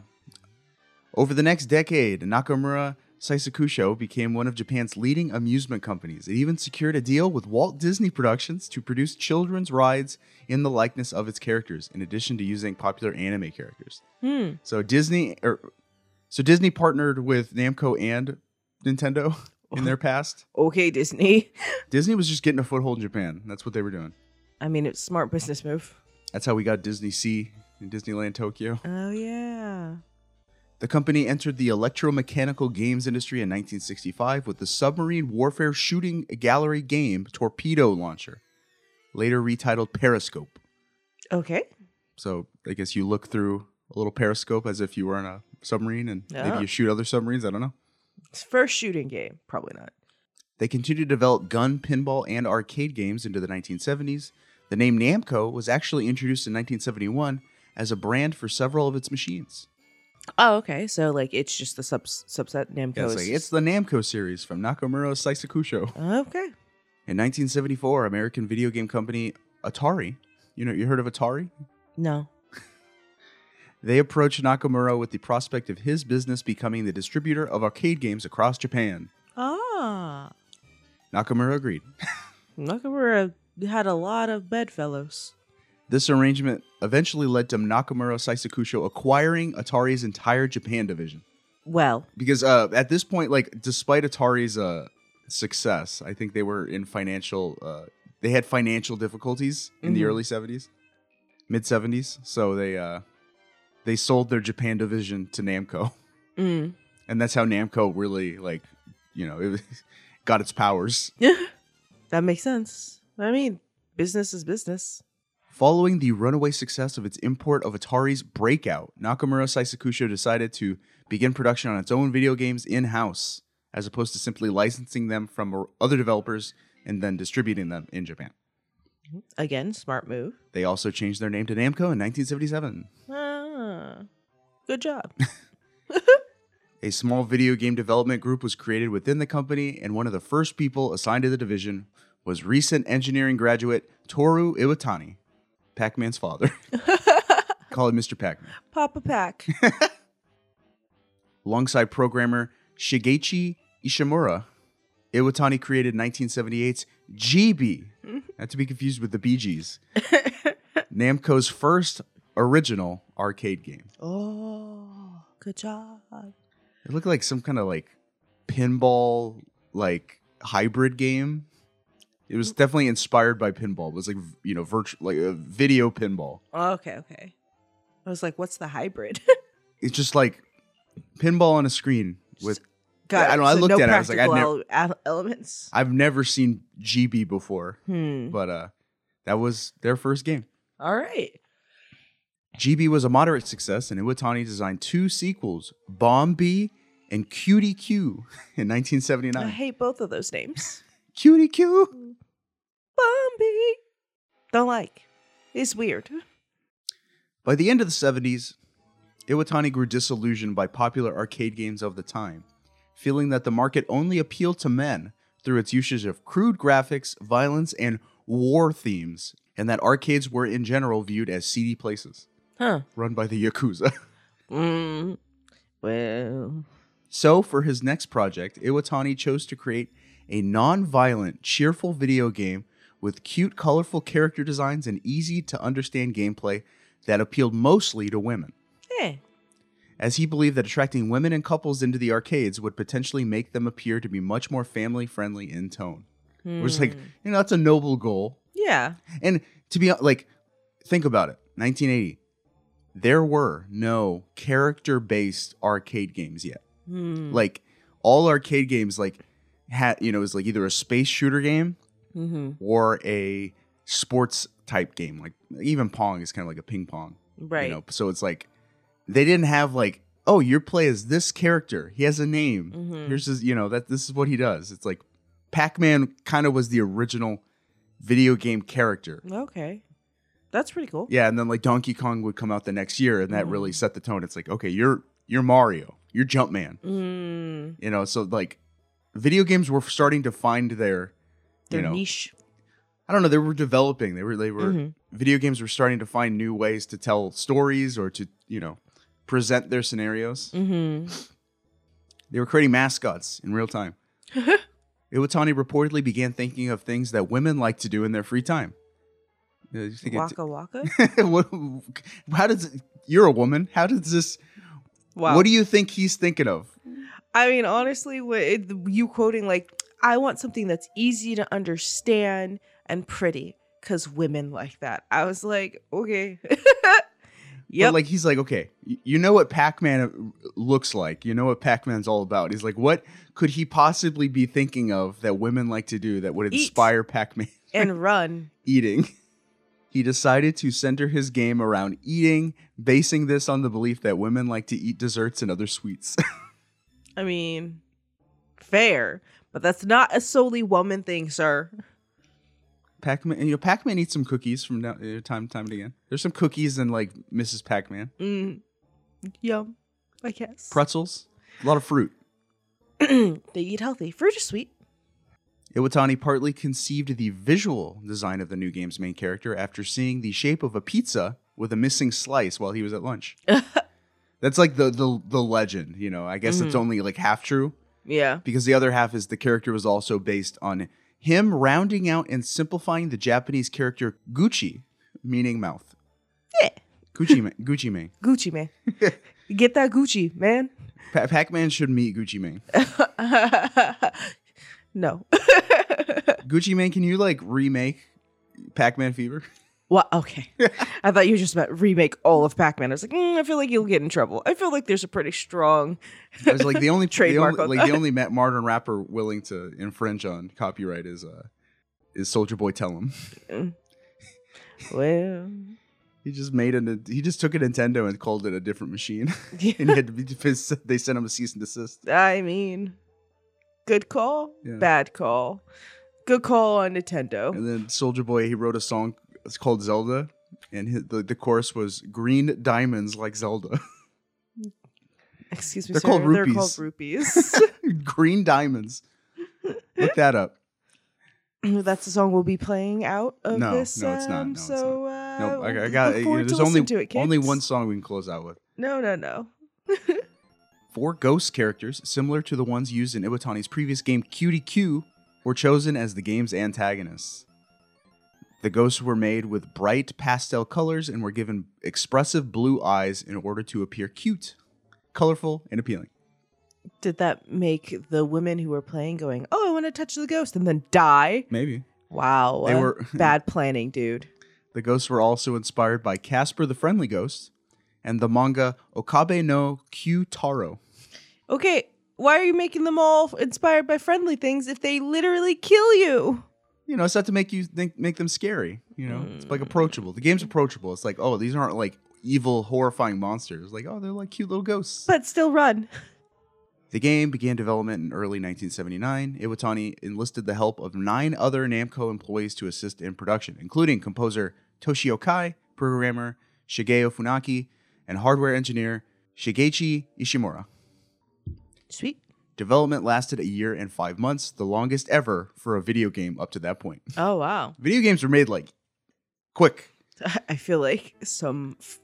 A: Over the next decade, Nakamura Saisakusho became one of Japan's leading amusement companies. It even secured a deal with Walt Disney Productions to produce children's rides in the likeness of its characters, in addition to using popular anime characters.
B: Hmm.
A: So Disney er, so Disney partnered with Namco and Nintendo in their past.
B: Okay, Disney.
A: Disney was just getting a foothold in Japan. That's what they were doing.
B: I mean, it's a smart business move.
A: That's how we got Disney Sea in Disneyland Tokyo.
B: Oh yeah.
A: The company entered the electromechanical games industry in 1965 with the submarine warfare shooting gallery game Torpedo Launcher, later retitled Periscope.
B: Okay.
A: So I guess you look through a little periscope as if you were on a submarine and
B: Ah.
A: maybe you shoot other submarines. I don't know.
B: It's first shooting game, probably not.
A: They continued to develop gun, pinball, and arcade games into the 1970s. The name Namco was actually introduced in 1971 as a brand for several of its machines.
B: Oh, okay. So like, it's just the sub subset Namco.
A: Yeah, it's,
B: is
A: like,
B: just-
A: it's the Namco series from Nakamura Saisakusho.
B: okay.
A: In 1974, American video game company Atari, you know, you heard of Atari?
B: No.
A: They approached Nakamura with the prospect of his business becoming the distributor of arcade games across Japan.
B: Ah,
A: Nakamura agreed.
B: Nakamura had a lot of bedfellows.
A: This arrangement eventually led to Nakamura Saisakusho acquiring Atari's entire Japan division.
B: Well,
A: Because uh, at this point, like, despite Atari's uh, success, I think they were in financial, uh, they had financial difficulties in the
B: Mhm.
A: early 70s, mid 70s. So they, uh, they sold their Japan division to Namco.
B: mm.
A: and that's how Namco really like you know it got its powers.
B: that makes sense. I mean, business is business.
A: Following the runaway success of its import of Atari's Breakout, Nakamura Saisakusho decided to begin production on its own video games in house, as opposed to simply licensing them from other developers and then distributing them in Japan.
B: Again, smart move.
A: They also changed their name to Namco in 1977.
B: Ah, good job.
A: A small video game development group was created within the company, and one of the first people assigned to the division was recent engineering graduate Toru Iwatani, Pac Man's father. Call him Mr. Pac Man.
B: Papa Pack.
A: Alongside programmer Shigechi Ishimura, Iwatani created 1978's GB, not to be confused with the Bee Gees, Namco's first original arcade game.
B: oh, good job.
A: It looked like some kind of like pinball like hybrid game. It was definitely inspired by pinball. It was like v- you know virtual like a video pinball.
B: Okay, okay. I was like, what's the hybrid?
A: It's just like pinball on a screen with.
B: Got
A: Yeah, I
B: it.
A: know, I
B: So
A: looked
B: no
A: at it, I was like, I'd
B: practical ele- ele- elements.
A: I've never seen GB before,
B: Hmm.
A: but uh, that was their first game.
B: All right.
A: GB was a moderate success, and Iwatani designed two sequels, Bomb B and Cutie Q, in
B: I
A: 1979.
B: hate both of those names.
A: Cutie Q.
B: Bombi. Don't like. It's weird.
A: By the end of the 70s, Iwatani grew disillusioned by popular arcade games of the time, feeling that the market only appealed to men through its usage of crude graphics, violence, and war themes, and that arcades were in general viewed as seedy places
B: Huh.
A: run by the Yakuza.
B: Mm. Well.
A: so, for his next project, Iwatani chose to create a non violent, cheerful video game with cute, colorful character designs and easy to understand gameplay that appealed mostly to women.
B: Hey.
A: as he believed that attracting women and couples into the arcades would potentially make them appear to be much more family friendly in tone. Which is like, you know, that's a noble goal.
B: Hmm. Yeah.
A: And to be hon- like, think about it 1980, there were no character based arcade games yet.
B: Hmm.
A: Like, all arcade games, like, had, you know, it was like either a space shooter game
B: Mm-hmm.
A: or a sports type game. Like, even Pong is kind of like a ping pong.
B: Right.
A: You know, so it's like they didn't have like, oh, your play is this character. He has a name. Here's his, you know, that this is what he does. It's like Pac-Man kind of was the original video game character.
B: Mm. Okay. That's pretty cool.
A: Yeah, and then like Donkey Kong would come out the next year, and that really set the tone. It's like, okay, you're you're Mario, you're Jumpman.
B: Mm,
A: You know, so like, video games were starting to find their,
B: their
A: you know,
B: niche.
A: I don't know. They were developing. They were they were
B: Mm-hmm.
A: video games were starting to find new ways to tell stories or to you know present their scenarios.
B: Mm-hmm.
A: They were creating mascots in real time. Iwatani reportedly began thinking of things that women like to do in their free time. Yeah, you think it-
B: Waka waka.
A: what, how does you're a woman? How does this?
B: Wow.
A: What do you think he's thinking of?
B: I mean, honestly, wh- it- you quoting like, I want something that's easy to understand and pretty because women like that. I was like, okay.
A: Yeah,
B: yep.
A: But like he's like, okay, y- you know what Pac-Man uh, looks like. You know what Pac-Man's all about. He's like, what could he possibly be thinking of that women like to do that would
B: Eat.
A: inspire Pac-Man
B: and run.
A: eating? He decided to center his game around eating, basing this on the belief that women like to eat desserts and other sweets.
B: I mean, fair, but that's not a solely woman thing, sir.
A: Pac-Man, and you know, Pac-Man eats some cookies from now, uh, time time and again. There's some cookies and like Mrs. Pac-Man,
B: Mm, yum, I guess.
A: pretzels, a lot of fruit.
B: they eat healthy. Fruit is sweet.
A: Iwatani partly conceived the visual design of the new game's main character after seeing the shape of a pizza with a missing slice while he was at lunch. That's like the the, the legend, you know. I guess it's only like half true
B: Yeah.
A: because the other half is the character was also based on him rounding out and simplifying the Japanese character Gucci, meaning mouth.
B: Yeah.
A: Gucci man, Gucci man.
B: Gucci, man. Get that Gucci, man.
A: Pa- Pac-Man should meet Gucci man.
B: no.
A: Gucci man, can you like remake Pac-Man Fever?
B: Well, okay. I thought you were just about to remake all of Pac Man. I was like, mm, I feel like you'll get in trouble. I feel like there's a pretty strong.
A: I was like the only
B: Trademark
A: the only,
B: on
A: like the only ma- modern rapper willing to infringe on copyright is uh is Soldier Boy Tell 'em.
B: Well,
A: He just made an he just took a Nintendo and called it a different machine. and he had to be they sent him a cease and desist.
B: I mean, good call,
A: Yeah.
B: bad call. Good call on Nintendo.
A: And then Soldier Boy he wrote a song it's called Zelda and his, the the chorus was green diamonds like Zelda.
B: Excuse me,
A: They're
B: sir.
A: called
B: They're called rupees.
A: green diamonds. Look that up.
B: That's the song we'll be playing out of
A: No,
B: this.
A: no, it's not.
B: um,
A: No, it's
B: so,
A: No,
B: uh,
A: I, I
B: look
A: got
B: forward to
A: there's
B: listening
A: only
B: to it,
A: only
B: kids.
A: one song we can close out with.
B: No, no, no.
A: Four ghost characters, similar to the ones used in Iwatani's previous game Cutie Q, were chosen as the game's antagonists. The ghosts were made with bright pastel colors and were given expressive blue eyes in order to appear cute, colorful, and appealing.
B: Did that make the women who were playing going, "Oh, I want to touch the ghost," and then die?
A: Maybe.
B: Wow,
A: They
B: uh,
A: were-
B: bad planning, dude.
A: The ghosts were also inspired by Casper the Friendly Ghost and the manga Okabe no Q Taro.
B: Okay, why are you making them all inspired by friendly things if they literally kill you?
A: You know, it's not to make you think make them scary. You know, it's like approachable. The game's approachable. It's like, oh, these aren't like evil, horrifying monsters. Like, oh, they're like cute little ghosts.
B: But still run.
A: The game began development in early 1979. Iwatani enlisted the help of nine other Namco employees to assist in production, including composer Toshio Kai, programmer Shigeo Funaki, and hardware engineer Shigeichi Ishimura.
B: Sweet.
A: Development lasted a year and five months, the longest ever for a video game up to that point.
B: Oh wow.
A: Video games were made like quick.
B: I feel like some f-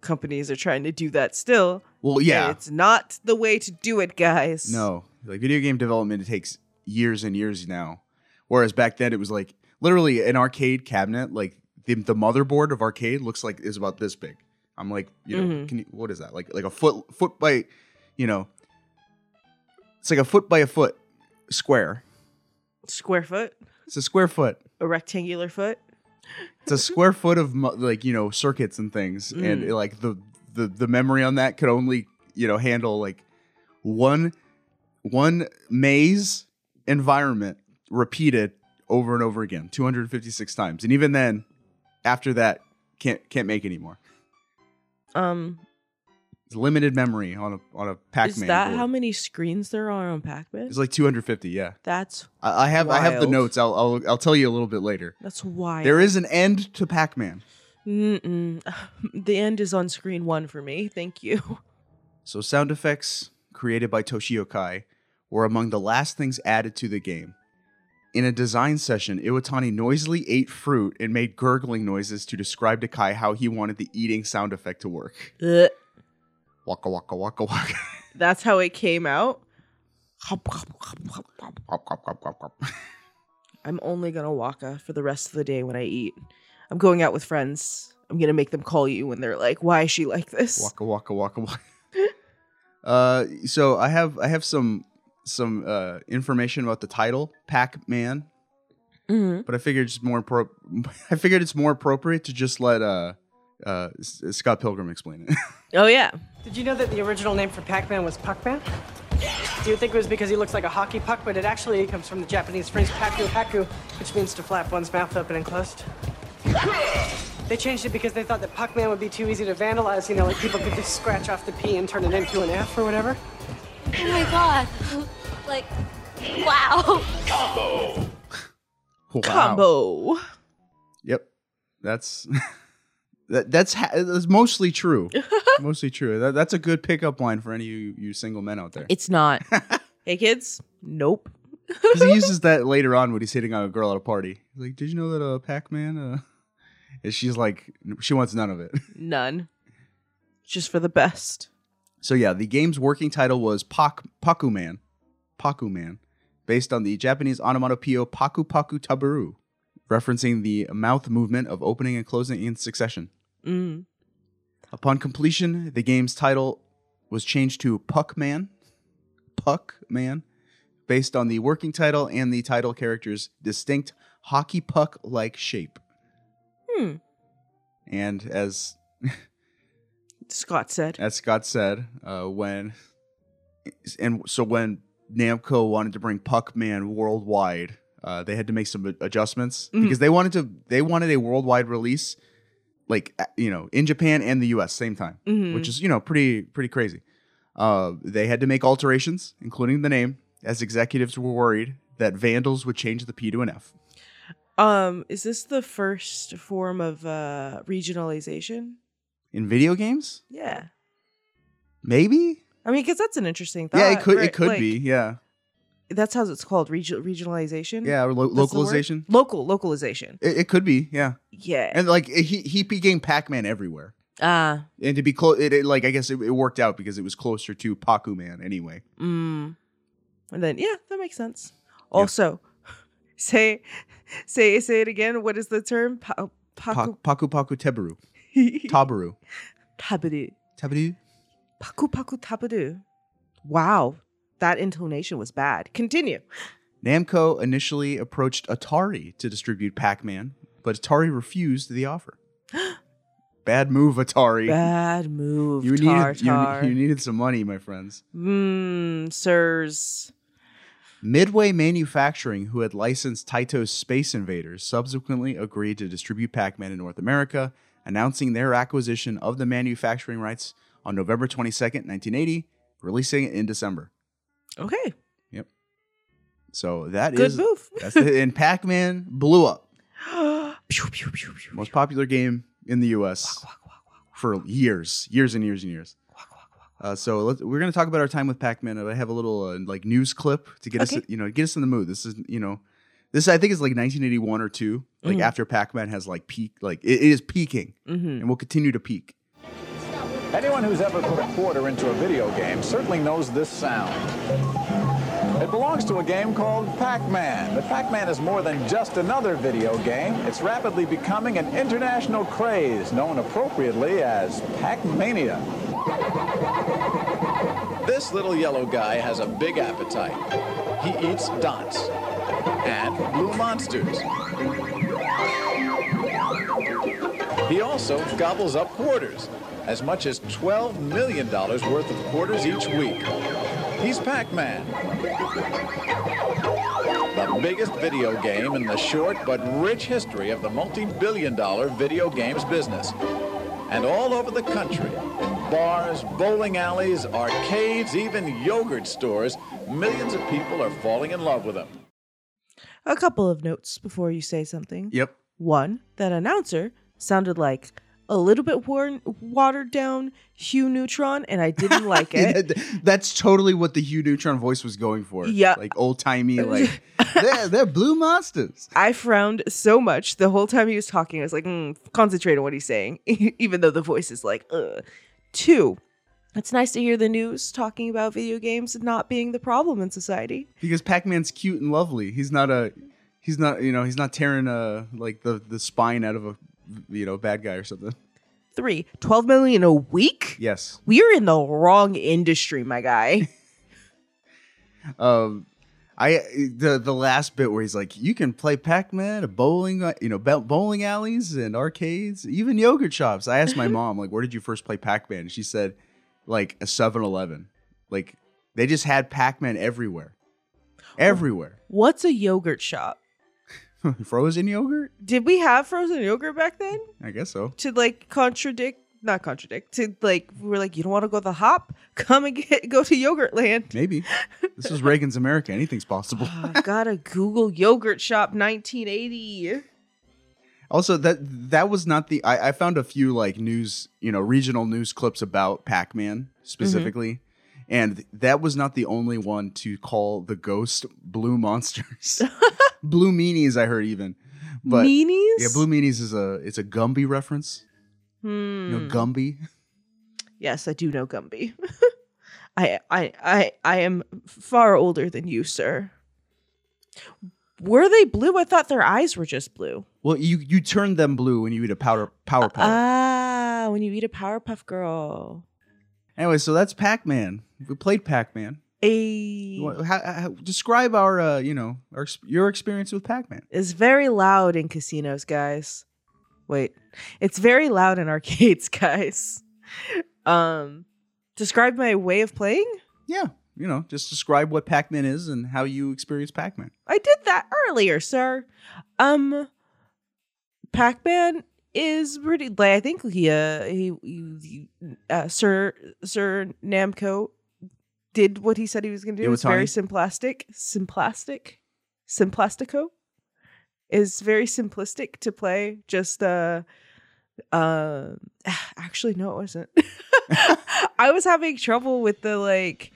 B: companies are trying to do that still.
A: Well, yeah.
B: It's not the way to do it, guys.
A: No, like video game development, it takes years and years now. Whereas back then, it was like literally an arcade cabinet. Like the, the motherboard of arcade looks like is about this big. I'm like, you know,
B: Mhm.
A: can you, what is that? Like like a foot foot by, you know, it's like a foot by a foot square.
B: Square foot,
A: It's a square foot.
B: a rectangular foot.
A: It's a square foot of mo- like you know circuits and things, and
B: Mm.
A: like the the the memory on that could only you know handle like one one maze environment repeated over and over again 256 times and even then after that can't can't make anymore
B: Um,
A: It's limited memory on a on a Pac-Man.
B: Is that
A: board.
B: how many screens there are on Pac-Man?
A: It's like 250. Yeah,
B: that's
A: I, I have I have the
B: Wild.
A: notes. I'll, I'll I'll tell you a little bit later.
B: that's wild.
A: There is an end to Pac-Man.
B: Mm-mm. The end is on screen one for me. Thank you.
A: So sound effects created by Toshio Kai were among the last things added to the game. In a design session, Iwatani noisily ate fruit and made gurgling noises to describe to Kai how he wanted the eating sound effect to work.
B: Ugh.
A: Waka waka waka waka.
B: That's how it came out.
A: Quap, quap, quap, quap, quap.
B: I'm only gonna waka for the rest of the day when I eat. I'm going out with friends. I'm gonna make them call you when they're like, "Why is she like this?"
A: Waka waka waka waka. uh, so I have I have some some uh, information about the title Pac Man,
B: Mm-hmm.
A: but I figured it's more appro- I figured it's more appropriate to just let uh, uh, S- Scott Pilgrim explain it.
B: Oh yeah.
I: Did you know that the original name for Pac-Man was Puckman? Do you think it was because he looks like a hockey puck, but it actually comes from the Japanese phrase paku paku, which means to flap one's mouth open and closed? They changed it because they thought that Puckman would be too easy to vandalize, you know, like people could just scratch off the P and turn it into an F or whatever.
J: Oh my god. Like, wow.
A: Wow.
B: Combo.
A: Yep, that's that, that's ha- that's mostly true. mostly true. That, that's a good pickup line for any of you, you single men out there.
B: It's not. hey kids. Nope.
A: 'Cause he uses that later on when he's hitting on a girl at a party. He's like, did you know that uh, Pac Man? Uh, and she's like, she wants none of it.
B: None. Just for the best.
A: So yeah, the game's working title was Pak Paku Man, Paku Man, based on the Japanese onomatopoeia Paku Paku Tabaru, referencing the mouth movement of opening and closing in succession.
B: Mm.
A: Upon completion, the game's title was changed to Puck Man, Puck Man, based on the working title and the title character's distinct hockey puck-like shape.
B: Hmm.
A: And as
B: Scott said.
A: as Scott said, uh, when and so when Namco wanted to bring Puckman worldwide, uh, they had to make some adjustments
B: Mhm.
A: because they wanted to they wanted a worldwide release, like uh, you know, in Japan and the U.S. same time,
B: Mhm.
A: which is you know pretty pretty crazy. Uh, they had to make alterations, including the name, as executives were worried that vandals would change the P to an F.
B: Um, is this the first form of uh regionalization?
A: In video games,
B: Yeah.
A: maybe.
B: I mean, because that's an interesting thought.
A: yeah, it could
B: right?
A: it could
B: Like,
A: be. Yeah,
B: That's how it's called, region- regionalization.
A: yeah, or lo-
B: That's the word?
A: localization.
B: Local localization.
A: It, it could be. Yeah.
B: Yeah.
A: and like he he became Pac-Man everywhere.
B: Ah.
A: And to be close, it, it, like I guess it, it worked out because it was closer to Pacu Man anyway.
B: Mm. And then yeah, that makes sense. Also, say say say it again. What is the term? Pa-
A: Paku
B: paku
A: Paku, Paku Tebaru,
B: paku
A: Tabaru,
B: tabidu.
A: Tabaru.
B: Paku paku tabidu. Wow, that intonation was bad. Continue.
A: Namco initially approached Atari to distribute Pac-Man, but Atari refused the offer. Bad move, Atari.
B: Bad move.
A: you
B: tar,
A: needed you-
B: tar.
A: you needed some money, my friends.
B: Mm, sirs.
A: Midway Manufacturing, who had licensed Taito's Space Invaders, subsequently agreed to distribute Pac Man in North America, announcing their acquisition of the manufacturing rights on November 22nd, 1980, releasing it in December.
B: Okay.
A: So that is
B: Good move.
A: that's the, and Pac Man blew up.
B: Pew, pew, pew, pew.
A: Most popular game in the US for years, years and years and years. Uh, so let's, we're going to talk about our time with Pac-Man. and I have a little uh, like news clip to get us,
B: Okay.
A: you know, get us in the mood. This is, you know, this I think is like 1981 or two, like
B: Mhm.
A: after Pac-Man has like peak, like it- it is peaking,
B: Mhm.
A: and will continue to peak.
H: Anyone who's ever put a quarter into a video game certainly knows this sound. It belongs to a game called Pac-Man. But Pac-Man is more than just another video game. It's rapidly becoming an international craze known appropriately as Pac-Mania. This little yellow guy has a big appetite. He eats dots and blue monsters. He also gobbles up quarters, as much as $12 million worth of quarters each week. He's Pac Man, the biggest video game in the short but rich history of the multi billion dollar video games business. And all over the country, in
K: bars, bowling alleys, arcades, even yogurt stores, millions of people are falling in love with them.
B: A couple of notes before you say something.
A: Yep.
B: One, that announcer sounded like a little bit worn, watered down Hugh Neutron, and I didn't like it.
A: That- That's totally what the Hugh Neutron voice was going for.
B: Yeah.
A: Like old timey, like, they're, they're blue monsters.
B: I frowned so much the whole time he was talking. I was like, mm, concentrate on what he's saying, even though the voice is like, Ugh. two. It's nice to hear the news talking about video games not being the problem in society.
A: Because Pac Man's cute and lovely. He's not a, he's not, you know, he's not tearing, uh, like the, the spine out of a, you know, bad guy or something.
B: Three, 12 million a week?
A: Yes.
B: We're in the wrong industry, my guy.
A: Um, I the the last bit where he's like, you can play Pac Man, bowling, uh, you know, bo- bowling alleys and arcades, even yogurt shops. I asked my mom like, where did you first play Pac Man? She said, like a 7-Eleven. Like they just had Pac Man everywhere, everywhere.
B: What's a yogurt shop?
A: Frozen yogurt?
B: Did we have frozen yogurt back then?
A: I guess so.
B: To like contradict, not contradict, to like, we were like, you don't want to go to the hop? Come and get, go to Yogurt Land.
A: Maybe this is Reagan's America. Anything's possible.
B: Oh, I gotta Google yogurt shop 1980.
A: Also, that that was not the. I, I found a few like news, you know, regional news clips about Pac Man specifically, and th- that was not the only one to call the ghost blue monsters, blue meanies. I heard even, but
B: Meanies?
A: Yeah, blue meanies is a it's a Gumby reference.
B: Hmm.
A: You know, Gumby.
B: yes, I do know Gumby. I, I I I am far older than you, sir. Were they blue? I thought their eyes were just blue.
A: Well, you you turn them blue when you eat a powder power powder.
B: Ah, when you eat a Powerpuff Girl.
A: anyway, so that's Pac Man. We played Pac Man.
B: A
A: Describe our uh, you know our ex- your experience with Pac Man.
B: is very loud in casinos, guys. Wait. It's very loud in arcades, guys. Um describe my way of playing?
A: Yeah, you know, just describe what Pac Man is and how you experience Pac Man.
B: I did that earlier, sir. Um, Pac Man is pretty. Like, I think he, uh, he, he- uh, Sir Sir Namco did what he said he was going to do. It's very simplistic, simplistic, simplastico. Is very simplistic to play. Just uh, uh, actually, no, it wasn't. I was having trouble with the like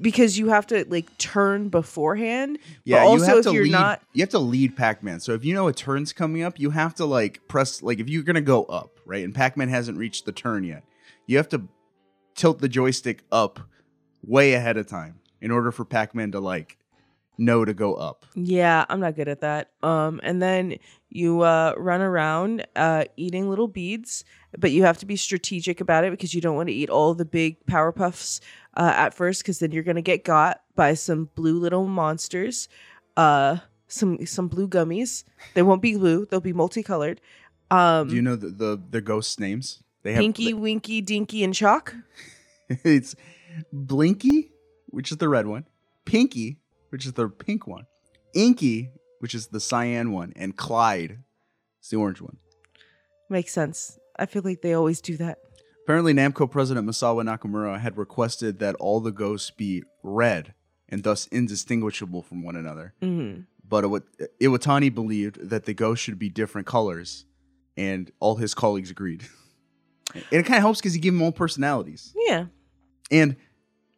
B: because you have to like turn beforehand. but also if you're
A: lead,
B: not
A: you have to lead Pac Man. So if you know a turn's coming up, you have to like press like if you're gonna go up, right? And Pac Man hasn't reached the turn yet, you have to tilt the joystick up way ahead of time in order for Pac Man to like know to go up.
B: Yeah, I'm not good at that. Um, and then you uh, run around uh, eating little beads, but you have to be strategic about it because you don't want to eat all the big power puffs uh, at first, because then you're gonna get got by some blue little monsters, uh, some some blue gummies. They won't be blue; they'll be multicolored. Um,
A: Do you know the the, the ghosts' names? They
B: Pinky, Winky, Dinky, and Chalk.
A: it's Blinky, which is the red one, Pinky, which is the pink one, Inky, which is the cyan one, and Clyde is the orange one.
B: Makes sense. I feel like they always do that.
A: Apparently, Namco president Masawa Nakamura had requested that all the ghosts be red and thus indistinguishable from one another.
B: Mhm.
A: But Iwa- Iwatani believed that the ghosts should be different colors, and all his colleagues agreed. and it kind of helps because he gave them all personalities.
B: Yeah,
A: And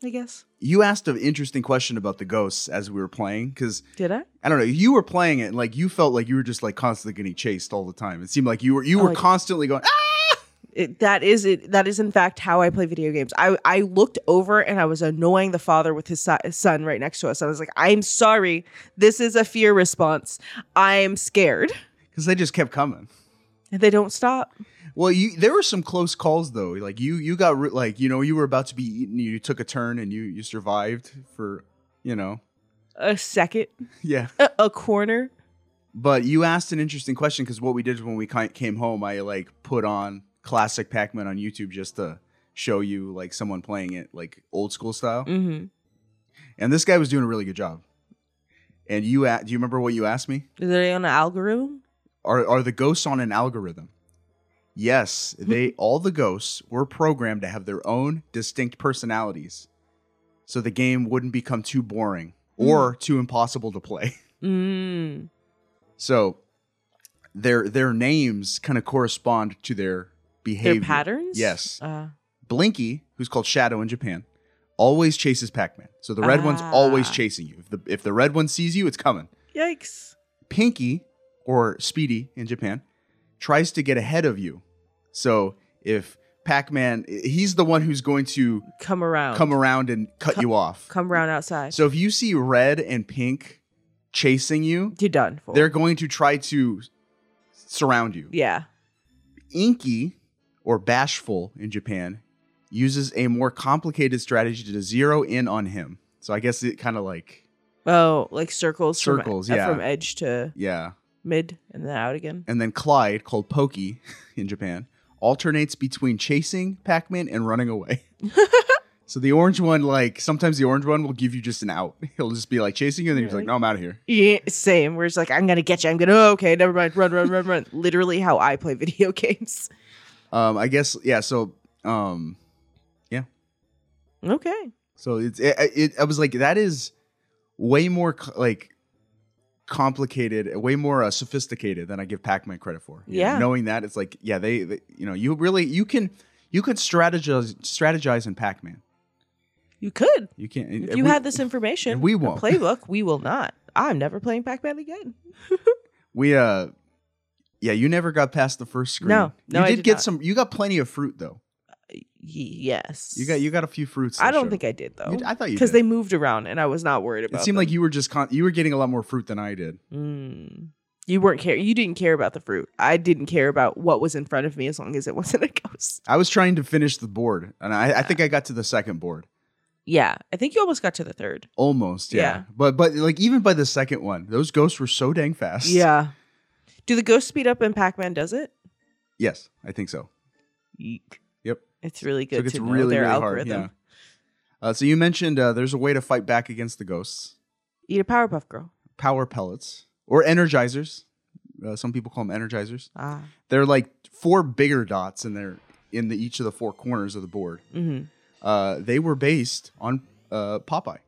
B: I guess.
A: you asked an interesting question about the ghosts as we were playing because
B: Did I?
A: I don't know. You were playing it, and like you felt like you were just like constantly getting chased all the time. It seemed like you were you
B: Oh,
A: were
B: I-
A: constantly going. Ah!
B: it, that is it that is in fact how i play video games i i looked over and i was annoying the father with his si- son right next to us i was like i'm sorry this is a fear response i'm scared
A: Because they just kept coming.
B: and they don't stop
A: Well, you there were some close calls though. Like you you got re- like you know you were about to be eaten. You took a turn and you you survived for you know
B: a second
A: yeah.
B: a, a corner
A: But you asked an interesting question because what we did when we ki- came home, I like put on classic Pac-Man on YouTube just to show you like someone playing it like old school style.
B: mm-hmm.
A: And this guy was doing a really good job. And you a- do you remember what you asked me?
B: is it on an algorithm
A: Are are the ghosts on an algorithm? Yes,
B: Hmm.
A: they all the ghosts were programmed to have their own distinct personalities. So the game wouldn't become too boring
B: Hmm.
A: or too impossible to play.
B: Mm.
A: So their their names kind of correspond to their behavior.
B: Their patterns?
A: Yes.
B: Uh,
A: Blinky, who's called Shadow in Japan, always chases Pac-Man. So the red one's always
B: Ah.
A: chasing you. If the if the red one sees you, it's coming.
B: yikes.
A: Pinky or Speedy in Japan tries to get ahead of you. So if Pac-Man, he's the one who's going to
B: Come around.
A: come around and cut you off.
B: Come around outside.
A: So if you see red and pink chasing you,
B: You're done for.
A: they're going to try to surround you.
B: yeah.
A: Inky or bashful in Japan uses a more complicated strategy to zero in on him. So I guess it kind of like
B: Oh, like circles. from-
A: Circles,
B: uh,
A: yeah.
B: From edge to
A: yeah.
B: mid and then out again.
A: And then Clyde, called Pokey in Japan, alternates between chasing Pac-Man and running away. so the orange one, like sometimes the orange one will give you just an out. He'll just be like chasing you, and then he's like, "No, I'm out of here."
B: Yeah, same. Where it's like, I'm gonna get you. I'm gonna. Oh, okay, never mind. Run, run, run, run. Literally how I play video games.
A: Um, I guess yeah. So um,
B: Okay.
A: So it's it, it. I was like, that is way more co- like complicated, way more uh, sophisticated than I give Pac-Man credit for. You know,
B: Yeah.
A: knowing that, it's like, yeah, they, they, you know, you really, you can, you could strategize, strategize in Pac-Man.
B: You could.
A: You can't.
B: If you
A: we,
B: had this information,
A: we
B: the
A: won't.
B: playbook. We will not. I'm never playing Pac-Man again.
A: we uh, yeah, you never got past the first screen.
B: No, no,
A: you
B: I
A: did,
B: did
A: get
B: not.
A: some. You got plenty of fruit though.
B: Y- yes.
A: You got, you got a few fruits.
B: I
A: that
B: don't
A: showed.
B: think I did though.
A: You d- I thought you
B: because
A: did.
B: they moved around and I was not worried about.
A: It seemed
B: them.
A: like you were just con- you were getting a lot more fruit than I did.
B: Mm. You weren't care. You didn't care about the fruit. I didn't care about what was in front of me as long as it wasn't a ghost.
A: I was trying to finish the board, and I, I think I got to the second board.
B: Yeah, I think you almost got to the third.
A: Almost, yeah.
B: Yeah.
A: But but like even by the second one, those ghosts were so dang fast.
B: Yeah. Do the ghosts speed up and Pac-Man does it?
A: Yes, I think so.
B: Yeek.
A: Yep.
B: It's really
A: So
B: good to know their algorithm.
A: yeah. Uh, so you mentioned uh, there's a way to fight back against the ghosts,
B: Eat a Powerpuff Girl.
A: power pellets or energizers. Uh, some people call them energizers.
B: Ah.
A: They're like four bigger dots in their in the, each of the four corners of the board.
B: Mm-hmm.
A: Uh, they were based on uh, Popeye.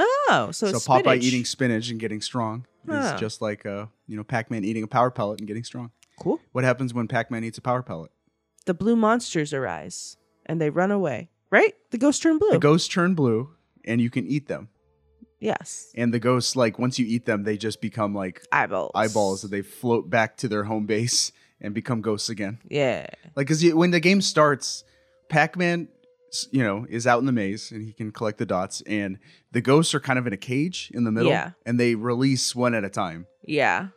B: Oh, so, it's
A: so Popeye
B: spinach.
A: eating spinach and getting strong
B: Huh.
A: is just like uh, you know Pac-Man eating a power pellet and getting strong.
B: Cool.
A: What happens when Pac-Man eats a power pellet?
B: The blue monsters arise and they run away. Right? The ghosts turn blue.
A: The ghosts turn blue, and you can eat them.
B: yes.
A: And the ghosts, like once you eat them, they just become like
B: Eyeballs.
A: eyeballs, and they float back to their home base and become ghosts again.
B: Yeah.
A: Like because when the game starts, Pac-Man, s- you know, is out in the maze and he can collect the dots, and the ghosts are kind of in a cage in the middle,
B: Yeah.
A: and they release one at a time.
B: Yeah.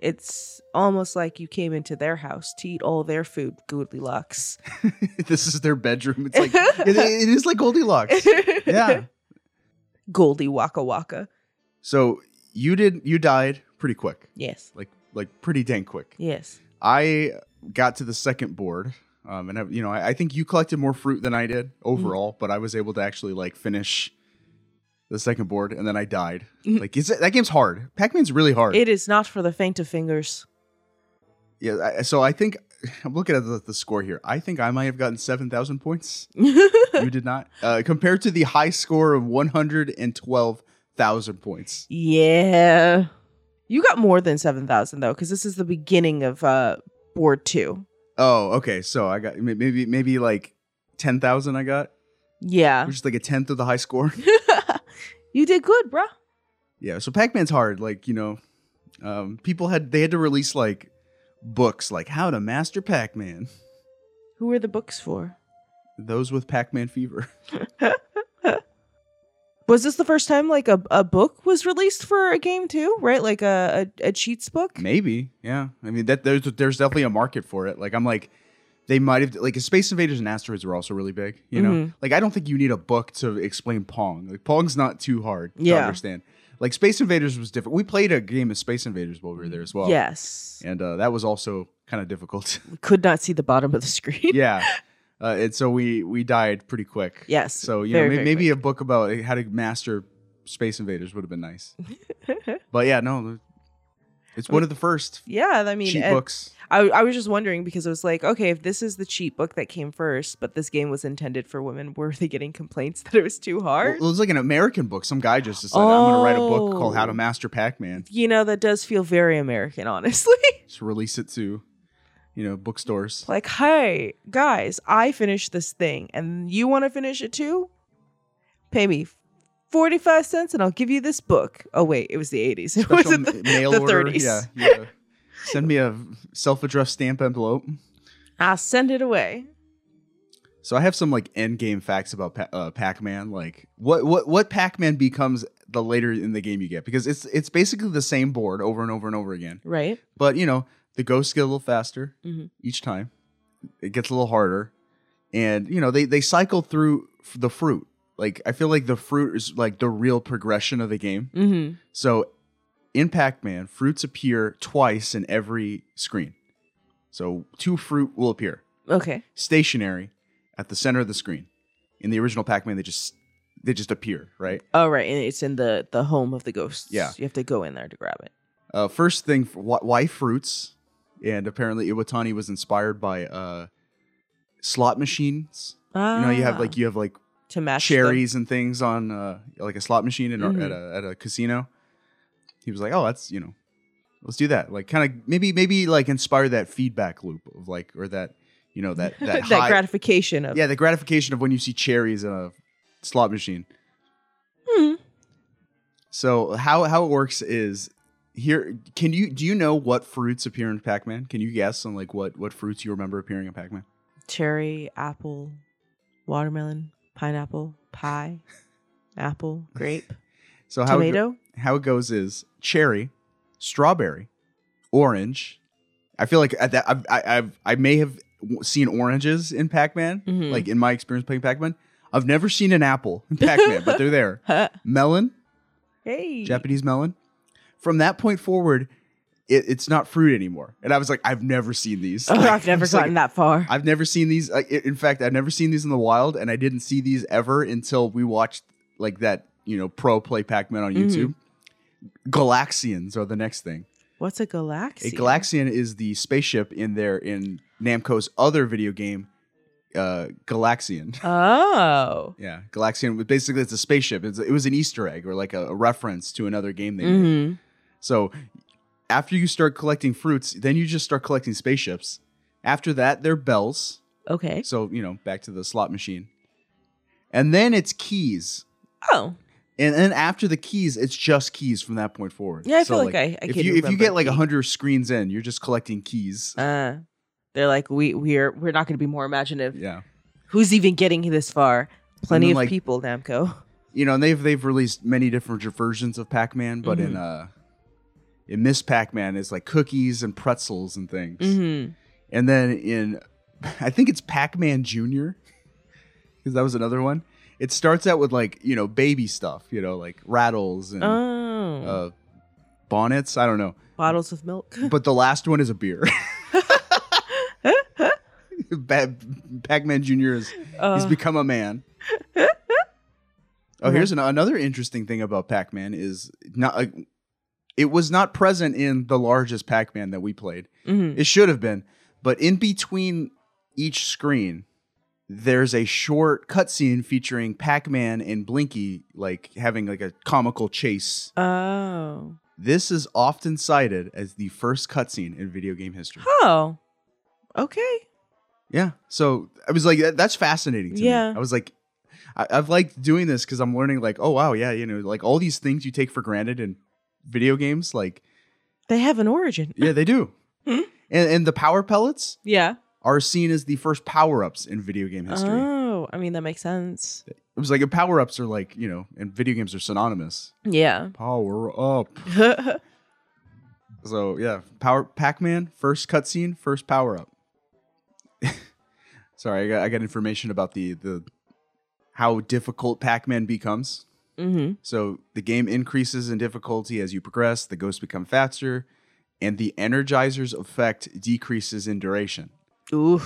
B: It's almost like you came into their house to eat all their food, Goldilocks.
A: this is their bedroom. It's like it- it is like Goldilocks. Yeah.
B: Goldie Waka Waka.
A: So you did you died pretty quick,
B: Yes.
A: like like pretty dang quick.
B: Yes.
A: I got to the second board, um, and I, you know I, I think you collected more fruit than I did
B: Mm-hmm.
A: overall, but I was able to actually like finish the second board, and then I died. Like it's, that game's hard. Pac-Man's really hard.
B: Mm-hmm. It is not for the faint of fingers.
A: yeah. I, so I think I'm looking at the, the score here. I think I might have gotten seven thousand points. you did not uh, compared to the high score of one hundred and twelve thousand points.
B: Yeah. You got more than 7,000 though cuz this is the beginning of uh board 2.
A: Oh, okay. So I got may- maybe maybe like ten thousand. I got,
B: Yeah.
A: which is like a tenth of the high score.
B: You did good, bruh.
A: yeah. So Pac Man's hard. Like you know, um, people had they had to release like books like how to master Pac Man.
B: Who are the books for?
A: Those with Pac Man fever.
B: Was this the first time like a, a book was released for a game too, right? Like a a, a cheats book?
A: maybe. Yeah. I mean that there's there's definitely a market for it. Like I'm like. They might have like Space Invaders and Asteroids were also really big, you know.
B: Mhm.
A: Like I don't think you need a book to explain Pong. Like Pong's not too hard to
B: Yeah.
A: understand. Like Space Invaders was different. We played a game of Space Invaders while we were there as well.
B: yes.
A: and uh, that was also kind of difficult.
B: We could not see the bottom of the screen.
A: yeah, uh, and so we we died pretty quick.
B: Yes,
A: So you
B: very,
A: know, may-
B: very
A: maybe a book about how to master Space Invaders would have been nice. but yeah, no, It's one of the first.
B: Yeah, I mean,
A: cheat
B: and
A: books.
B: I, I was just wondering because I was like, okay, if this is the cheat book that came first, but this game was intended for women, were they getting complaints that it was too hard?
A: Well, it was like an American book. Some guy just decided I'm going to write a book called How to
B: Oh.
A: Master Pac-Man.
B: you know, that does feel very American, honestly.
A: Just release it to, you know, bookstores.
B: like, hey, guys, I finished this thing and you want to finish it too? Pay me 45 cents and I'll give you this book. Oh, wait, it was the 80s. It
A: Special
B: wasn't
A: ma-
B: the,
A: mail
B: the
A: order.
B: 30s.
A: Yeah, yeah. Send me a self-addressed stamp envelope.
B: I'll send it away.
A: So I have some like end game facts about pa- uh, Pac-Man. Like what what what Pac-Man becomes the later in the game you get because it's it's basically the same board over and over and over again.
B: Right?
A: But you know the ghosts get a little faster
B: Mhm.
A: each time. It gets a little harder, and you know they they cycle through f- the fruit. Like I feel like the fruit is like the real progression of the game.
B: Mm-hmm.
A: So in Pac-Man, fruits appear twice in every screen. So two fruit will appear
B: Okay.
A: stationary at the center of the screen. In the original Pac-Man, they just they just appear, right?
B: All Oh, right, and it's in the the home of the ghosts.
A: Yeah.
B: you have to go in there to grab it.
A: Uh, first thing, why, why fruits? And apparently, Iwatani was inspired by uh, slot machines. You know, you have
B: Ah.
A: like you have like
B: to match them.
A: cherries and things on uh, like a slot machine in,
B: Mhm.
A: at a at a casino. He was like, "Oh, that's you know, let's do that." Like, kind of maybe maybe like inspire that feedback loop of like or that you know that that,
B: That,
A: high,
B: gratification of
A: yeah the gratification of when you see cherries in a slot machine.
B: Hmm.
A: So how how it works is here. Can you do you know what fruits appear in Pac Man? Can you guess on like what what fruits you remember appearing in Pac Man?
B: cherry, apple, watermelon, pineapple, pie, apple, grape,
A: So how it go-
B: Tomato?
A: how it goes is cherry, strawberry, orange. I feel like at that I've, I, I've I may have w- seen oranges in Pac Man.
B: Mhm.
A: Like in my experience playing Pac Man, I've never seen an apple in Pac Man, but they're there. Melon.
B: hey,
A: Japanese melon. From that point forward, it, it's not fruit anymore. And I was like, I've never seen these.
B: Oh,
A: Like,
B: I've never
A: it's like-
B: gotten that far.
A: I've never seen these. I- i- In fact, I've never seen these in the wild, and I didn't see these ever until we watched like that, you know, pro play Pac Man on
B: Mhm.
A: YouTube. Galaxians are the next thing.
B: What's a galaxy?
A: A Galaxian is the spaceship in their in Namco's other video game, uh, Galaxian.
B: Oh,
A: Yeah, Galaxian. was Basically, it's a spaceship. It's, it was an Easter egg or like a, a reference to another game they made.
B: hmm
A: So after you start collecting fruits, then you just start collecting spaceships. After that, they're bells.
B: okay.
A: So, you know, back to the slot machine. And then it's keys.
B: Oh,
A: And then after the keys, it's just keys from that point forward.
B: Yeah, I
A: So,
B: feel like I- I
A: if
B: can
A: you if you
B: remember
A: get like
B: key.
A: hundred screens in, you're just collecting keys.
B: uh, they're like we we're we're not going to be more imaginative.
A: Yeah,
B: Who's even getting this far? Plenty
A: then,
B: of
A: like-
B: people, Namco.
A: you know, and they've they've released many different versions of Pac-Man, but in
B: Mm-hmm.
A: uh, in Miss Pac-Man, it's like cookies and pretzels and things.
B: hmm
A: And then in, I think it's Pac Man Jr., because that was another one. It starts out with like, you know, baby stuff, you know, like rattles and
B: Oh,
A: uh, bonnets. I don't know.
B: bottles of milk.
A: But the last one is a beer. Pac Man Jr. is, he's
B: Uh.
A: become a man. Oh, here's an, another interesting thing about Pac Man is not. Uh, it was not present in the largest Pac Man that we played.
B: Mhm.
A: It should have been, but in between each screen, there's a short cutscene featuring Pac-Man and Blinky like having like a comical chase.
B: Oh,
A: This is often cited as the first cutscene in video game history.
B: oh, okay.
A: Yeah, so I was like, that, that's fascinating. To
B: Yeah.
A: me. I was like, I, I've liked doing this because I'm learning like, oh wow, yeah, you know, like all these things you take for granted in video games, like
B: They have an origin.
A: yeah, they do.
B: Hmm?
A: and and the power pellets
B: Yeah.
A: are seen as the first power-ups in video game history.
B: Oh, I mean that makes sense.
A: It was like power ups are like you know, and video games are synonymous.
B: Yeah.
A: Power up. So yeah, power Pac Man first cutscene, first power up. Sorry, I got I got information about the the how difficult Pac Man becomes.
B: hmm
A: So the game increases in difficulty as you progress. The ghosts become faster, and the Energizer's effect decreases in duration,
B: Ooh.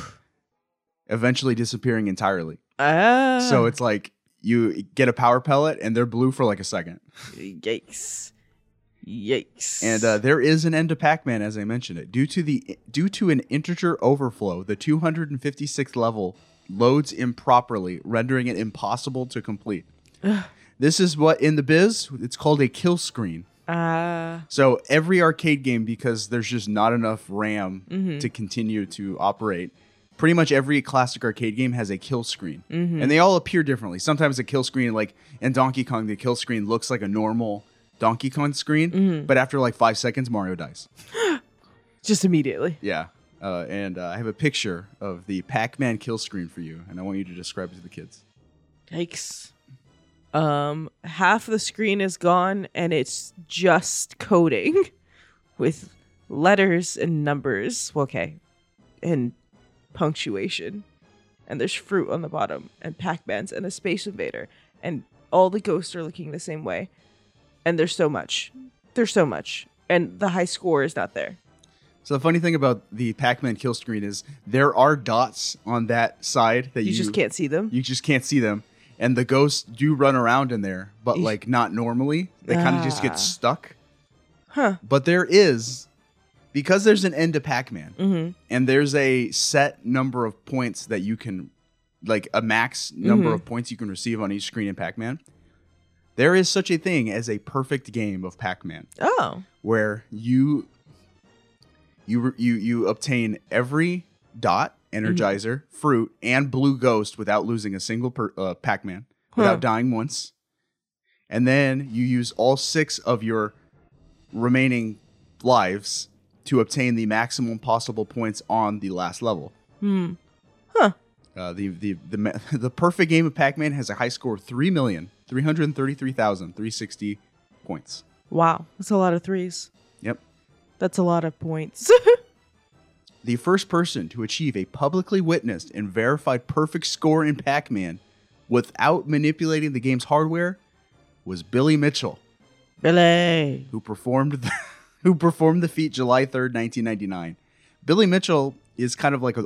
A: eventually disappearing entirely.
B: Ah.
A: So it's like you get a power pellet and they're blue for like a second.
B: yikes. Yikes!
A: And uh, there is an end to Pac-Man, as I mentioned it, due to the due to an integer overflow. The 256th level loads improperly, rendering it impossible to complete.
B: Ugh.
A: this is what in the biz it's called a kill screen.
B: Uh,
A: So every arcade game, because there's just not enough RAM
B: Mhm.
A: to continue to operate, pretty much every classic arcade game has a kill screen,
B: Mhm.
A: and they all appear differently. Sometimes a kill screen, like in Donkey Kong, the kill screen looks like a normal Donkey Kong screen,
B: Mm-hmm.
A: but after like five seconds, Mario dies.
B: just immediately.
A: Yeah. Uh, and uh, I have a picture of the Pac-Man kill screen for you, and I want you to describe it to the kids.
B: Yikes! Um, half the screen is gone, and it's just coding with letters and numbers. Well, Okay, and punctuation. And there's fruit on the bottom, and Pac-Man's, and a Space Invader, and all the ghosts are looking the same way. And there's so much. There's so much, and the high score is not there.
A: So the funny thing about the Pac-Man kill screen is there are dots on that side that you,
B: You just can't see them?
A: You just can't see them, and the ghosts do run around in there, but like not normally. They kind of just
B: Ah.
A: get stuck.
B: Huh.
A: But there is because there's an end to Pac-Man,
B: Mm-hmm.
A: and there's a set number of points that you can, like a max number
B: Mhm.
A: of points you can receive on each screen in Pac-Man. There is such a thing as a perfect game of Pac-Man
B: Oh.
A: where you you you you obtain every dot energizer
B: Mm-hmm.
A: fruit and blue ghost without losing a single per, uh, pac-man without
B: Huh.
A: dying once and then you use all six of your remaining lives to obtain the maximum possible points on the last level
B: Hmm.
A: uh, the, the, the, ma- the perfect game of pac-man has a high score of 3,333,360 points
B: Wow. That's a lot of threes.
A: yep
B: That's a lot of points.
A: the first person to achieve a publicly witnessed and verified perfect score in Pac Man without manipulating the game's hardware was Billy Mitchell,
B: Billy.
A: who performed the, who performed the feat July 3rd, 1999. Billy Mitchell is kind of like a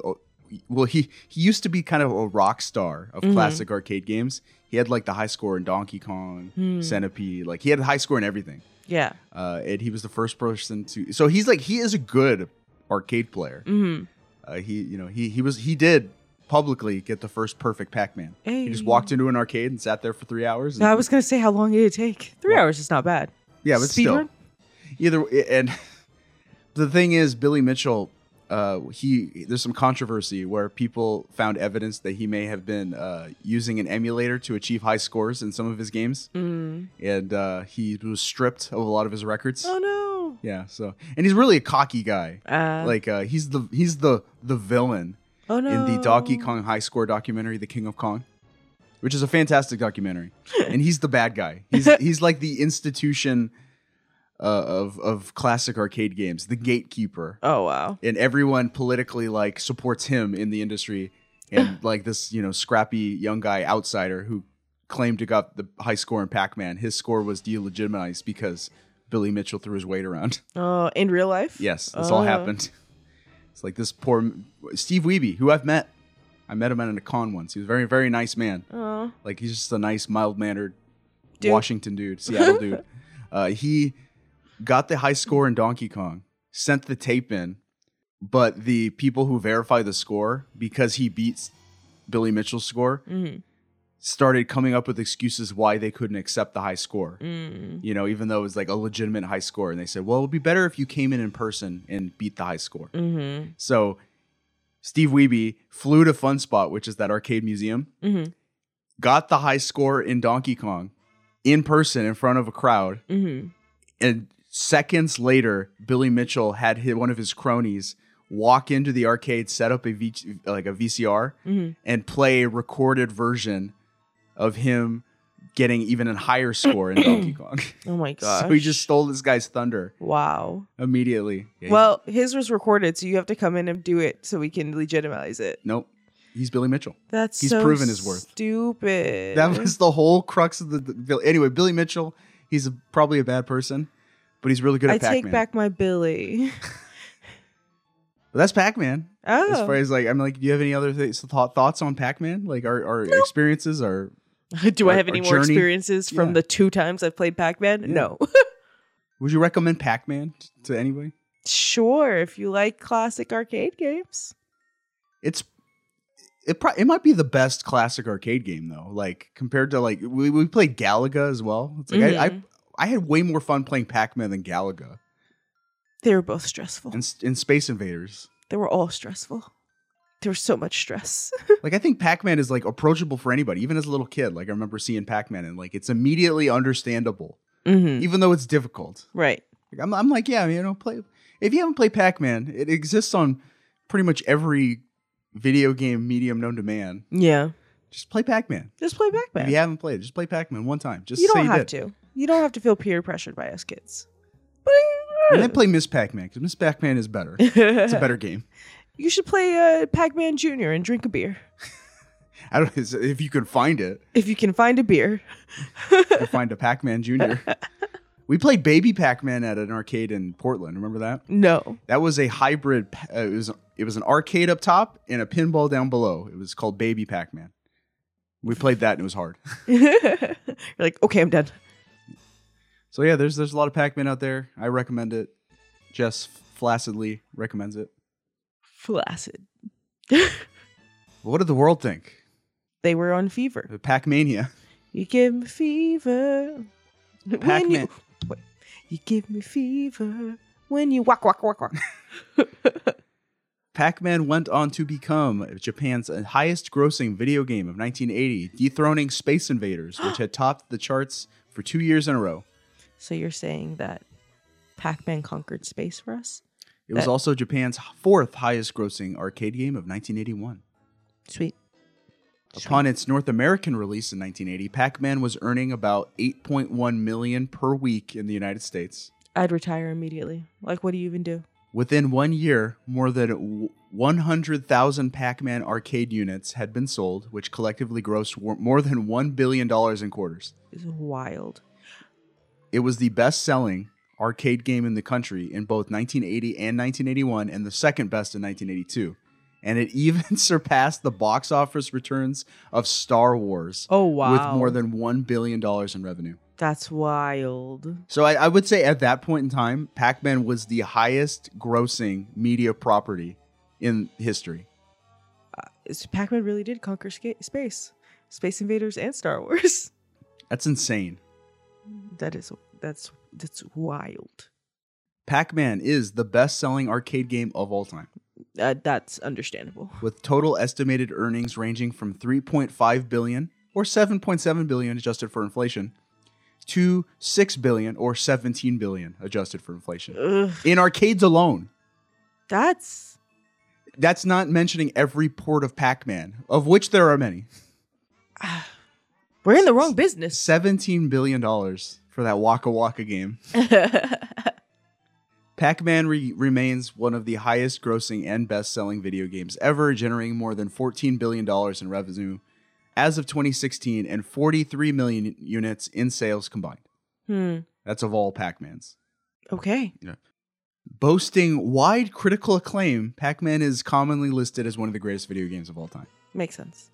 A: well he he used to be kind of a rock star of
B: Mhm.
A: classic arcade games. He had like the high score in Donkey Kong,
B: Hmm.
A: Centipede, like he had a high score in everything.
B: Yeah.
A: Uh, and he was the first person to so he's like he is a good arcade player.
B: Mm-hmm.
A: Uh, he, you know, he he was he did publicly get the first perfect Pac-Man. He just walked into an arcade and sat there for three hours. And,
B: I was gonna say how long did it take? Three hours is not bad.
A: yeah, but
B: Speed
A: still,
B: run?
A: either and the thing is, Billy Mitchell, uh, he there's some controversy where people found evidence that he may have been uh, using an emulator to achieve high scores in some of his games,
B: Mm.
A: and uh, he was stripped of a lot of his records.
B: Oh
A: Yeah, so and he's really a cocky guy.
B: no. Uh,
A: like uh, he's the he's the the villain
B: Oh,
A: in the Donkey
B: no.
A: Kong High Score documentary, The King of Kong, which is a fantastic documentary, and he's the bad guy. He's he's like the institution uh, of of classic arcade games, the gatekeeper,
B: oh wow.
A: and everyone politically like supports him in the industry, and like this you know scrappy young guy outsider who claimed to got the high score in Pac Man. His score was delegitimized because Billy Mitchell threw his weight around.
B: Oh, in real life?
A: Yes, this
B: Oh.
A: all happened. It's like this poor m- Steve Wiebe, who I've met. I met him at a con once. He was a very, very nice man.
B: Oh.
A: Like he's just a nice, mild mannered
B: Dude.
A: Washington dude, Seattle dude. Uh, he got the high score in Donkey Kong, sent the tape in, but the people who verify the score because he beats Billy Mitchell's score
B: Mhm.
A: started coming up with excuses why they couldn't accept the high score
B: Mm.
A: you know, even though it was like a legitimate high score. And they said, well, it would be better if you came in in person and beat the high score.
B: Mm-hmm.
A: So Steve Wiebe flew to Fun Spot, which is that arcade museum,
B: Mm-hmm.
A: got the high score in Donkey Kong in person in front of a crowd.
B: Mm-hmm.
A: And seconds later, Billy Mitchell had hit one of his cronies walk into the arcade, set up a v- like a VCR,
B: Mhm.
A: and play a recorded version of him getting even a higher score in Donkey Kong.
B: Oh my gosh.
A: So he just stole this guy's thunder
B: Wow.
A: immediately. Yeah, he-
B: Well, his was recorded, so you have to come in and do it so we can legitimize it.
A: nope. He's Billy Mitchell.
B: That's
A: He's
B: so
A: proven his worth.
B: Stupid.
A: That was the whole crux of the, the Bill- anyway. Billy Mitchell. He's a, probably a bad person, but he's really good
B: I
A: at Pac
B: take
A: Man.
B: back my Billy.
A: But that's Pac Man. As
B: Oh.
A: far as like, I'm like, do you have any other th- thoughts on Pac Man? Like our, our experiences are
B: Do I
A: Or-
B: have any
A: or
B: more
A: Journey.
B: experiences from
A: Yeah.
B: the two times I've played Pac Man? No.
A: Would you recommend Pac Man to anybody?
B: Sure, if you like classic arcade games.
A: It's it pro- it might be the best classic arcade game though. Like compared to like we, we played Galaga as well. It's like I, I
B: Mhm.
A: I had way more fun playing Pac Man than Galaga
B: They were both stressful.
A: and s- and Space Invaders.
B: They were all stressful. There was so much stress.
A: like I think Pac Man is like approachable for anybody, even as a little kid. Like I remember seeing Pac Man and like it's immediately understandable,
B: Hmm.
A: even though it's difficult.
B: Mm-hmm. Right.
A: Like, I'm I'm like yeah you know play if you haven't played Pac Man, it exists on pretty much every video game medium known to man.
B: Yeah.
A: Just play Pac Man.
B: Just play Pac
A: If
B: Man.
A: you haven't played, just play Pac Man one time. Just
B: you
A: say
B: don't
A: you
B: have
A: did.
B: to. You don't have to feel peer pressured by us kids. uh,
A: And then play Miss Pac Man because Miss Pac Man is better. it's a better game.
B: You should play uh, Pac Man Jr. and drink a beer.
A: I don't it's- if you can find it.
B: If you can find a beer.
A: You can find a Pac Man Jr. We played Baby Pac Man at an arcade in Portland. Remember that?
B: No.
A: That was a hybrid. pa- Uh, it was it was an arcade up top and a pinball down below. It was called Baby Pac Man. We played that and it was hard.
B: You're like, okay, I'm done.
A: So yeah, there's there's a lot of Pac Man out there. I recommend it. Jess flaccidly recommends it.
B: Flaccid.
A: What did the world think?
B: They were on fever.
A: Pac Mania.
B: You give me fever. when
A: Pac-Man.
B: You, wait. you give me fever when you walk, walk, walk, walk.
A: Pac-Man went on to become Japan's highest-grossing video game of 1980, dethroning Space Invaders, which had topped the charts for two years in a row.
B: so you're saying that Pac Man conquered space for us?
A: It was
B: That-
A: also Japan's fourth highest-grossing arcade game of 1981.
B: Sweet.
A: Upon its North American release in 1980, Pac-Man was earning about 8.1 million per week in the United States.
B: I'd retire immediately. Like, what do you even do?
A: Within one year, more than w- 100,000 Pac Man arcade units had been sold, which collectively grossed wa- more than $1 billion in quarters.
B: It's wild.
A: It was the best selling arcade game in the country in both 1980 and 1981, and the second best in 1982. And it even surpassed the box office returns of Star Wars.
B: Oh,
A: With
B: wow.
A: more than $1 billion in revenue.
B: That's wild.
A: So I, I would say at that point in time, Pac Man was the highest grossing media property in history.
B: Pac Man really did conquer sca- space, Space Invaders, and Star Wars.
A: That's insane.
B: That is that's that's wild.
A: Pac Man is the best selling arcade game of all time,
B: Uh, that's understandable.
A: with total estimated earnings ranging from 3.5 billion or 7.7 billion adjusted for inflation to 6 billion or 17 billion adjusted for inflation
B: Ugh.
A: in arcades alone.
B: That's
A: That's not mentioning every port of Pac Man, of which there are many.
B: we're in the wrong business.
A: $17 billion for that Waka Waka game. Pac Man re- remains one of the highest grossing and best selling video games ever, generating more than $14 billion in revenue as of 2016 and 43 million units in sales combined.
B: Hmm.
A: That's of all Pac Mans.
B: Okay.
A: Boasting wide critical acclaim, Pac Man is commonly listed as one of the greatest video games of all time.
B: Makes sense.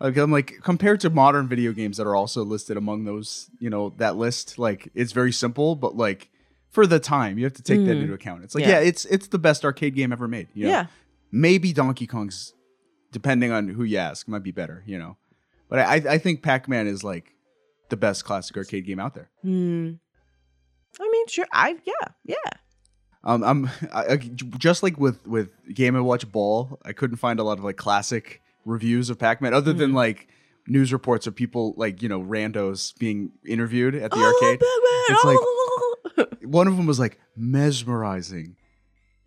A: Like I'm like compared to modern video games that are also listed among those, you know, that list, like it's very simple, but like for the time, you have to take that
B: Mm.
A: into account. It's like, yeah.
B: Yeah.
A: it's it's the best arcade game ever made. You know?
B: Yeah.
A: Maybe Donkey Kong's, depending on who you ask, might be better, you know. But I I think Pac-Man is like the best classic arcade game out there.
B: Hmm. I mean, sure. I yeah yeah.
A: Um, I'm I, I- just like with with Game and Watch Ball. I couldn't find a lot of like classic reviews of Pac Man, other than like news reports of people like you know randos being interviewed at
B: Oh,
A: the arcade. It's like one of them was like mesmerizing,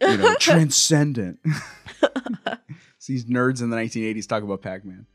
A: you know, transcendent. It's these nerds in the 1980s talk about Pac Man,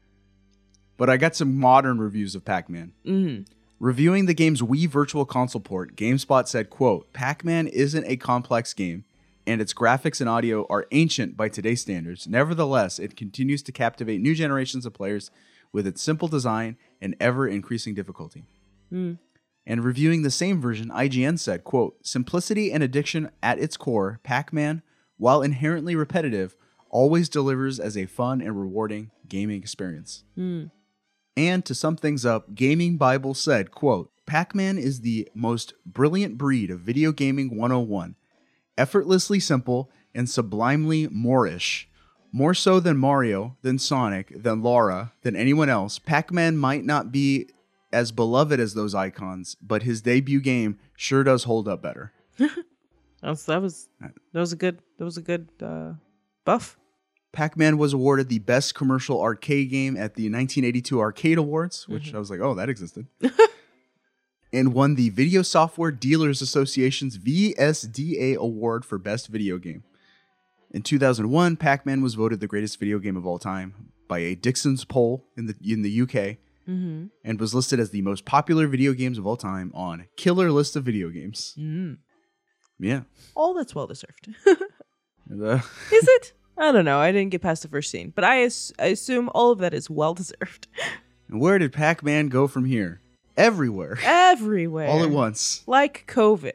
A: but I got some modern reviews of Pac Man.
B: Mm.
A: Reviewing the game's Wii Virtual Console port, GameSpot said, quote, Pac-Man isn't a complex game, and its graphics and audio are ancient by today's standards. Nevertheless, it continues to captivate new generations of players with its simple design and ever-increasing difficulty.
B: Mm.
A: And reviewing the same version, IGN said, quote, simplicity and addiction at its core, Pac-Man, while inherently repetitive, always delivers as a fun and rewarding gaming experience.
B: Mm.
A: And to sum things up, Gaming Bible said, quote, Pac Man is the most brilliant breed of video gaming 101. Effortlessly simple and sublimely Moorish. More so than Mario, than Sonic, than Lara, than anyone else, Pac Man might not be as beloved as those icons, but his debut game sure does hold up better.
L: That's, that was that was a good that was a good uh, buff.
A: Pac-Man was awarded the best commercial arcade game at the 1982 Arcade Awards, which
L: Mm-hmm.
A: I was like, oh, that existed. and won the Video Software Dealers Association's VSDA Award for Best Video Game. In 2001, Pac-Man was voted the greatest video game of all time by a Dixon's poll in the in the UK
L: Mm-hmm.
A: and was listed as the most popular video games of all time on Killer List of Video Games.
L: Mm.
A: Yeah.
L: All that's well deserved.
A: And, uh,
L: Is it? I don't know. I didn't get past the first scene, but I, as- I assume all of that is well deserved.
A: and where did Pac-Man go from here? Everywhere.
L: Everywhere.
A: All at once.
L: Like COVID.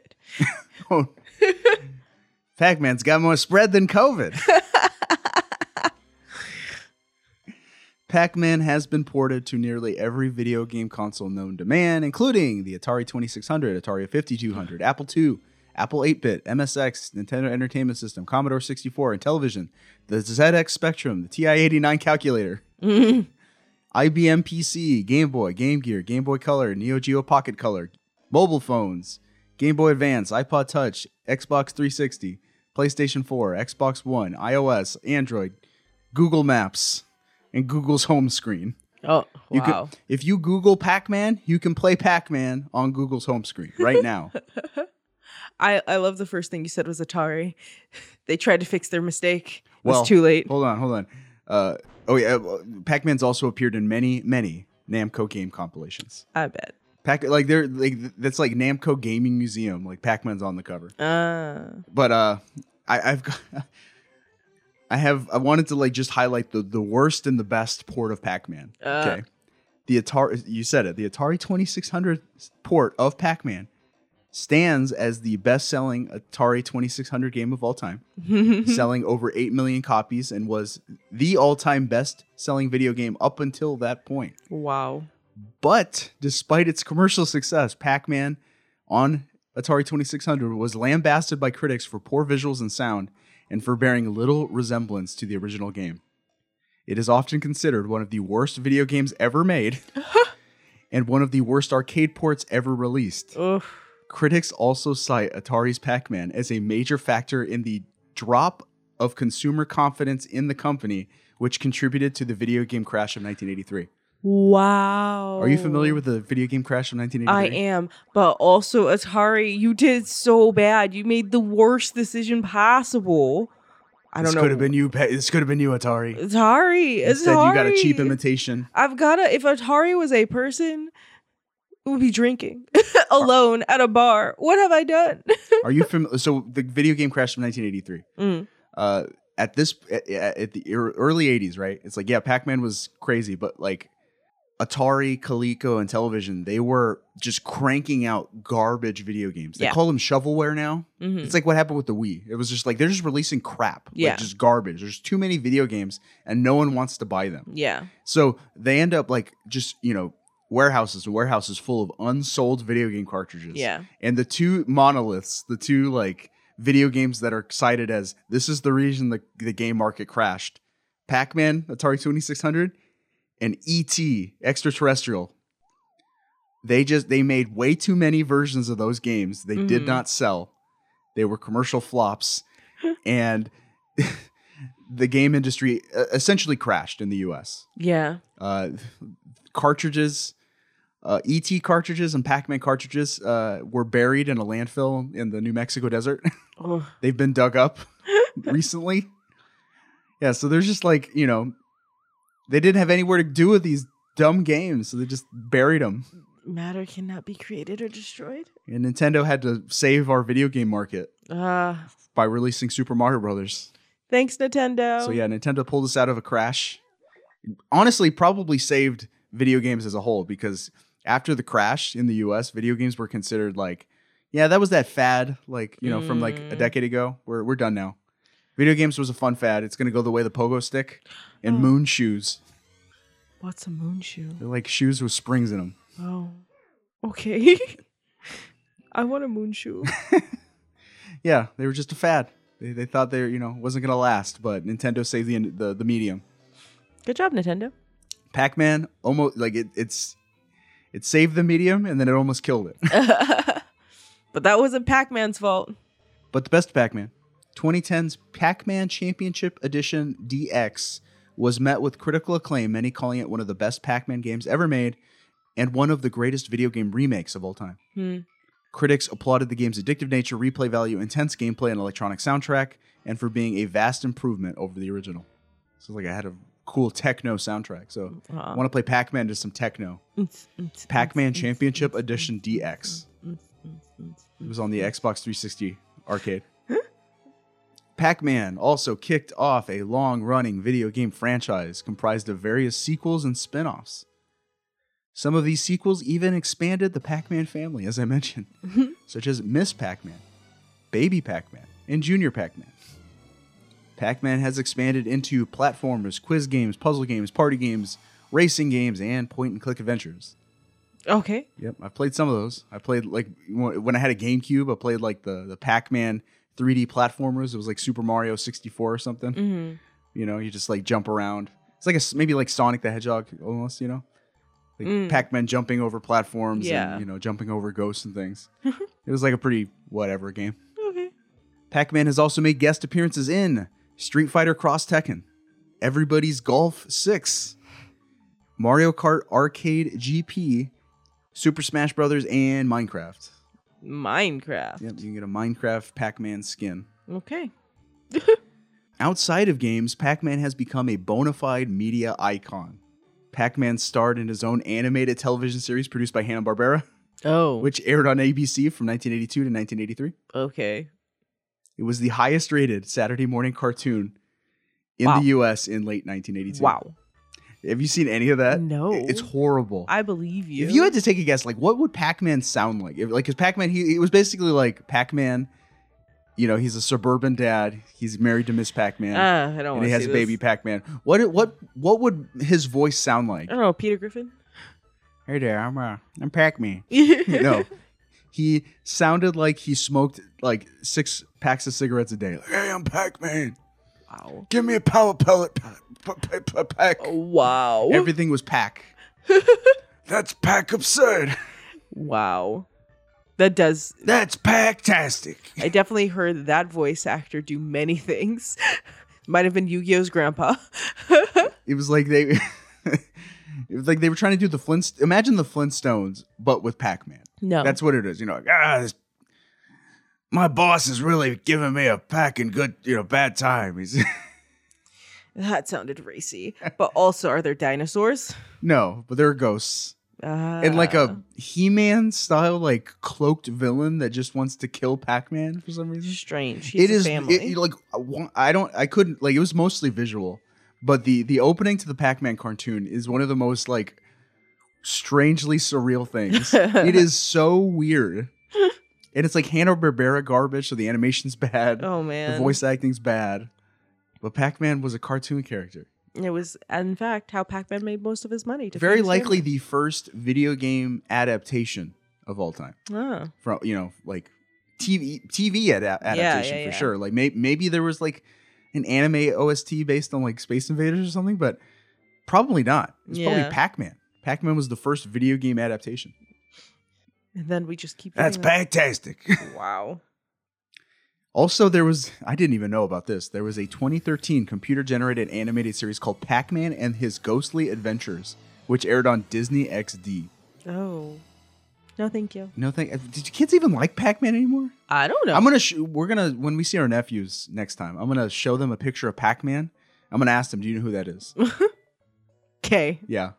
A: Pac Man's got more spread than COVID. Pac Man has been ported to nearly every video game console known to man, including the Atari 2600, Atari 5200, Apple II, Apple 8 bit, MSX, Nintendo Entertainment System, Commodore 64, and television, the ZX Spectrum, the TI 89 calculator, IBM PC, Game Boy, Game Gear, Game Boy Color, Neo Geo Pocket Color, mobile phones, Game Boy Advance, iPod Touch, Xbox 360, PlayStation 4, Xbox One, iOS, Android, Google Maps, and Google's home screen.
L: Oh,
A: You can-
L: wow.
A: if you Google Pac Man, you can play Pac Man on Google's home screen right now.
L: I, I love the first thing you said was Atari. They tried to fix their mistake. It was
A: well,
L: too late.
A: Hold on, hold on. Uh, oh, yeah. Pac Man's also appeared in many, many Namco game compilations.
L: I bet.
A: Pac, like they're like that's like Namco Gaming Museum. Like Pac Man's on the cover.
L: Uh,
A: but uh I, I've got I have I wanted to like just highlight the the worst and the best port of Pac-Man.
L: Uh.
A: Okay. The Atari you said it, the Atari 2600 port of Pac-Man stands as the best-selling Atari 2600 game of all time, selling over 8 million copies and was the all-time best-selling video game up until that point.
L: wow.
A: But despite its commercial success, Pac Man on Atari 2600 was lambasted by critics for poor visuals and sound and for bearing little resemblance to the original game. It is often considered one of the worst video games ever made and one of the worst arcade ports ever released. Critics also cite Atari's Pac Man as a major factor in the drop of consumer confidence in the company, which contributed to the video game crash of 1983.
L: Wow.
A: Are you familiar with the video game crash of
L: Oh. I
A: 1983?
L: am, but also Atari, you did so bad. You made the worst decision possible. I don't
A: this
L: know.
A: Could have been you. Pe- This could have been you, Atari.
L: Atari.
A: Instead,
L: Atari.
A: you got a cheap imitation.
L: I've gotta. If Atari was a person, would be drinking alone at a bar. What have I done?
A: Are you familiar? so the video game crash of 1983.
L: Mm.
A: Uh, at this, at, at the ear- early 80s, right? It's like yeah, Pac-Man was crazy, but like Atari, Coleco, and television, they were just cranking out garbage video games. They
L: Yeah.
A: call them shovelware now.
L: Mhm.
A: It's like what happened with the Wii. It was just like they're just releasing crap, like,
L: Yeah.
A: just garbage. There's too many video games, and no one wants to buy them.
L: Yeah.
A: So they end up like just, you know, warehouses and warehouses full of unsold video game cartridges.
L: Yeah.
A: And the two monoliths, the two like video games that are cited as this is the reason the, the game market crashed Pac Man, Atari 2600, and E.T., extraterrestrial. They just they made way too many versions of those games. They did
L: Mhm.
A: not sell. They were commercial flops and the game industry uh, essentially crashed in the US
L: Yeah.
A: uh, cartridges, uh, ET cartridges and Pac Man cartridges uh, were buried in a landfill in the New Mexico desert.
L: Oh.
A: They've been dug up recently. Yeah, so there's just like, you know, they didn't have anywhere to do with these dumb games, so they just buried them.
L: Matter cannot be created or destroyed.
A: And Nintendo had to save our video game market
L: Ah.
A: by releasing Super Mario Brothers.
L: thanks, Nintendo.
B: Oh.
A: So yeah, Nintendo pulled us out of a crash. Honestly, probably saved video games as a whole because after the crash in the US, video games were considered like, yeah, that was that fad, like, you know, from like a decade ago. We're we're done now. Video games was a fun fad. It's gonna go the way of the pogo stick and moon shoes.
L: What's a moon shoe?
A: They're like shoes with springs in them.
L: Oh. Okay. I want a moon shoe.
A: Yeah, they were just a fad. They, they thought they were, you know wasn't gonna last, but Nintendo saved the the, the medium.
L: Good job, Nintendo.
A: Pac Man almost like it, it's it saved the medium and then it almost killed it.
L: But that wasn't Pac Man's fault.
A: But the best Pac Man, 2010's Pac Man Championship Edition DX, was met with critical acclaim, many calling it one of the best Pac Man games ever made and one of the greatest video game remakes of all time.
L: Hmm.
A: Critics applauded the game's addictive nature, replay value, intense gameplay, and electronic soundtrack, and for being a vast improvement over the original. So, like, I had a cool techno soundtrack. So, I
L: Wow.
A: want to play Pac Man to some techno. Pac Man Championship Edition DX. It was on the Xbox 360 arcade. Pac Man also kicked off a long running video game franchise comprised of various sequels and spin offs. Some of these sequels even expanded the Pac Man family, as I mentioned, such as Miss Pac Man, Baby Pac Man, and Junior Pac Man. Pac Man has expanded into platformers, quiz games, puzzle games, party games, racing games, and point and click adventures.
L: Okay.
A: Yep, I've played some of those. I played like wh- when I had a GameCube, I played like the the Pac Man 3D platformers. It was like Super Mario 64 or something.
L: Mm-hmm.
A: You know, you just like jump around. It's like a s maybe like Sonic the Hedgehog almost. You know, like
L: Mm.
A: Pac Man jumping over platforms
L: Yeah.
A: and you know jumping over ghosts and things. it was like a pretty whatever game.
L: Okay.
A: Pac Man has also made guest appearances in Street Fighter Cross Tekken, Everybody's Golf 6, Mario Kart Arcade GP, Super Smash Brothers, and Minecraft.
L: Minecraft.
A: Yep, you can get a Minecraft Pac Man skin.
L: Okay.
A: Outside of games, Pac Man has become a bona fide media icon. Pac Man starred in his own animated television series produced by Hanna-Barbera,
L: Oh.
A: which aired on ABC from 1982 to 1983.
L: Okay.
A: It was the highest rated Saturday morning cartoon in
L: Wow.
A: the US in late 1982.
L: Wow.
A: Have you seen any of that?
L: No.
A: I- It's horrible.
L: I believe you.
A: if you had to take a guess, like what would Pac-Man sound like? If, like cuz Pac-Man he it was basically like Pac-Man you know, he's a suburban dad. He's married to Miss Pac-Man.
L: Ah, I don't
A: and
L: want
A: he
L: to
A: has
L: see
A: a baby
L: This.
A: Pac-Man. What what what would his voice sound
L: I
A: like?
L: don't know. Peter Griffin.
A: Hey there, I'm uh, I'm Pac-Man. no. He sounded like he smoked like six packs of cigarettes a day. Like, hey, I'm Pac-Man.
L: Wow.
A: Give me a power pellet pa- pa- pa- pa- pack.
B: Oh.
L: Wow.
A: Everything was pack. That's pack absurd.
L: Wow. That does.
A: That's packtastic.
L: I definitely heard that voice actor do many things. Might have been Yu Gi Oh's grandpa.
A: It was like they, it was like they were trying to do the Flintst. Imagine the Flintstones, but with Pac-Man.
B: Oh.
L: No.
A: That's what it is. You know, like, ah, this, my boss is really giving me a packing good, you know, bad time. He's
L: that sounded racy. But also, are there dinosaurs?
A: no, but there are ghosts. and like
L: Ah.
A: a He-Man style, like cloaked villain that just wants to kill Pac-Man for some reason.
L: strange. He's
A: It
L: a
A: is
L: family.
A: It, like I wa- I don't I couldn't like it was mostly visual, but the the opening to the Pac-Man cartoon is one of the most like strangely surreal things. it is so weird. And it's like Hanna Barbera garbage, so the animation's bad,
L: oh man.
A: the voice acting's bad. But Pac-Man was a cartoon character.
L: It was, in fact, how Pac-Man made most of his money. To feed
A: Very
L: his
A: likely the first video game adaptation of all time.
L: family. Ah.
A: from you know like TV TV ad- adaptation
L: yeah, yeah.
A: for sure. Like may- maybe there was like an anime OST based on like Space Invaders or something, but probably not. It's
L: Yeah.
A: probably Pac Man. Pac Man was the first video game adaptation.
L: And then we just keep. doing that.
A: fantastic.
L: Wow.
A: also, there was I didn't even know about this. There was a 2013 computer generated animated series called Pac Man and His Ghostly Adventures, which aired on Disney XD.
L: Oh. No, thank you.
A: No thing. Did you kids even like Pac Man anymore?
L: I don't know.
A: I'm gonna. Sh- we're gonna when we see our nephews next time. I'm gonna show them a picture of Pac-Man. I'm gonna ask them, "Do you know who that is?"
L: okay.
A: yeah,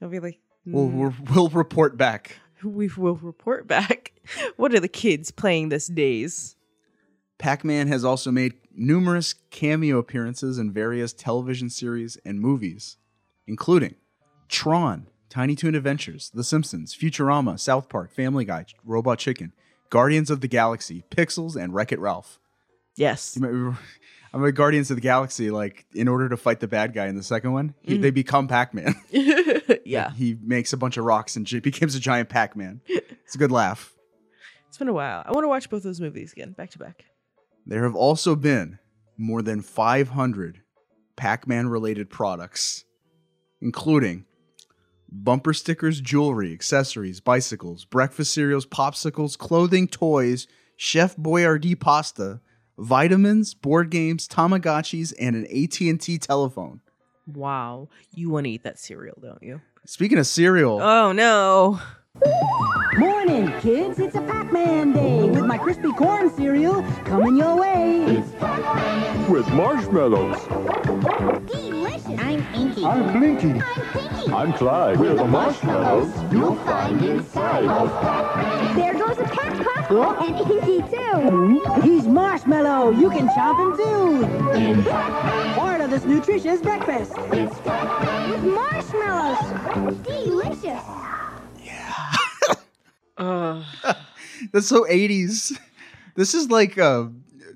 L: I'll be like,
A: we'll we'll, we'll report back.
L: we will report back. What are the kids playing this days?
A: Pac-Man has also made numerous cameo appearances in various television series and movies, including Tron, Tiny Toon Adventures, The Simpsons, Futurama, South Park, Family Guy, Robot Chicken, Guardians of the Galaxy, Pixels, and Wreck-It Ralph.
B: Yes.
A: You might remember- I remember Guardians of the Galaxy, like, in order to fight the bad guy in the second one, he, they become Pac Man.
B: yeah.
A: he makes a bunch of rocks and gi- becomes a giant Pac Man. It's a good laugh.
B: It's been a while. I want to watch both those movies again, back to back.
A: There have also been more than 500 Pac Man related products, including bumper stickers, jewelry, accessories, bicycles, breakfast cereals, popsicles, clothing, toys, Chef Boyardee pasta, vitamins, board games, Tamagotchis, and an AT&T telephone.
B: Wow. You want to eat that cereal, don't you?
A: Speaking of cereal,
B: Oh, no.
M: Morning, kids. It's a Pac-Man day with my crispy corn cereal coming your way. It's
H: With marshmallows.
M: delicious. I'm Inky.
H: I'm Blinky. I'm Clyde. With the marshmallows you'll find inside of
M: There goes a pack puff and Inky too. Hmm? He's marshmallow. You can chomp him too. Part of this nutritious breakfast. It's with marshmallows. Delicious.
A: that's so 80s. This is like uh,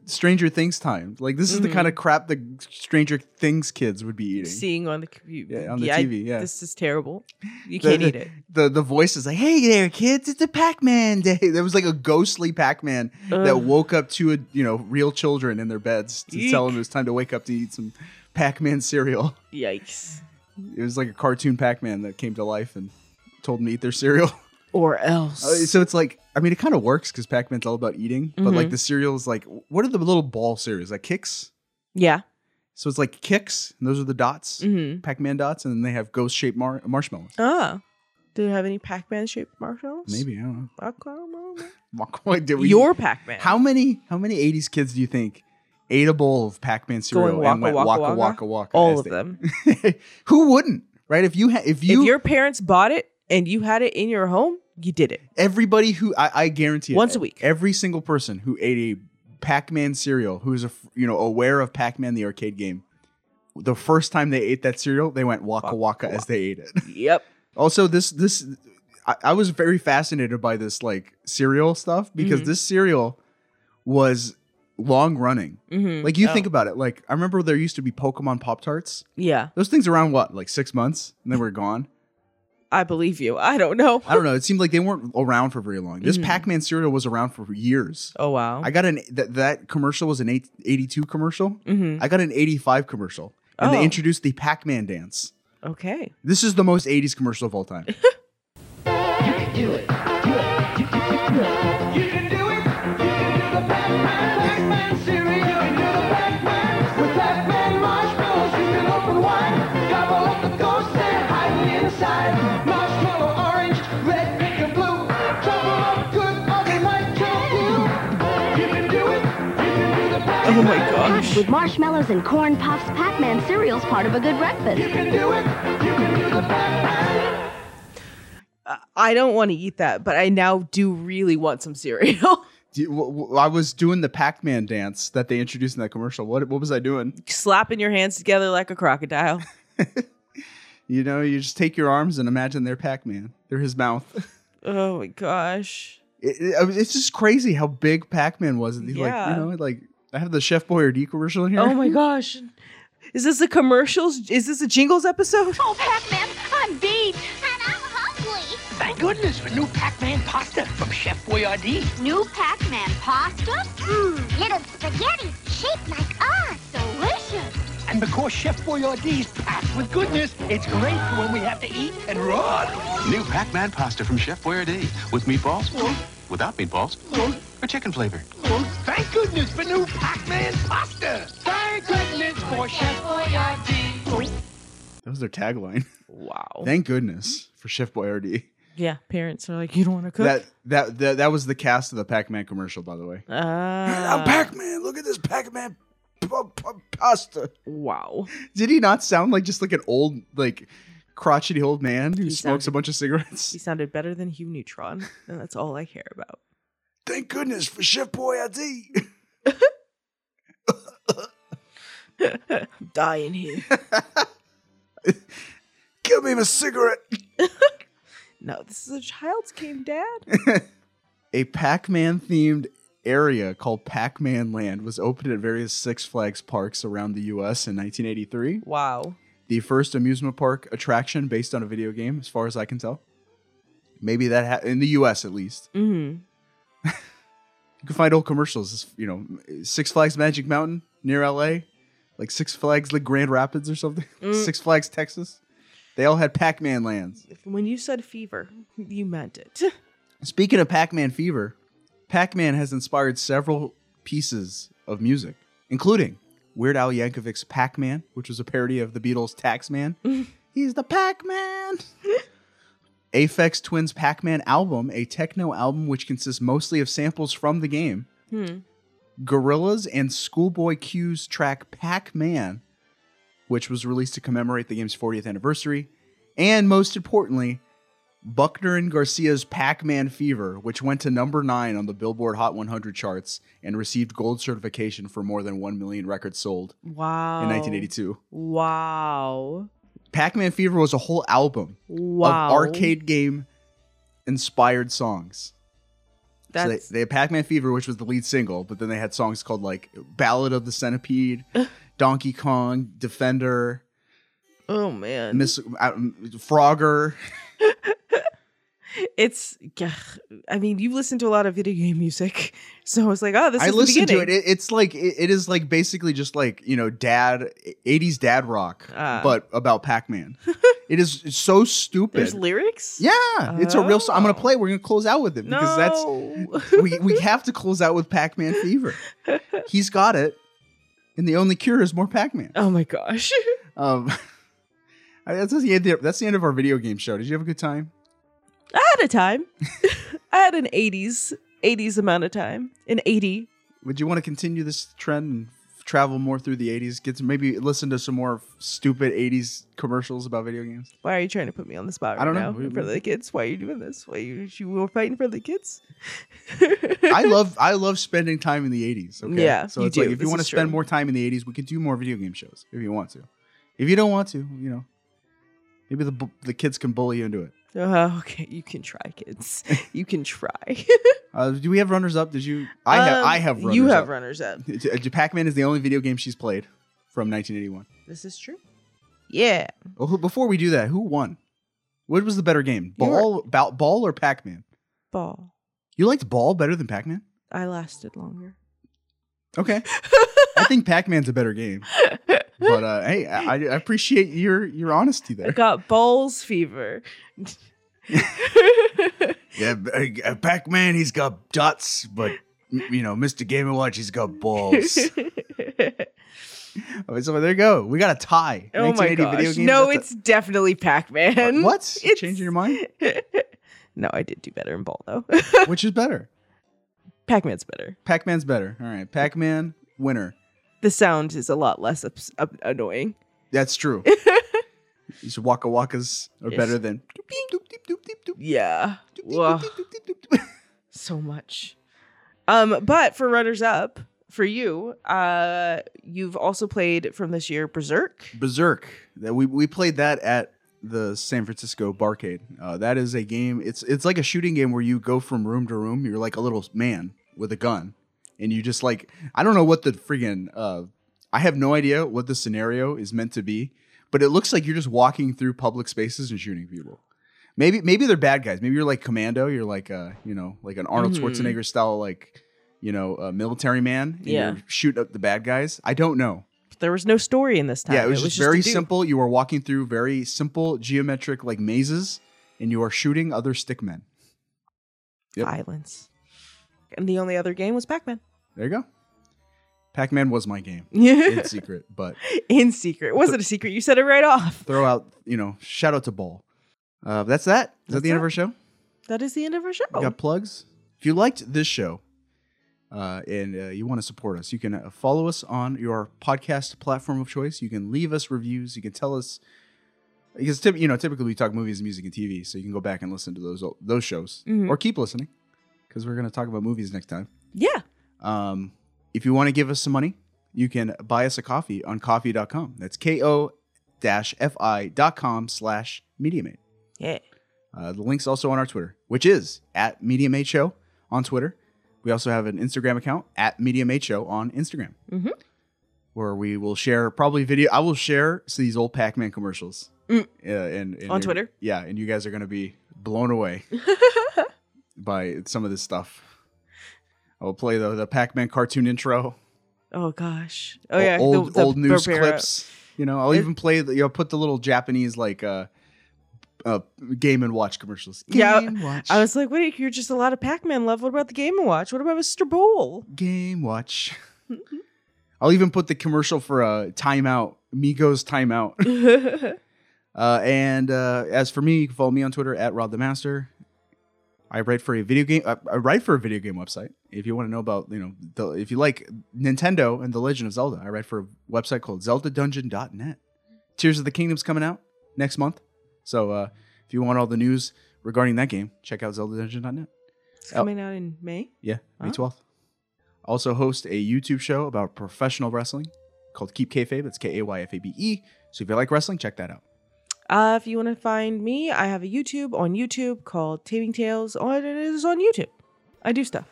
A: Stranger Things time. Like this is the
B: Mhm.
A: kind of crap the Stranger Things kids would be eating.
B: Seeing on the computer.
A: Yeah, on the TV, yeah.
B: This is terrible. You
A: The-
B: can't
A: the-
B: eat it.
A: The the voice is like, "Hey there, kids! It's a Pac-Man day." There was like a ghostly Pac-Man that
B: Ugh.
A: woke up to a you know real children in their beds to tell
B: Eek.
A: them it was time to wake up to eat some Pac-Man cereal.
B: Yikes.
A: It was like a cartoon Pac-Man that came to life and told them to eat their cereal.
B: Or else.
A: Uh, so it's like, I mean, it kind of works because Pac-Man's all about eating, but like
B: Mhm.
A: the cereal is like, what are the little ball cereals like kicks?
B: Yeah.
A: So it's like kicks, and those are the dots,
B: Mhm.
A: Pac-Man dots, and then they have ghost-shaped mar- marshmallows.
B: Ah. Do you have any Pac Man shaped marshmallows?
A: Maybe I don't know.
B: I don't know.
A: What did we-
B: Your Pac-Man.
A: How many how many 80s kids do you think ate a bowl of Pac-Man cereal
B: Going waka
A: and went
B: waka
A: waka
B: waka?
A: waka waka?
B: All
A: as
B: of
A: they-
B: them.
A: Who wouldn't? Right? If you ha- if you
B: if your parents bought it and you had it in your home, you did it.
A: everybody who I, I guarantee it,
B: Once a week.
A: every single person who ate a Pac-Man cereal who is a f- you know aware of Pac-Man the arcade game, the first time they ate that cereal, they went waka waka as they ate it.
B: Yep.
A: Also, this this I, I was very fascinated by this like cereal stuff because
B: Mhm.
A: this cereal was long running.
B: Mhm.
A: Like you
B: Oh.
A: think about it, like I remember there used to be Pokemon Pop Tarts.
B: Yeah.
A: Those things around what, like six months, and then we're gone.
B: I believe you. I don't know.
A: I don't know. It seemed like they weren't around for very long. This
B: Mhm.
A: Pac-Man cereal was around for years.
B: Oh wow!
A: I got an that that commercial was an eight, 82 commercial.
B: Mhm.
A: I got an 85 commercial. And
B: Oh.
A: they introduced the Pac-Man dance.
B: Okay.
A: This is the most 80s commercial of all time.
M: Oh
B: my gosh.
M: With marshmallows and corn puffs, Pac-Man cereal's part of a good breakfast. You can do it.
B: I don't want to eat that, but I now do really want some cereal.
A: Do you- w- w- I was doing the Pac-Man dance that they introduced in that commercial. What what was I doing?
B: Slapping your hands together like a crocodile.
A: You know, you just take your arms and imagine they're Pac-Man. They're his mouth.
B: oh my gosh.
A: It, it- I mean, it's just crazy how big Pac-Man was. He's Like
B: Yeah.
A: you know, like I have the Chef Boyardee commercial in here.
B: Oh my gosh. Is this a commercials? Is this a jingles episode?
F: Oh, Pac-Man, I'm beat. And I'm hungry. Thank goodness for new Pac-Man pasta from Chef Boyardee.
N: New Pac-Man pasta? Mmm,
M: Hmm,
N: little spaghetti shaped like us. Delicious.
F: And because Chef Boyardee's packed with goodness, it's great for when we have to eat and run.
O: New Pac-Man pasta from Chef Boyardee with meatballs, without meatballs, or chicken flavor.
F: Thank goodness for new Pac-Man pasta. Thank goodness for Chef Boyardee.
A: That was their tagline.
B: Wow.
A: Thank goodness for Chef Boyardee.
B: Yeah, parents are like, you don't want to cook.
A: That, that that that was the cast of the Pac-Man commercial, by the way.
B: Ah.
A: Pac-Man, look at this Pac-Man p- p- pasta.
B: Wow.
A: Did he not sound like just like an old like crotchety old man who smokes a bunch of cigarettes?
B: He sounded better than Hugh Neutron, and that's all I care about.
A: Thank goodness for Chef Boyardee.
B: I'm dying here.
A: Give me a cigarette.
B: no, this is a child's game, Dad.
A: a Pac-Man themed area called Pac Man Land was opened at various Six Flags parks around the U.S. in 1983.
B: Wow.
A: The first amusement park attraction based on a video game, as far as I can tell. Maybe that ha- in the U.S. at least.
B: Mm-hmm.
A: You can find old commercials. it's, You know, Six Flags Magic Mountain near L.A., like Six Flags like Grand Rapids or something.
B: Mm.
A: Six Flags Texas. They all had Pac Man lands.
B: When you said fever, you meant it.
A: Speaking of Pac Man fever, Pac Man has inspired several pieces of music, including Weird Al Yankovic's Pac Man, which was a parody of the Beatles' Taxman, He's the Pac Man. Aphex Twin's Pac Man album, a techno album which consists mostly of samples from the game,
B: Hmm.
A: Gorillas and Schoolboy Q's track Pac Man, which was released to commemorate the game's 40th anniversary, and most importantly, Buckner and Garcia's Pac Man Fever, which went to number nine on the Billboard Hot 100 charts and received gold certification for more than 1 million records sold
B: Wow.
A: in 1982.
B: Wow.
A: Pac Man Fever was a whole album
B: Wow.
A: of arcade game inspired songs. So they,
B: That's
A: they had Pac Man Fever, which was the lead single, but then they had songs called like Ballad of the Centipede, Donkey Kong, Defender,
B: oh man.
A: Miss uh, Frogger.
B: it's ugh. I mean, you've listened to a lot of video game music. So I was like, oh, this
A: I
B: is the
A: listened to it.
B: beginning.
A: it. It's like it, it is like basically just like you know dad '80s dad rock,
B: Uh.
A: but about Pac Man. it is it's so stupid.
B: There's lyrics?
A: yeah, it's a real. So- I'm gonna play. it. We're gonna close out with it because that's we we have to close out with Pac Man Fever. He's got it, and the only cure is more Pac Man.
B: Oh my gosh.
A: Um, I- that's the end. That's the end of our video game show. Did you have a good time?
B: I had a time. I had an 80s, 80s amount of time. An 80.
A: Would you want to continue this trend and f- travel more through the 80s? Get to maybe listen to some more stupid 80s commercials about video games?
B: Why are you trying to put me on the spot right
A: I don't
B: now
A: know. We-
B: for the kids? Why are you doing this? Why you you were fighting for the kids?
A: I love I love spending time in the 80s. Okay?
B: Yeah,
A: so
B: you
A: it's like
B: do.
A: if you
B: This
A: want to
B: is
A: spend
B: true.
A: more time in the 80s, we could do more video game shows if you want to. If you don't want to, you know, maybe the bu- the kids can bully you into it.
B: Oh, okay, you can try, kids. You can try.
A: Uh, do we have runners up? Did you? I have
B: Um,
A: I have runners
B: you have
A: up.
B: runners up.
A: Pac Man is the only video game she's played from 1981.
B: This is true. Yeah.
A: Well, who- before we do that, who won? What was the better game,
B: You were-
A: ball, ba- ball or Pac Man?
B: Ball.
A: You liked ball better than Pac Man?
B: I lasted longer.
A: Okay, I think Pac Man's a better game. But uh, hey, I, I appreciate your your honesty
B: I
A: there.
B: got balls fever.
P: Yeah, Pac Man, he's got dots, but you know, Mr. Game and Watch, he's got balls.
A: Okay, so there you go. We got a tie.
B: oh my
A: 1980
B: gosh.
A: video games,
B: no,
A: that's
B: it's definitely Pac-Man.
A: what? Changing your mind?
B: no, I did do better in ball though.
A: a- which is better.
B: Pac-Man's better.
A: Pac Man's better. All right, Pac Man winner.
B: The sound is a lot less ups- up- annoying.
A: That's true. These Waka Wakas are
B: Yes.
A: better than
B: Yeah. Whoa. so much. Um, but for runners up, for you, uh, you've also played from this year Berserk.
A: Berserk. That we we played that at the San Francisco Barcade. Uh, that is a game. It's it's like a shooting game where you go from room to room. You're like a little man with a gun, and you just like I don't know what the friggin' uh, I have no idea what the scenario is meant to be, but it looks like you're just walking through public spaces and shooting people. Maybe maybe they're bad guys. Maybe you're like commando. You're like uh you know like an Arnold
P: Mhm.
A: Schwarzenegger style like you know a military man. And
B: Yeah.
A: You're shooting up the bad guys. I don't know.
B: There was no story in this time.
A: Yeah, it was, just,
B: a
A: very
B: dude.
A: simple. You are walking through very simple geometric like mazes, and you are shooting other stick men.
B: Violence. And the only other game was Pac-Man.
A: There you go. Pac-Man was my game in secret, but
B: In secret. Was it a secret? You said it right off.
A: throw out you know shout out to Ball. Uh, that's that. Is that the end of our show?
B: That is the end of our show.
A: We got plugs. If you liked this show uh, and uh, you want to support us, you can uh, follow us on your podcast platform of choice. You can leave us reviews. You can tell us because typ- you know typically we talk movies, music, and TV, so you can go back and listen to those o- those shows
B: Mhm.
A: or keep listening because we're going to talk about movies next time.
B: Yeah.
A: Um, if you want to give us some money, you can buy us a coffee on coffee.com. That's ko-fi.com slash MediaMate.
B: Yeah.
A: Uh, the link's also on our Twitter, which is at MediaMate Show on Twitter. We also have an Instagram account at Medium H O on Instagram,
B: Mm-hmm.
A: where we will share probably video. I will share these old Pac Man commercials
B: Mm.
A: uh, and, and
B: On
A: you're-
B: Twitter?
A: Yeah, and you guys are gonna be blown away by some of this stuff. I will play the the Pac Man cartoon intro.
B: Oh gosh. Oh
A: o-
B: yeah. the-
A: old
B: the
A: old news
B: Barbera.
A: clips. You know, I'll even play. The, you know, put the little Japanese like uh, uh Game and Watch commercials.
B: Yeah.
A: Game
B: I-
A: Watch.
B: I was like, wait, you're just a lot of Pac-Man love. What about the Game and Watch? What about Mr. Bowl?
A: Game Watch. I'll even put the commercial for uh, timeout, Migos timeout. uh, and uh, as for me, you can follow me on Twitter at Rod the Master. I write for a video game. uh, I, I write for a video game website. If you want to know about, you know, the, if you like Nintendo and The Legend of Zelda, I write for a website called ZeldaDungeon.net. Tears of the Kingdom's coming out next month, so uh, if you want all the news regarding that game, check out ZeldaDungeon.net.
B: It's
A: Oh.
B: coming out in May.
A: Yeah, May
B: Oh.
A: 12th. I also host a YouTube show about professional wrestling called Keep Kayfabe. It's K A Y F A B E. So if you like wrestling, check that out.
B: Uh, if you want to find me, I have a YouTube on YouTube called Taming Tales. On it is on YouTube. I do stuff.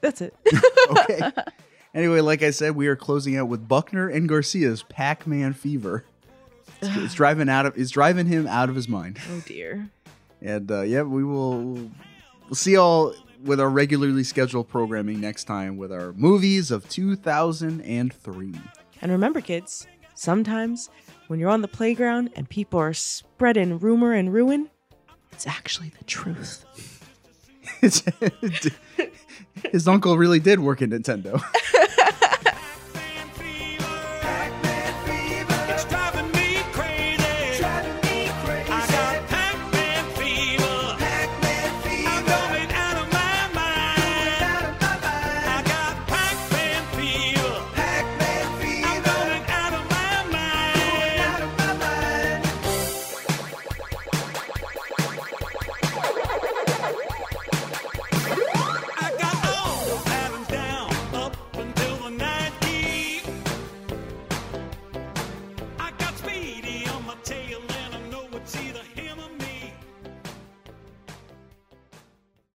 B: That's it.
A: Anyway, like I said, we are closing out with Buckner and Garcia's Pac Man Fever. It's, it's driving out of it's driving him out of his mind.
B: oh dear.
A: And uh, yeah, we will we'll see all with our regularly scheduled programming next time with our movies of 2003.
B: And remember, kids, sometimes when you're on the playground and people are spreading rumor and ruin, it's actually the truth.
A: His uncle really did work at Nintendo.